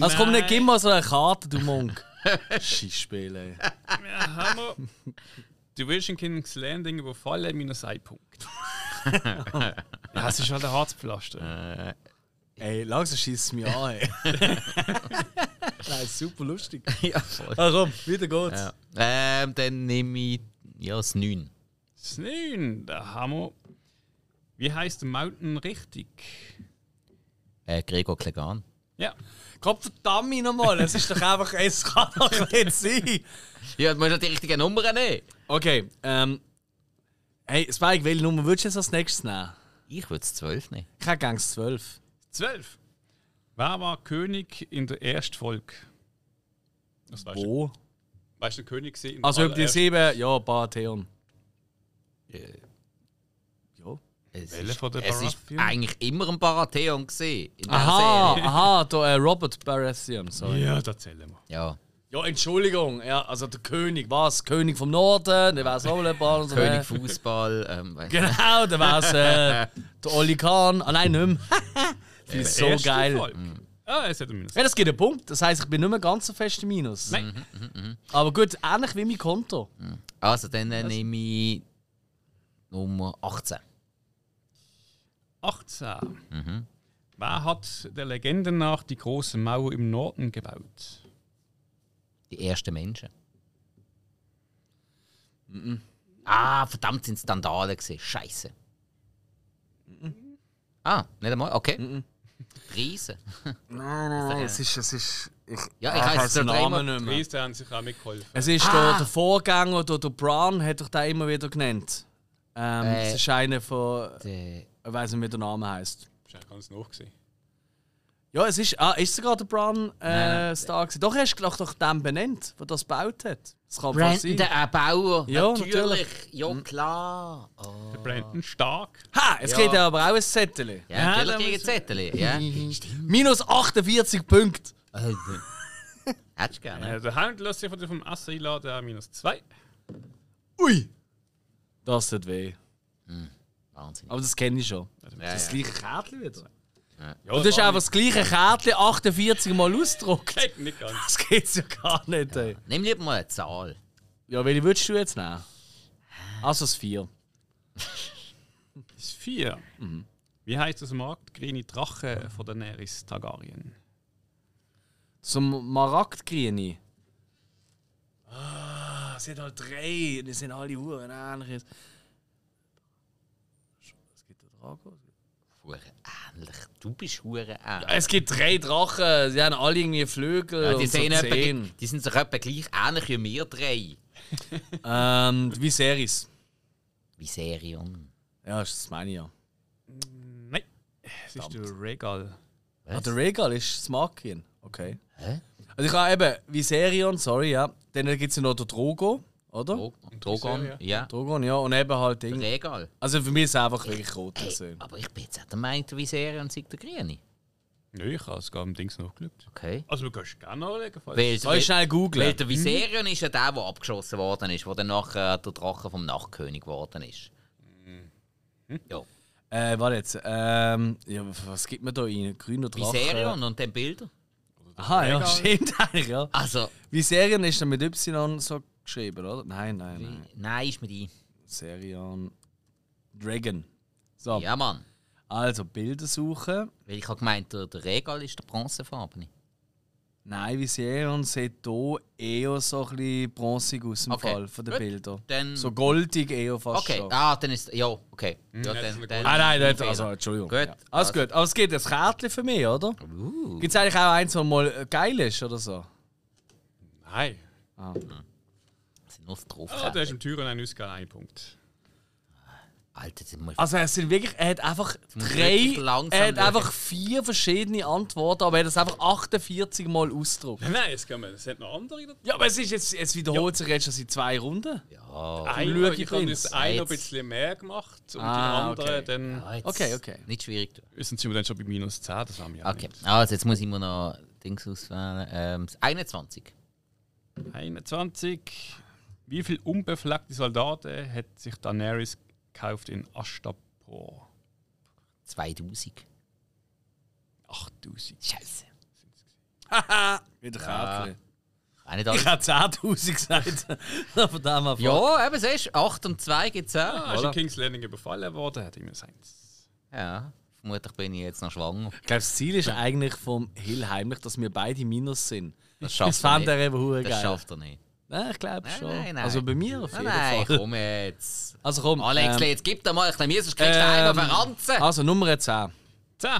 [SPEAKER 1] Also komm, nicht gib mal so eine Karte, du Monk. Schissspiel, ey.
[SPEAKER 3] Ja, haben wir. Division King's Landing überfallen, minus ein Punkt. ja, es ist halt ein Harzpflaster.
[SPEAKER 1] Ey, langsam schießt es mich an, ey. Nein, super lustig.
[SPEAKER 2] ja, voll.
[SPEAKER 1] Ah komm, wieder geht's.
[SPEAKER 2] Ja. Ähm, dann nehme ich ja, das 9.
[SPEAKER 3] Das Neun, da haben wir. Wie heißt der Mountain richtig?
[SPEAKER 2] Äh, Gregor Klegan.
[SPEAKER 3] Ja.
[SPEAKER 1] Komm, verdammt mich nochmal, es ist doch einfach, es kann doch nicht sein.
[SPEAKER 2] Ja, du musst ja die richtigen Nummern nehmen.
[SPEAKER 1] Okay, ähm. Hey, Spike, welche Nummer würdest du jetzt als nächstes nehmen?
[SPEAKER 2] Ich würde es 12 nehmen.
[SPEAKER 1] Kein Gangs 12.
[SPEAKER 3] Zwölf. Wer war König in der Erstfolge? Das weißt du.
[SPEAKER 1] Wo?
[SPEAKER 3] Weißt du, der König war in der
[SPEAKER 1] Also, ob die
[SPEAKER 3] allerersten-
[SPEAKER 1] 7, ja, Baratheon. Ja.
[SPEAKER 2] Es
[SPEAKER 3] Welcher
[SPEAKER 2] ist,
[SPEAKER 3] von den
[SPEAKER 2] es ist
[SPEAKER 3] Baratheon?
[SPEAKER 2] eigentlich immer ein Baratheon gesehen. In der
[SPEAKER 1] Aha,
[SPEAKER 2] Serie.
[SPEAKER 1] aha, da, äh, Robert Baratheon, sorry.
[SPEAKER 3] Ja, da zählen wir.
[SPEAKER 2] Ja.
[SPEAKER 1] Ja, Entschuldigung, ja, also der König, was? König vom Norden, der wär's Volleyball und so.
[SPEAKER 2] König
[SPEAKER 1] weiter.
[SPEAKER 2] Fußball. Ähm, weiss-
[SPEAKER 1] Genau, der wär's äh, der Oli Kahn. Ah nein, nicht mehr. Finde ich so
[SPEAKER 3] Erste
[SPEAKER 1] geil. Mhm.
[SPEAKER 3] Folge. Ah, es hat ein Minus.
[SPEAKER 1] Ja, das gibt einen Punkt. Das heisst, ich bin nicht mehr ganz so fest im Minus.
[SPEAKER 3] Nein.
[SPEAKER 1] mhm, Aber gut, ähnlich wie mein Konto.
[SPEAKER 2] Also, dann äh, nehme ich Nummer 18.
[SPEAKER 3] 18.
[SPEAKER 1] Mhm.
[SPEAKER 3] Wer hat der Legende nach die große Mauer im Norden gebaut?
[SPEAKER 2] Die ersten Menschen. Ah, verdammt, sind es Dandalen gewesen. Scheiße. Ah, nicht einmal? Okay. Riesen.
[SPEAKER 1] Nein, nein, nein, es ist. Es ist ich,
[SPEAKER 2] Ja, ich Ah, weiss es
[SPEAKER 1] den
[SPEAKER 2] den dreimal.
[SPEAKER 1] Namen nicht
[SPEAKER 3] Die
[SPEAKER 1] mehr.
[SPEAKER 3] Priester haben sich auch mitgeholfen.
[SPEAKER 1] Es ist
[SPEAKER 2] Ah.
[SPEAKER 1] der, der Vorgänger, der, der Bran, hat doch den immer wieder genannt. Ähm,
[SPEAKER 2] Äh.
[SPEAKER 1] Es ist einer von.
[SPEAKER 2] Der-
[SPEAKER 1] Ich weiß nicht, wie der Name heißt.
[SPEAKER 3] Das ist ganz noch gesehen.
[SPEAKER 1] Ja, es ist. Ah, ist sogar der Bran
[SPEAKER 2] Nein,
[SPEAKER 1] äh, Stark gewesen. Doch, er ist doch, doch den benannt, der das gebaut hat. Das kann fast
[SPEAKER 2] Brandon,
[SPEAKER 1] sein.
[SPEAKER 2] der äh, Bauer.
[SPEAKER 1] Ja,
[SPEAKER 2] natürlich. Ja, klar. Oh.
[SPEAKER 3] Der Brandon Stark.
[SPEAKER 1] Ha, jetzt
[SPEAKER 2] Ja.
[SPEAKER 1] geht er aber auch ein Zettel.
[SPEAKER 2] Ja,
[SPEAKER 3] dann
[SPEAKER 2] natürlich gegen
[SPEAKER 3] muss-
[SPEAKER 2] Zettel. Ja.
[SPEAKER 1] Minus 48 Punkte.
[SPEAKER 2] Hättest du
[SPEAKER 1] Ah.
[SPEAKER 2] gerne.
[SPEAKER 3] Äh, der Hound lässt sich von dir vom Essen einladen, auch minus 2.
[SPEAKER 1] Ui! Das tut weh.
[SPEAKER 2] Wahnsinn.
[SPEAKER 1] Aber das kenne ich schon.
[SPEAKER 2] Ja,
[SPEAKER 1] Das
[SPEAKER 2] ja.
[SPEAKER 1] gleiche Kärtchen wieder.
[SPEAKER 3] Ja,
[SPEAKER 1] Und das ist einfach das gleiche Kärtchen 48 Mal ausgedruckt.
[SPEAKER 3] Nicht, nicht ganz.
[SPEAKER 1] Das geht's ja gar nicht, ey.
[SPEAKER 2] Nimm lieber mal eine Zahl.
[SPEAKER 1] Ja, welche würdest du jetzt nehmen? Also das 4.
[SPEAKER 3] Das ist 4. Mhm. Wie heißt das Markt? Grüne Drache von der Daenerys Targaryen.
[SPEAKER 1] Zum Maragdgrüne. Ah, es sind halt drei. Die sind alle Huren ähnlich. Es gibt einen Drago.
[SPEAKER 2] Hure ähnlich. Du bist hure ähnlich.
[SPEAKER 1] Es gibt drei Drachen. Sie haben alle irgendwie Flügel.
[SPEAKER 2] Ja, die,
[SPEAKER 1] und so
[SPEAKER 2] sehen etwa-
[SPEAKER 1] zehn.
[SPEAKER 2] die sind sich etwa gleich ähnlich wie wir drei.
[SPEAKER 1] Ähm, wie Series.
[SPEAKER 2] Viserion.
[SPEAKER 1] Ja, das meine ich ja.
[SPEAKER 3] Nein, es ist der Regal.
[SPEAKER 1] Ah, der Regal ist Smarkin. Okay.
[SPEAKER 2] Hä?
[SPEAKER 1] Also ich habe eben Viserion, sorry, ja. Dann gibt es ja noch den Drogo, oder?
[SPEAKER 2] Dro- Drogon?
[SPEAKER 3] Viserion.
[SPEAKER 2] Ja.
[SPEAKER 1] Drogon, ja. Und eben halt Ding.
[SPEAKER 2] Regal.
[SPEAKER 1] Also für mich ist es einfach wirklich rot
[SPEAKER 2] Hey,
[SPEAKER 1] gesehen.
[SPEAKER 2] aber ich bin jetzt auch der Meinung, der Viserion sei der Grüne.
[SPEAKER 3] Nö, ich habe es gar im Dings noch geschaut.
[SPEAKER 2] Okay.
[SPEAKER 3] Also, du kannst gerne nachlegen, falls
[SPEAKER 1] Soll
[SPEAKER 2] Weil,
[SPEAKER 1] ich
[SPEAKER 2] weil,
[SPEAKER 1] schnell
[SPEAKER 2] weil
[SPEAKER 1] googeln?
[SPEAKER 2] der Viserion ist ja der, der abgeschossen worden ist, der dann nachher der Drache vom Nachtkönig geworden ist.
[SPEAKER 1] Mhm.
[SPEAKER 2] Ja.
[SPEAKER 1] Äh, warte jetzt. Ähm, ja, was gibt man da rein? Grüner Drache?
[SPEAKER 2] Viserion und dann Bilder.
[SPEAKER 1] Aha, ja,
[SPEAKER 3] Regal.
[SPEAKER 1] stimmt eigentlich, ja.
[SPEAKER 2] Also,
[SPEAKER 1] Viserion ist dann mit Y so geschrieben, oder? Nein, nein, nein.
[SPEAKER 2] nein, ist mir die.
[SPEAKER 1] Serion. Dragon. So,
[SPEAKER 2] Ja, Mann.
[SPEAKER 1] also Bilder suchen.
[SPEAKER 2] Weil ich habe gemeint, der, der Regal ist der bronzefarbene.
[SPEAKER 1] Nein, Viserion sieht hier eher so ein bisschen bronzig aus dem
[SPEAKER 2] Okay,
[SPEAKER 1] Fall von den
[SPEAKER 2] gut.
[SPEAKER 1] Bildern.
[SPEAKER 2] Dann-
[SPEAKER 1] so goldig eher fast
[SPEAKER 2] Okay,
[SPEAKER 1] schon.
[SPEAKER 2] ah, dann ist. Ja, okay. Ja,
[SPEAKER 3] das ist
[SPEAKER 2] dann,
[SPEAKER 3] eine
[SPEAKER 2] dann,
[SPEAKER 1] Ah nein,
[SPEAKER 2] dann
[SPEAKER 1] nicht, also Entschuldigung.
[SPEAKER 2] Gut,
[SPEAKER 1] Ja. Alles
[SPEAKER 2] passt.
[SPEAKER 1] gut. Aber es gibt ein Kärtchen für mich, oder?
[SPEAKER 2] Uh,
[SPEAKER 1] Gibt es eigentlich auch eins, das mal äh, geil ist oder so?
[SPEAKER 3] Nein.
[SPEAKER 2] sind nur drauf.
[SPEAKER 3] Ah, da ist im Türen ein Ausgang, ein Punkt.
[SPEAKER 2] Alter, sind wir.
[SPEAKER 1] Also es sind wirklich, er hat einfach
[SPEAKER 2] musst
[SPEAKER 1] drei,
[SPEAKER 2] Hm, wirklich langsam
[SPEAKER 1] er hat
[SPEAKER 2] schauen.
[SPEAKER 1] einfach vier verschiedene Antworten, aber er hat das einfach 48 Mal ausgedruckt.
[SPEAKER 3] Nein, es kann man. Es hat noch andere. da-
[SPEAKER 1] Ja, aber es ist jetzt, jetzt wiederholt sich jetzt schon seit zwei Runden.
[SPEAKER 2] Ja,
[SPEAKER 3] Einer,
[SPEAKER 1] Luigi
[SPEAKER 3] ich habe
[SPEAKER 1] Prinz.
[SPEAKER 3] das eine ein
[SPEAKER 2] Jetzt.
[SPEAKER 3] bisschen mehr gemacht und
[SPEAKER 1] Ah,
[SPEAKER 3] die andere
[SPEAKER 1] okay.
[SPEAKER 3] dann.
[SPEAKER 2] ja, jetzt
[SPEAKER 1] Okay, okay.
[SPEAKER 2] Nicht schwierig. tun.
[SPEAKER 3] Sind wir dann schon bei minus 10? Das haben wir ja
[SPEAKER 2] Okay,
[SPEAKER 3] nicht.
[SPEAKER 2] also jetzt muss ich mir noch Dings auswählen. Ähm, das 21.
[SPEAKER 3] 21. Wie viele unbefleckte Soldaten hat sich Daenerys gekauft in Ashtapor?
[SPEAKER 2] 2000.
[SPEAKER 1] 8000.
[SPEAKER 2] Scheiße.
[SPEAKER 4] Wieder Käppchen.
[SPEAKER 2] Auch nicht alles.
[SPEAKER 4] Ich habe 10'000 gesagt. Von dem ab.
[SPEAKER 2] Ja, eben, siehst du, 8 und 2 gibt es auch.
[SPEAKER 3] Ah, ist in King's Landing überfallen worden, hat immer eins.
[SPEAKER 2] Ja, vermutlich bin ich jetzt noch schwanger.
[SPEAKER 1] Ich glaube, das Ziel ist eigentlich vom Hill heimlich, dass wir beide Minus sind.
[SPEAKER 2] Das
[SPEAKER 1] Das
[SPEAKER 2] schafft er
[SPEAKER 1] fand er
[SPEAKER 2] nicht.
[SPEAKER 1] eben hure
[SPEAKER 2] Das
[SPEAKER 1] geil.
[SPEAKER 2] schafft er nicht.
[SPEAKER 1] Nein, ich glaube
[SPEAKER 2] Nein,
[SPEAKER 1] schon.
[SPEAKER 2] nein, nein.
[SPEAKER 1] Also bei mir auf jeden
[SPEAKER 2] Nein,
[SPEAKER 1] Fall.
[SPEAKER 2] komm jetzt.
[SPEAKER 1] Also komm.
[SPEAKER 2] Alex,
[SPEAKER 1] ähm,
[SPEAKER 2] jetzt gib dir mal, ich nehme Jesus Christus ähm,
[SPEAKER 1] ähm,
[SPEAKER 2] auf den Ranzen.
[SPEAKER 1] Also Nummer 10. Ah,
[SPEAKER 3] Zehn.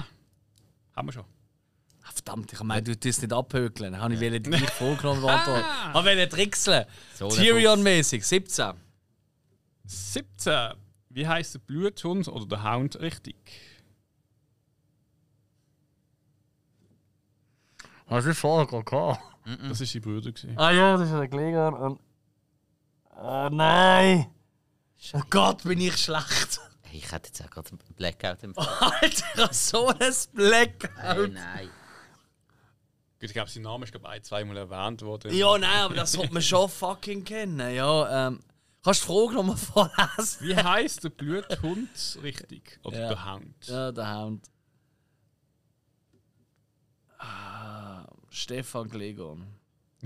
[SPEAKER 3] Haben wir schon.
[SPEAKER 1] verdammt, ich meine, du tust das nicht abhökeln. Da Habe ich wollte dich vorgenommen beantworten. Aber wollte trickseln.
[SPEAKER 2] So, der
[SPEAKER 1] Tyrion-mäßig, 17.
[SPEAKER 3] 17. Wie heißt der Bluthund oder der Hound richtig?
[SPEAKER 1] Hast du vorher gerade gehabt?
[SPEAKER 3] Das ist die Brüder. gewesen.
[SPEAKER 1] Ah ja, das ist ein Klingon und... Oh nein! Oh Gott, bin ich schlecht.
[SPEAKER 2] Hey, Ich hätte jetzt auch gerade einen Blackout
[SPEAKER 1] Ah,
[SPEAKER 2] im Fall.
[SPEAKER 1] Alter, so ein Black.
[SPEAKER 2] Nein, nein.
[SPEAKER 3] Gut, ich glaube, sein Name ist glaub, ein, zweimal erwähnt worden.
[SPEAKER 1] Ja, nein, aber das sollte man schon fucking kennen. Ja, ähm, kannst du die Frage nochmal vorlesen?
[SPEAKER 3] Wie heißt der Bluthund richtig? Oder
[SPEAKER 1] Ja.
[SPEAKER 3] der Hound?
[SPEAKER 1] Ja, der Hound. Ah, Stefan Glegon.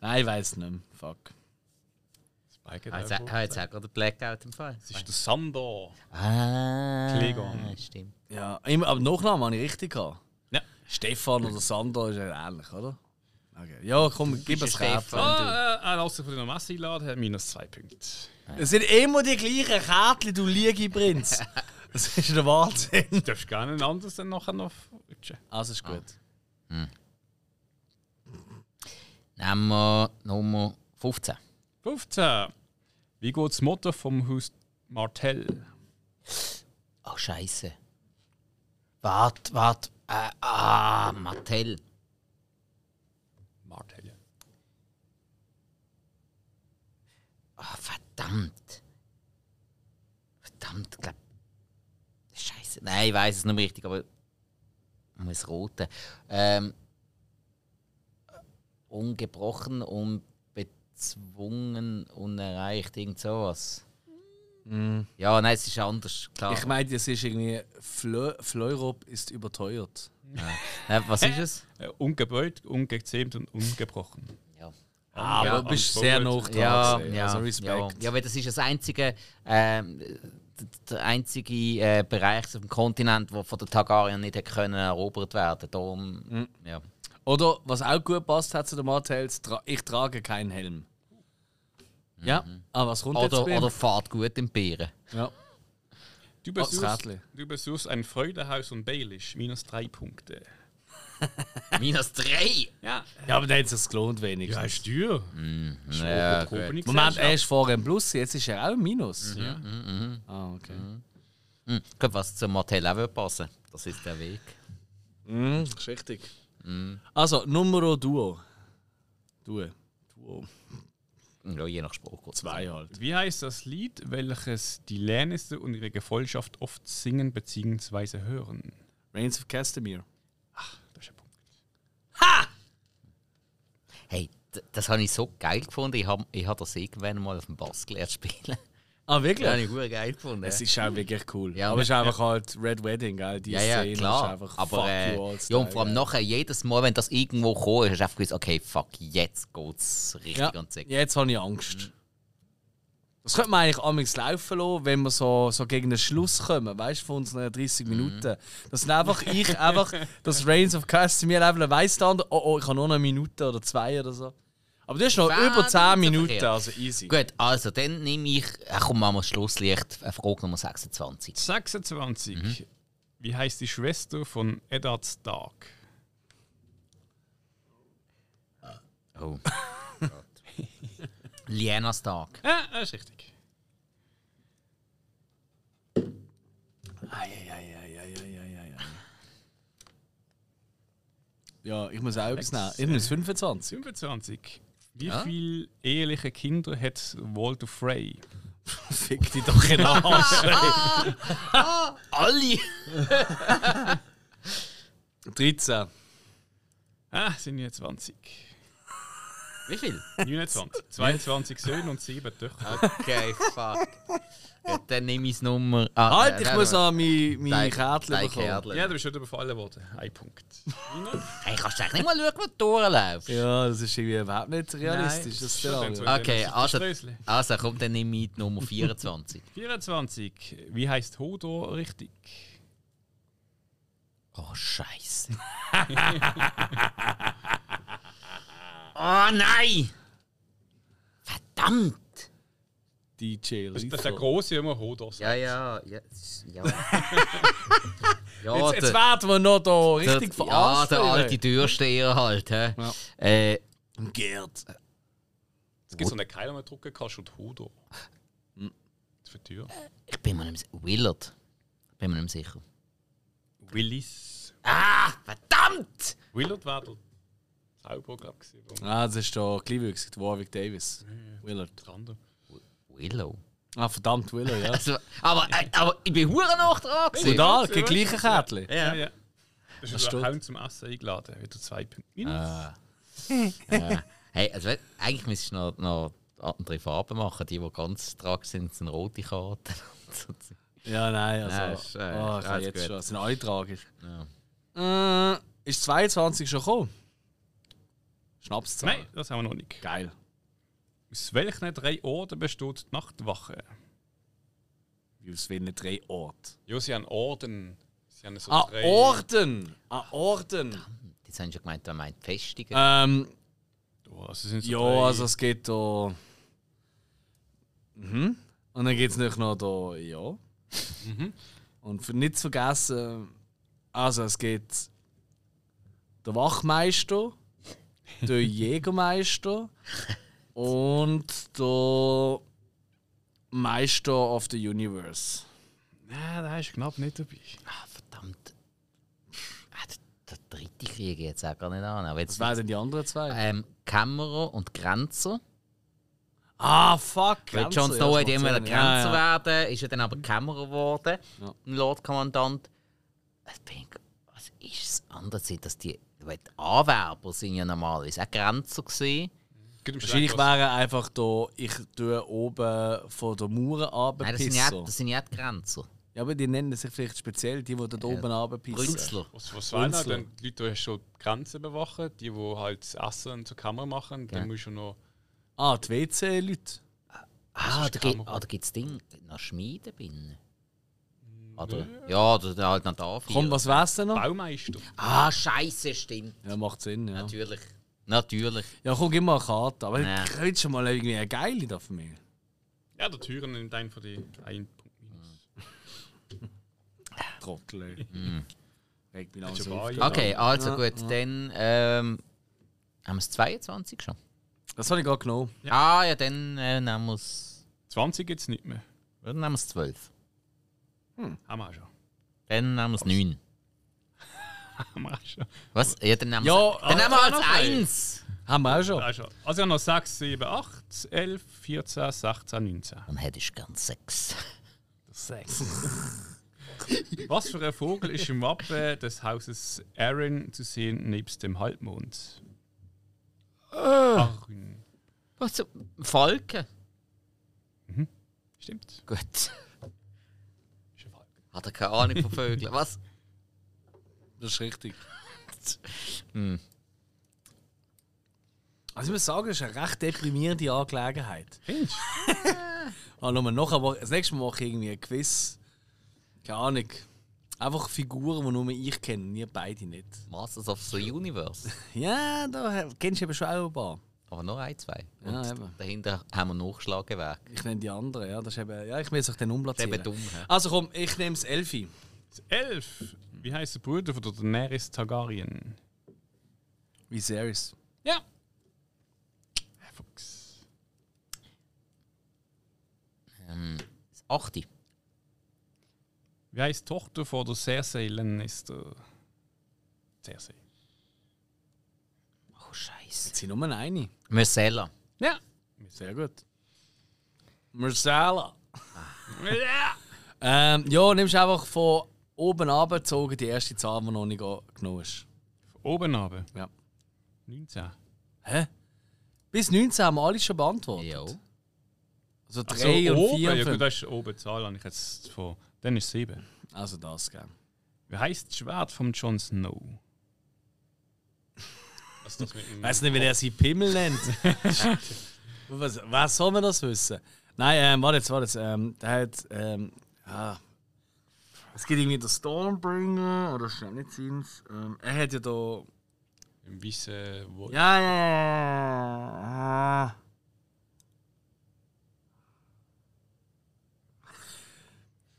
[SPEAKER 1] nein. ich weiß nicht mehr. Fuck.
[SPEAKER 3] Spike
[SPEAKER 2] Ah,
[SPEAKER 3] hat
[SPEAKER 2] Jetzt,
[SPEAKER 3] auch-
[SPEAKER 2] ah, jetzt auch gerade einen Blackout im Fall.
[SPEAKER 3] Das ist der Sandor.
[SPEAKER 2] Ah,
[SPEAKER 3] Klingon.
[SPEAKER 2] stimmt.
[SPEAKER 1] Ja, im- aber Nachnamen habe ich richtig gehabt.
[SPEAKER 3] Ja.
[SPEAKER 1] Stefan oder Sandro ist ja ähnlich, oder? Okay. Ja, komm, gib es Kärtchen.
[SPEAKER 3] Ah, äh, er lässt sich von der Messe einladen, hat minus zwei Punkte.
[SPEAKER 1] Es sind immer die gleichen Kärtchen, du Liegi-Prinz. Das ist der Wahnsinn.
[SPEAKER 3] Du darfst gerne einen anderen dann nachher noch rutschen.
[SPEAKER 1] Also ist gut.
[SPEAKER 2] Nehmen wir Nummer 15.
[SPEAKER 3] 15. Wie geht das Motto vom Haus Martell?
[SPEAKER 2] Oh, Scheiße. Wart, wart. Äh, ah, Mattel.
[SPEAKER 3] Martell.
[SPEAKER 2] Ah, verdammt. Verdammt, glaub. Scheiße. Nein, ich weiß es nicht mehr richtig, aber. Ich muss roten. Ähm. Ungebrochen, unbezwungen, unerreicht, irgend sowas. Ja, nein, es ist anders, klar.
[SPEAKER 1] Ah. Ich meine, das ist irgendwie. Fle Fleurop ist überteuert.
[SPEAKER 2] Nein, was ist es?
[SPEAKER 3] Äh, ungebeut, ungezähmt und ungebrochen.
[SPEAKER 2] Ja.
[SPEAKER 1] Ah,
[SPEAKER 3] Ja,
[SPEAKER 1] aber du bist
[SPEAKER 3] absolut.
[SPEAKER 1] sehr nah dran.
[SPEAKER 2] Ja,
[SPEAKER 1] gewesen.
[SPEAKER 2] ja,
[SPEAKER 1] Also
[SPEAKER 2] ja.
[SPEAKER 1] Respekt.
[SPEAKER 2] Ja, weil das ist das einzige, ähm, d- der einzige äh, Bereich auf dem Kontinent, wo von den Targaryen nicht hat können erobert werden. Darum,
[SPEAKER 1] Mhm.
[SPEAKER 2] ja.
[SPEAKER 1] Oder was auch gut passt hat zu den Martells, tra ich trage keinen Helm. Ja, aber was kommt
[SPEAKER 2] Oder,
[SPEAKER 1] jetzt bei ihm?
[SPEAKER 2] oder fahrt gut im Bären.
[SPEAKER 1] ja.
[SPEAKER 3] Du
[SPEAKER 1] das
[SPEAKER 3] besuchst,
[SPEAKER 1] Rädchen.
[SPEAKER 3] du besuchst ein Freudenhaus und Baelish, minus drei Punkte.
[SPEAKER 2] Minus drei.
[SPEAKER 3] Ja.
[SPEAKER 1] ja, aber dann hat es sich gelohnt wenigstens.
[SPEAKER 3] Ja, ist teuer.
[SPEAKER 2] Ja,
[SPEAKER 3] Probe- Probe nicht
[SPEAKER 1] Mhm. Moment,
[SPEAKER 3] gesehen.
[SPEAKER 1] er ist vorher im Plus, jetzt ist er auch im Minus.
[SPEAKER 2] Mhm,
[SPEAKER 1] Ah, okay.
[SPEAKER 2] Hm, könnte was zum Martell auch würde passen. Das ist der Weg.
[SPEAKER 1] Mhm, ist richtig.
[SPEAKER 2] Mhm.
[SPEAKER 1] Also, Numero Duo. Duo. Duo.
[SPEAKER 2] Ja, je nach Spruch. gut.
[SPEAKER 1] Zwei halt.
[SPEAKER 3] Wie heißt das Lied, welches die Lannister und ihre Gefolgschaft oft singen bzw. hören?
[SPEAKER 1] Reigns of Castamere.
[SPEAKER 3] Das ist ein Punkt.
[SPEAKER 2] Hey, d- das habe ich so geil gefunden. Ich habe ich hab das irgendwann mal auf dem Bass gelernt spielen.
[SPEAKER 1] Ah,
[SPEAKER 2] Das habe
[SPEAKER 1] wirklich?
[SPEAKER 2] ich verdammt geil gefunden.
[SPEAKER 1] Es ist auch wirklich cool.
[SPEAKER 2] Ja.
[SPEAKER 1] aber es ist einfach halt Red Wedding, gell? Die
[SPEAKER 2] Ja,
[SPEAKER 1] Szene
[SPEAKER 2] ja, klar.
[SPEAKER 1] ist einfach
[SPEAKER 2] aber
[SPEAKER 1] fuck
[SPEAKER 2] äh,
[SPEAKER 1] you all
[SPEAKER 2] ja, und
[SPEAKER 1] Style,
[SPEAKER 2] vor allem
[SPEAKER 1] ja.
[SPEAKER 2] nachher, jedes Mal, wenn das irgendwo kam, hast du einfach gewusst, okay, fuck, jetzt geht's richtig
[SPEAKER 1] Ja,
[SPEAKER 2] an die Säcke.
[SPEAKER 1] jetzt habe ich Angst. Das könnte man eigentlich amigs laufen lassen, wenn wir so, so gegen den Schluss kommen, weißt du, von unseren
[SPEAKER 2] Mhm.
[SPEAKER 1] 30 Minuten. Dass dann einfach ich einfach das Reigns of Castamere leveln weiss der andere, oh, oh, ich habe nur noch eine Minute oder zwei oder so. Aber du hast noch
[SPEAKER 2] Wäre
[SPEAKER 1] über
[SPEAKER 2] nicht so
[SPEAKER 1] 10 Minuten,
[SPEAKER 2] verkehrt.
[SPEAKER 1] also easy.
[SPEAKER 2] Gut, also dann nehme ich, ach komm, machen wir das Schlusslicht, äh, Frage Nummer 26.
[SPEAKER 3] 26. Wie heißt die Schwester von Eddard Stark?
[SPEAKER 2] Oh. Liana Stark.
[SPEAKER 3] Ja, das Ah, ist richtig.
[SPEAKER 1] Ja, ich muss auch etwas nehmen. Ich muss 25.
[SPEAKER 3] 25. Wie viele eheliche Kinder hat Walter Frey?
[SPEAKER 1] Fick dich doch in den Arsch.
[SPEAKER 2] Alle!
[SPEAKER 1] 13.
[SPEAKER 3] Ah, sind ja 20.
[SPEAKER 2] Wie viel?
[SPEAKER 3] 29. 22 Söhne und 7 Töchter.
[SPEAKER 2] Okay, fuck. Ja, dann nehme ich das Nummer. Ah,
[SPEAKER 1] Halt,
[SPEAKER 2] nein,
[SPEAKER 1] ich
[SPEAKER 2] nein,
[SPEAKER 1] muss
[SPEAKER 2] nein.
[SPEAKER 1] an mein, mein
[SPEAKER 2] Dein-
[SPEAKER 1] Kärtchen
[SPEAKER 2] dein
[SPEAKER 1] bekommen.
[SPEAKER 2] Kärtchen.
[SPEAKER 3] Ja, du bist schon überfallen worden. Ein Punkt. Nina?
[SPEAKER 2] Hey, kannst du eigentlich nicht mal schauen, wo du durchläufst?
[SPEAKER 1] Ja, das ist irgendwie überhaupt nicht realistisch. Das ist
[SPEAKER 3] Schon
[SPEAKER 1] der
[SPEAKER 3] dann
[SPEAKER 1] andere.
[SPEAKER 3] zwei
[SPEAKER 2] Okay,
[SPEAKER 3] Dimensionen.
[SPEAKER 2] also,
[SPEAKER 3] Strössli.
[SPEAKER 2] also komm, dann nehme ich die Nummer 24.
[SPEAKER 3] 24. Wie heißt Hodor richtig?
[SPEAKER 2] Oh, Scheiße. oh nein! Verdammt!
[SPEAKER 1] DJ
[SPEAKER 3] Das, das ist
[SPEAKER 1] Rico.
[SPEAKER 3] der große, der immer Hodor sagt.
[SPEAKER 2] ja, ja. Ja,
[SPEAKER 1] Jetzt, jetzt
[SPEAKER 2] der,
[SPEAKER 1] werden wir noch da
[SPEAKER 2] der,
[SPEAKER 1] richtig
[SPEAKER 2] ja,
[SPEAKER 1] verarscht.
[SPEAKER 2] der alte Türsteher halt. He. Äh,
[SPEAKER 1] Gerd.
[SPEAKER 3] Es gibt so einen Keil, den man drücken kannst und Hodor. Hm. Für die Tür.
[SPEAKER 2] ich bin mir nicht mehr sicher. Willard. Bin mir nicht mehr sicher.
[SPEAKER 3] Willis.
[SPEAKER 2] Ah, verdammt!
[SPEAKER 3] Willard war der Zauberer, glaube ich. gewesen, wo-
[SPEAKER 1] Ah, das ist der gleichwüchsige der Warwick Davis. Willard.
[SPEAKER 3] der andere.
[SPEAKER 2] Willow.
[SPEAKER 1] Ah, verdammt, Willard, ja.
[SPEAKER 2] Also, aber, äh, aber ich bin hure noch dran. gewesen.
[SPEAKER 1] Brutal, kein gleicher Kärtchen.
[SPEAKER 3] Ja, ja. Das Äh.
[SPEAKER 1] Das
[SPEAKER 3] ist ein
[SPEAKER 1] steht.
[SPEAKER 3] Hound zum Essen eingeladen. Wieder zwei Punkte. Minus.
[SPEAKER 2] Hey, also, we- eigentlich müsstest du noch, noch andere Farben machen. Die, die ganz dran sind, sind rote Karten.
[SPEAKER 1] Ja, nein,
[SPEAKER 2] Nein,
[SPEAKER 1] also.
[SPEAKER 2] ist, äh,
[SPEAKER 1] oh, ich kann
[SPEAKER 2] alles
[SPEAKER 1] jetzt
[SPEAKER 2] gut.
[SPEAKER 1] schon. Das sind alle tragisch. Äh, ist 22 schon gekommen? Schnapszahl.
[SPEAKER 3] Nein, das haben wir noch nicht.
[SPEAKER 1] Geil.
[SPEAKER 3] Aus welchen drei Orden besteht die Nachtwache?
[SPEAKER 1] Wie aus welchen drei Orten?
[SPEAKER 3] Ja, sie haben Orden. Sie haben so
[SPEAKER 1] An
[SPEAKER 3] drei.
[SPEAKER 1] Ah, Orten! An Orten!
[SPEAKER 2] Jetzt haben sie schon gemeint, man meint Festungen.
[SPEAKER 1] Ähm,
[SPEAKER 3] Oh, also sind so
[SPEAKER 1] ja,
[SPEAKER 3] drei.
[SPEAKER 1] also es geht da. Mhm. Und dann geht es nicht noch da, ja.
[SPEAKER 2] Mhm.
[SPEAKER 1] Und für nicht zu vergessen, also es geht der Wachmeister, der Jägermeister und der Meister of the Universe.
[SPEAKER 3] Nein, da ist knapp nicht dabei.
[SPEAKER 2] Ah, verdammt. Ah, der, der dritte kriege ich jetzt auch gar nicht an. Aber
[SPEAKER 1] Was
[SPEAKER 2] jetzt,
[SPEAKER 1] wären denn die anderen zwei?
[SPEAKER 2] ähm, Kämmerer und Grenzer.
[SPEAKER 1] Ah, fuck!
[SPEAKER 2] Weil
[SPEAKER 1] Grenzer,
[SPEAKER 2] Jon Snow
[SPEAKER 1] ja,
[SPEAKER 2] wollte
[SPEAKER 1] das
[SPEAKER 2] immer
[SPEAKER 1] macht
[SPEAKER 2] ein
[SPEAKER 1] Sinn. Ja,
[SPEAKER 2] Grenzer
[SPEAKER 1] ja.
[SPEAKER 2] werden, ist ja dann aber Kämmerer geworden,
[SPEAKER 1] Ja.
[SPEAKER 2] ein Lordkommandant. Ich bin- Was ist das andere? Zeit, Dass die, weil die Anwerber sind ja normalerweise auch Grenzer gewesen.
[SPEAKER 1] Wahrscheinlich wäre einfach da, ich tue oben von der Mauer
[SPEAKER 2] Nein, das sind, ja,
[SPEAKER 1] runterpissen.
[SPEAKER 2] das sind ja die Grenzer.
[SPEAKER 1] Ja, aber die nennen sich vielleicht speziell die, die da oben runterpissen.
[SPEAKER 2] Brünzler.
[SPEAKER 3] Was, was wollen
[SPEAKER 1] Runzler.
[SPEAKER 3] denn die Leute, die schon die Grenzen bewachen, die, die halt das Essen zur Kamera machen, dann musst du noch.
[SPEAKER 1] Ah, die WC-Leute.
[SPEAKER 2] Ah, da gibt
[SPEAKER 3] Kamera.
[SPEAKER 2] ah, es Ding, noch Schmieden bin. Oder? Ja, da da halt noch da.
[SPEAKER 1] Komm, was wär's denn noch?
[SPEAKER 3] Baumeister.
[SPEAKER 2] Ah, Scheiße, stimmt.
[SPEAKER 1] Ja, macht Sinn, ja.
[SPEAKER 2] Natürlich. Natürlich.
[SPEAKER 1] Ja, komm, gib mal eine Karte. Aber
[SPEAKER 2] Ja.
[SPEAKER 1] ich könnte schon mal irgendwie eine geile da für mich.
[SPEAKER 3] Ja, der Türen nimmt einen von den einen Punkt minus.
[SPEAKER 1] Trottel. ey. Regt mich langsam
[SPEAKER 3] schon
[SPEAKER 1] auf.
[SPEAKER 3] bei.
[SPEAKER 2] Okay, also gut, dann ähm, haben wir es 22 schon.
[SPEAKER 1] Das habe ich gerade genommen.
[SPEAKER 2] Ah, ja, dann äh, nehmen wir es.
[SPEAKER 3] 20 jetzt Genau. nicht mehr.
[SPEAKER 2] Dann nehmen wir es 12.
[SPEAKER 3] Haben wir auch schon.
[SPEAKER 2] Dann nehmen wir es 9.
[SPEAKER 3] Haben wir auch schon.
[SPEAKER 2] Was? Ja, dann nehmen wir
[SPEAKER 1] Ja,
[SPEAKER 3] Oh,
[SPEAKER 2] es. Dann nehmen
[SPEAKER 1] ah,
[SPEAKER 2] wir
[SPEAKER 1] noch
[SPEAKER 2] als
[SPEAKER 1] ein.
[SPEAKER 2] 1.
[SPEAKER 1] Haben wir auch schon.
[SPEAKER 3] Auch schon. Also, ich habe noch 6, 7, 8, 11, 14, 16, 19.
[SPEAKER 2] Dann hättest du gern 6.
[SPEAKER 3] Was für ein Vogel ist im Wappen des Hauses Aaron zu sehen, nebst dem Halbmond? Aaron.
[SPEAKER 2] Was? Falken?
[SPEAKER 3] Stimmt.
[SPEAKER 2] Gut.
[SPEAKER 3] Ist ein Falke.
[SPEAKER 2] Hat er keine Ahnung von Vögeln. Was?
[SPEAKER 1] Das ist richtig. Also ich muss sagen, es ist eine recht deprimierende Angelegenheit.
[SPEAKER 3] Findest
[SPEAKER 1] Ah, nur noch, aber das nächste Mal mache ich irgendwie ein Quiz. Keine Ahnung. Einfach Figuren, die nur ich kenne, wir beide nicht.
[SPEAKER 2] Masters of the Universe.
[SPEAKER 1] Ja, da kennst du eben schon auch ein paar.
[SPEAKER 2] Aber nur ein, zwei. Und
[SPEAKER 1] Ja, eben.
[SPEAKER 2] dahinter haben wir Nachschlagewerk.
[SPEAKER 1] Ich nehme die anderen, ja. Das ist eben, ja ich will sich dann umplatzieren.
[SPEAKER 2] Das ist eben dumm, hä?
[SPEAKER 1] Also komm, ich nehme das Elfi.
[SPEAKER 3] 11. Wie heißt der Bruder von der Daenerys Targaryen?
[SPEAKER 1] Viserys.
[SPEAKER 3] Ja. Herr Fuchs.
[SPEAKER 2] Das achte.
[SPEAKER 3] Wie heißt die Tochter von der Cersei Lannister? Cersei.
[SPEAKER 2] Oh, Scheiße.
[SPEAKER 1] Jetzt sind nur eine.
[SPEAKER 2] Marcella.
[SPEAKER 1] Ja. Sehr gut. Marcella.
[SPEAKER 3] Ja!
[SPEAKER 1] Ähm, ja, nimmst einfach von oben abgezogen die erste Zahl, die noch nicht genommen ist.
[SPEAKER 3] Von Oben aber.
[SPEAKER 1] Ja.
[SPEAKER 3] 19.
[SPEAKER 1] Hä? Bis 19 haben wir alles schon beantwortet.
[SPEAKER 2] Ja.
[SPEAKER 1] Also 3
[SPEAKER 3] Also
[SPEAKER 1] und
[SPEAKER 3] oben,
[SPEAKER 1] 4
[SPEAKER 3] ja
[SPEAKER 1] und
[SPEAKER 3] gut,
[SPEAKER 1] 5.
[SPEAKER 3] das ist oben Zahl, habe ich jetzt von. Dann ist es 7.
[SPEAKER 1] Also das, gell.
[SPEAKER 3] Wie heisst das Schwert von Jon Snow? Also das mit dem
[SPEAKER 1] Weiß nicht, wie er sie Pimmel nennt. was, was soll man das wissen? Nein, ähm, warte jetzt, warte jetzt. Ähm, der hat. Ähm, ah. Es gibt irgendwie den Stormbringer oder ist das nicht seins. Ähm, er hat ja da.
[SPEAKER 3] im weißen Wolf.
[SPEAKER 1] Ja, ja, ja, ja.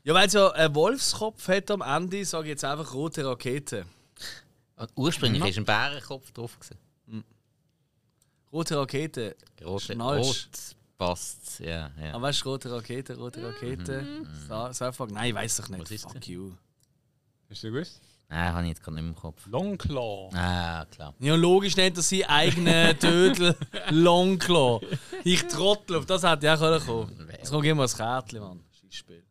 [SPEAKER 1] Ja, weil es ja einen Wolfskopf hat am Ende, sage ich jetzt einfach rote Rakete.
[SPEAKER 2] Und Ursprünglich war ein Bärenkopf drauf. Gewesen.
[SPEAKER 1] Rote Rakete.
[SPEAKER 2] Rot,
[SPEAKER 1] Schnallst.
[SPEAKER 2] rot passt. Ja, ja.
[SPEAKER 1] Aber weißt du, rote Rakete, rote Rakete. Sa- Saufrage. Nein, weiß ich nicht.
[SPEAKER 2] Was ist
[SPEAKER 1] Fuck you.
[SPEAKER 3] Hast du gewusst?
[SPEAKER 2] Nein, habe ich jetzt gerade nicht mehr im Kopf.
[SPEAKER 3] Longclaw.
[SPEAKER 2] Ah, klar.
[SPEAKER 1] Ja, logisch nennt er seinen eigenen Dödel Longclaw. Ich trottel, auf das hätte ich auch können kommen Jetzt kommt immer ein Kärtchen, Mann. Scheißspiel.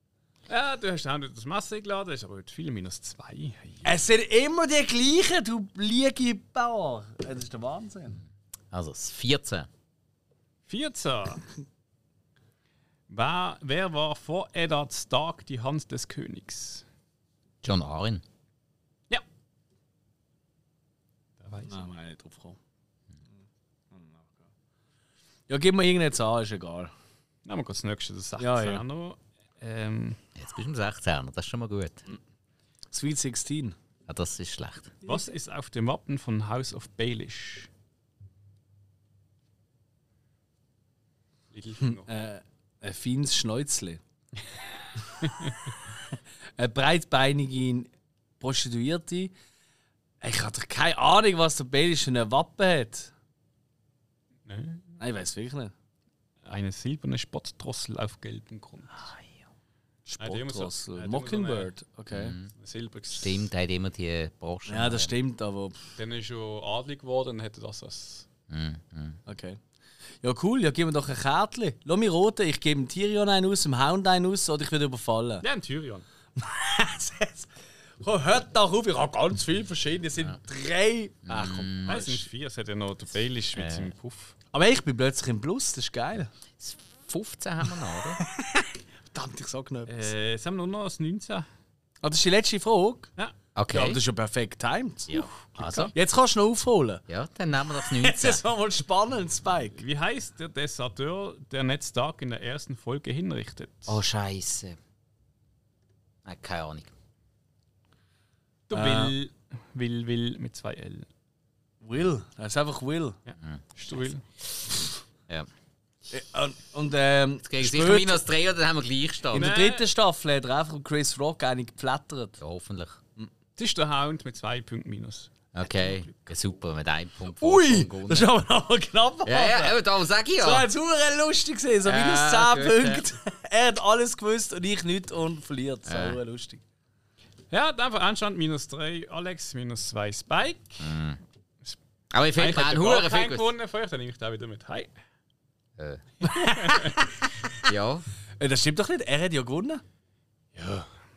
[SPEAKER 3] Ja, du hast auch nicht das Messer geladen, das ist aber heute viel minus 2.
[SPEAKER 1] Es sind immer die gleichen, du liege Bauer. Das ist der Wahnsinn.
[SPEAKER 2] Also, das 14.
[SPEAKER 3] 14. wer, wer war vor Eddard Stark die Hand des Königs?
[SPEAKER 2] John Arryn.
[SPEAKER 3] Ja. Da weiß ich.
[SPEAKER 1] Nein, wir nicht drauf gekommen. Ja, gib mir irgendeine Zahl, ist egal.
[SPEAKER 3] Nehmen wir kurz das nächste, das 16.
[SPEAKER 1] Ja, ja.
[SPEAKER 3] noch. Ähm,
[SPEAKER 2] Jetzt bist du im 16er, das ist schon mal gut.
[SPEAKER 1] Sweet 16.
[SPEAKER 2] Ah, das ist schlecht.
[SPEAKER 3] was ist auf dem Wappen von House of Baelish? Littlefinger.
[SPEAKER 1] Ein feines Schnäuzle. eine breitbeinige Prostituierte. Ich habe doch keine Ahnung, was der Baelish für ein Wappen hat.
[SPEAKER 3] Ne?
[SPEAKER 1] Nein, ich weiß wirklich nicht.
[SPEAKER 3] Eine silberne Spottdrossel auf gelbem Grund. hat immer so-
[SPEAKER 1] Sportrossel.
[SPEAKER 3] hat immer so
[SPEAKER 1] Mockingbird. Okay.
[SPEAKER 3] Silber.
[SPEAKER 2] Stimmt, hat immer die Porsche.
[SPEAKER 1] Ja, das stimmt, aber pff,
[SPEAKER 3] Dann ist schon adlig geworden und hätte das als.
[SPEAKER 1] okay. Ja, cool, ja, gib mir doch ein Kärtchen. Lass mich roten, ich gebe dem Tyrion einen aus, dem Hound einen aus oder ich werde überfallen.
[SPEAKER 3] Ja, ein Tyrion.
[SPEAKER 1] Komm, oh, hört doch auf, ich habe ganz viele verschiedene, es sind drei. Ach komm.
[SPEAKER 3] Nein, es sind vier, es hat ja noch der Baelish mit seinem Puff.
[SPEAKER 1] Aber ich bin plötzlich im Plus, das ist geil.
[SPEAKER 2] Das 15 haben wir noch, oder?
[SPEAKER 1] Verdammt, ich sag noch etwas.
[SPEAKER 3] Äh, jetzt haben wir nur noch das 19.
[SPEAKER 1] Ah, das ist die letzte Frage.
[SPEAKER 3] Ja.
[SPEAKER 1] Ja, aber
[SPEAKER 2] Okay.
[SPEAKER 1] das ist ja perfekt timed.
[SPEAKER 2] Ja, also,
[SPEAKER 1] Jetzt kannst du noch aufholen.
[SPEAKER 2] ja, dann nehmen wir das
[SPEAKER 1] Jetzt
[SPEAKER 2] 19.
[SPEAKER 1] ist es mal spannend, Spike.
[SPEAKER 3] Wie heißt der Deserteur, der Ned Stark in der ersten Folge hinrichtet?
[SPEAKER 2] Oh, Scheiße. Nein, keine Ahnung.
[SPEAKER 3] Der Will. Will, Will mit zwei L.
[SPEAKER 1] Will. Das ist einfach Will.
[SPEAKER 3] Ja. Ist der Will?
[SPEAKER 2] Ja.
[SPEAKER 1] Und, und ähm,
[SPEAKER 2] Gegen
[SPEAKER 1] spät-
[SPEAKER 2] sicher minus 3 oder dann haben wir gleich
[SPEAKER 1] in
[SPEAKER 2] stand.
[SPEAKER 1] der
[SPEAKER 3] Nein.
[SPEAKER 1] dritten Staffel hat er einfach Chris Rock einen geplättert.
[SPEAKER 2] Ja, hoffentlich.
[SPEAKER 3] Das ist der Hound mit zwei Punkten minus.
[SPEAKER 2] Okay, ja, super, mit einem Punkt.
[SPEAKER 1] Ui,
[SPEAKER 2] Vorsprung
[SPEAKER 1] das
[SPEAKER 2] gewonnen.
[SPEAKER 1] ist aber noch mal knapp.
[SPEAKER 2] Ja, ja, eben, darum sage ich
[SPEAKER 1] Das war
[SPEAKER 2] ja.
[SPEAKER 1] jetzt hure lustig, gewesen, so
[SPEAKER 2] Ja,
[SPEAKER 1] minus 10
[SPEAKER 2] gut, ja.
[SPEAKER 1] Punkte. Er hat alles gewusst und ich nicht und verliert. So hure lustig.
[SPEAKER 3] Ja, dann einfach Anstand minus drei, Alex minus zwei, Spike.
[SPEAKER 2] Aber ich finde, wir
[SPEAKER 3] Eigentlich hat
[SPEAKER 2] haben
[SPEAKER 3] der gar
[SPEAKER 2] Huren
[SPEAKER 3] keinen
[SPEAKER 2] viel gewusst.
[SPEAKER 3] gewonnen, vielleicht nehme ich da wieder mit. Hi.
[SPEAKER 2] Äh. Ja,
[SPEAKER 1] Äh, Das stimmt doch nicht, er hat ja gewonnen.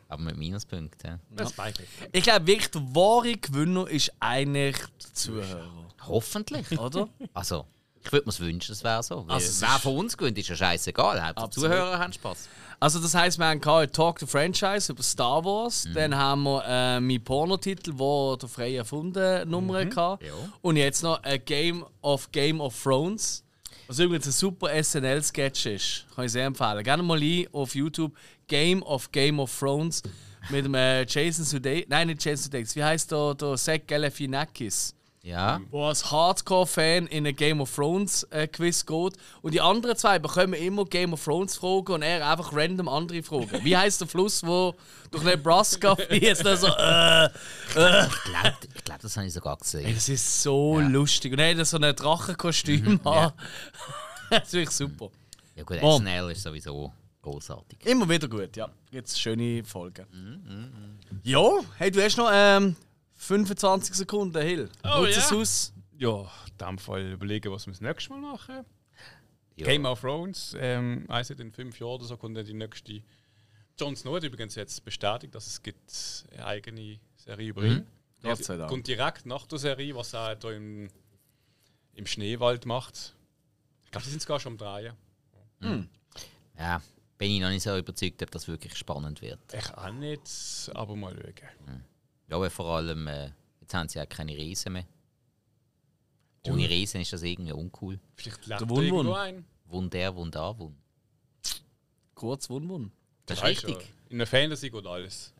[SPEAKER 2] aber mit Minuspunkten. ja.
[SPEAKER 3] Ja. Spike.
[SPEAKER 1] Ich glaube wirklich, der wahre Gewinner ist eigentlich der Zuhörer,
[SPEAKER 2] Hoffentlich.
[SPEAKER 1] oder?
[SPEAKER 2] Also, ich würde mir wünschen, es wäre so. Weil
[SPEAKER 1] Also, es
[SPEAKER 2] wer
[SPEAKER 1] ist-
[SPEAKER 2] von uns gewinnt, ist ja scheißegal. Hauptsache die
[SPEAKER 1] Absolut.
[SPEAKER 2] Zuhörer haben Spaß.
[SPEAKER 1] Also das heißt, wir haben gehabt, Talk to Franchise über Star Wars, dann haben wir äh, meinen Pornotitel, wo der frei erfunden Nummer gehabt.
[SPEAKER 2] Ja.
[SPEAKER 1] und jetzt noch ein Game of Game of Thrones, was übrigens ein super SNL Sketch ist, kann ich sehr empfehlen. Gerne mal ein auf YouTube Game of Game of Thrones mit dem äh, Jason Sudeikis, nein nicht Jason Sudeikis, wie heißt der, der Zach Galifianakis?
[SPEAKER 2] Ja.
[SPEAKER 1] wo als Hardcore-Fan in ein Game of Thrones-Quiz geht. Und die anderen zwei bekommen immer Game of Thrones-Fragen und er einfach random andere Fragen. Wie heißt der Fluss, wo durch Nebraska fließt? Also, äh,
[SPEAKER 2] Ich glaube, ich glaub, das habe ich sogar gesehen.
[SPEAKER 1] das ist so lustig. Und er hat so ein Drachenkostüm
[SPEAKER 3] Mhm.
[SPEAKER 1] an. das ist wirklich super.
[SPEAKER 2] Ja gut,
[SPEAKER 1] Bom.
[SPEAKER 2] SNL ist sowieso großartig.
[SPEAKER 1] Immer wieder gut, ja. Jetzt schöne Folgen.
[SPEAKER 3] Mhm,
[SPEAKER 1] Ja, hey, du hast noch ähm, 25 Sekunden, Hill.
[SPEAKER 3] Oh,
[SPEAKER 1] Nutz es
[SPEAKER 3] ja.
[SPEAKER 1] aus.
[SPEAKER 3] Ja, in dem Fall überlegen, was wir das nächste Mal machen.
[SPEAKER 2] Ja.
[SPEAKER 3] Game of Thrones, ähm, weiss nicht, in fünf Jahren oder so kommt dann die nächste. Jon Snow hat übrigens jetzt bestätigt, dass es gibt eine eigene Serie über ihn.
[SPEAKER 1] Gott sei Dank.
[SPEAKER 3] Kommt direkt nach der Serie, was er da im, im Schneewald macht. glaube, die sind sogar schon am Drehen.
[SPEAKER 2] Ja, bin ich noch nicht so überzeugt, ob das wirklich spannend wird.
[SPEAKER 3] Ich auch nicht, aber mal schauen.
[SPEAKER 2] Ja, weil vor allem, äh, jetzt haben sie ja keine Riesen mehr. Ohne Riesen ist das irgendwie uncool.
[SPEAKER 3] Vielleicht lebt da
[SPEAKER 1] Wun-Wun.
[SPEAKER 3] irgendwo ein.
[SPEAKER 2] Wunder, wunder, wunder.
[SPEAKER 1] Kurz Wun-Wun.
[SPEAKER 2] Das ist
[SPEAKER 3] Weißt du,
[SPEAKER 2] richtig.
[SPEAKER 3] In der Fantasy geht alles.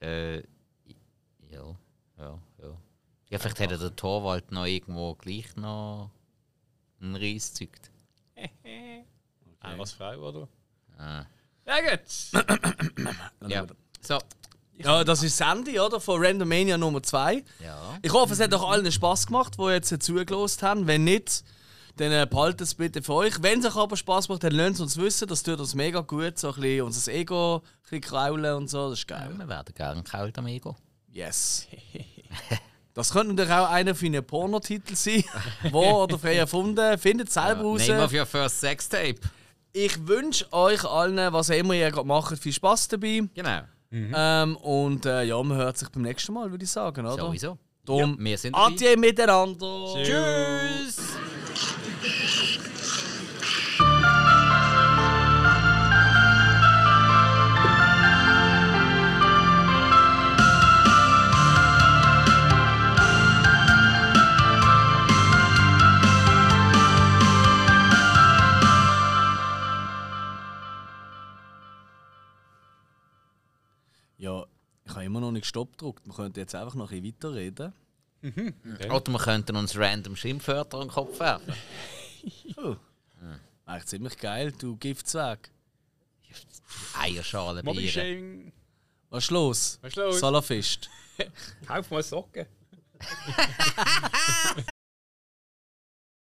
[SPEAKER 2] Äh, ja, ja, ja. Ja, vielleicht hätte der Torwald noch irgendwo gleich noch einen Ries gezückt.
[SPEAKER 3] Einmal als Frau, oder?
[SPEAKER 2] Ah.
[SPEAKER 3] Ja, gut.
[SPEAKER 2] Ja. So.
[SPEAKER 1] Ja, das ist Sandy, oder? Von Randomania Nummer 2.
[SPEAKER 2] Ja.
[SPEAKER 1] Ich hoffe, es hat auch allen Spaß gemacht, die jetzt zugelost haben. Wenn nicht, dann äh, behaltet es bitte für euch. Wenn es euch aber Spaß macht, dann lasst es uns wissen. Das tut uns mega gut. So ein bisschen unser Ego ein bisschen kraulen und so. Das ist
[SPEAKER 2] Ja,
[SPEAKER 1] geil.
[SPEAKER 2] wir werden gerne kalt am Ego.
[SPEAKER 1] Yes. Das könnte natürlich auch einer für einen Pornotitel sein. Wo oder frei erfunden. Findet selber raus.
[SPEAKER 2] Nehmen wir für First Sex Tape.
[SPEAKER 1] Ich wünsche euch allen, was auch immer ihr gerade macht, viel Spaß dabei.
[SPEAKER 2] Genau.
[SPEAKER 1] Ähm, und äh, ja, man hört sich beim nächsten Mal, würde ich sagen, oder?
[SPEAKER 2] Sowieso.
[SPEAKER 1] Drum,
[SPEAKER 2] Ja, wir sind dabei.
[SPEAKER 1] Adieu miteinander.
[SPEAKER 2] Tschüss.
[SPEAKER 1] Ja, ich habe immer noch nicht Stopp gedrückt. Wir könnten jetzt einfach noch ein bisschen weiterreden.
[SPEAKER 2] Oder wir könnten uns random Schimpfwörter in den Kopf werfen.
[SPEAKER 1] Oh. Eigentlich ziemlich geil, du Giftzwerg.
[SPEAKER 2] Eierschalen Bier.
[SPEAKER 3] Mobbing-Shaming.
[SPEAKER 1] Was ist los?
[SPEAKER 3] Was ist los?
[SPEAKER 1] Salafist.
[SPEAKER 3] Kauf mal Socken.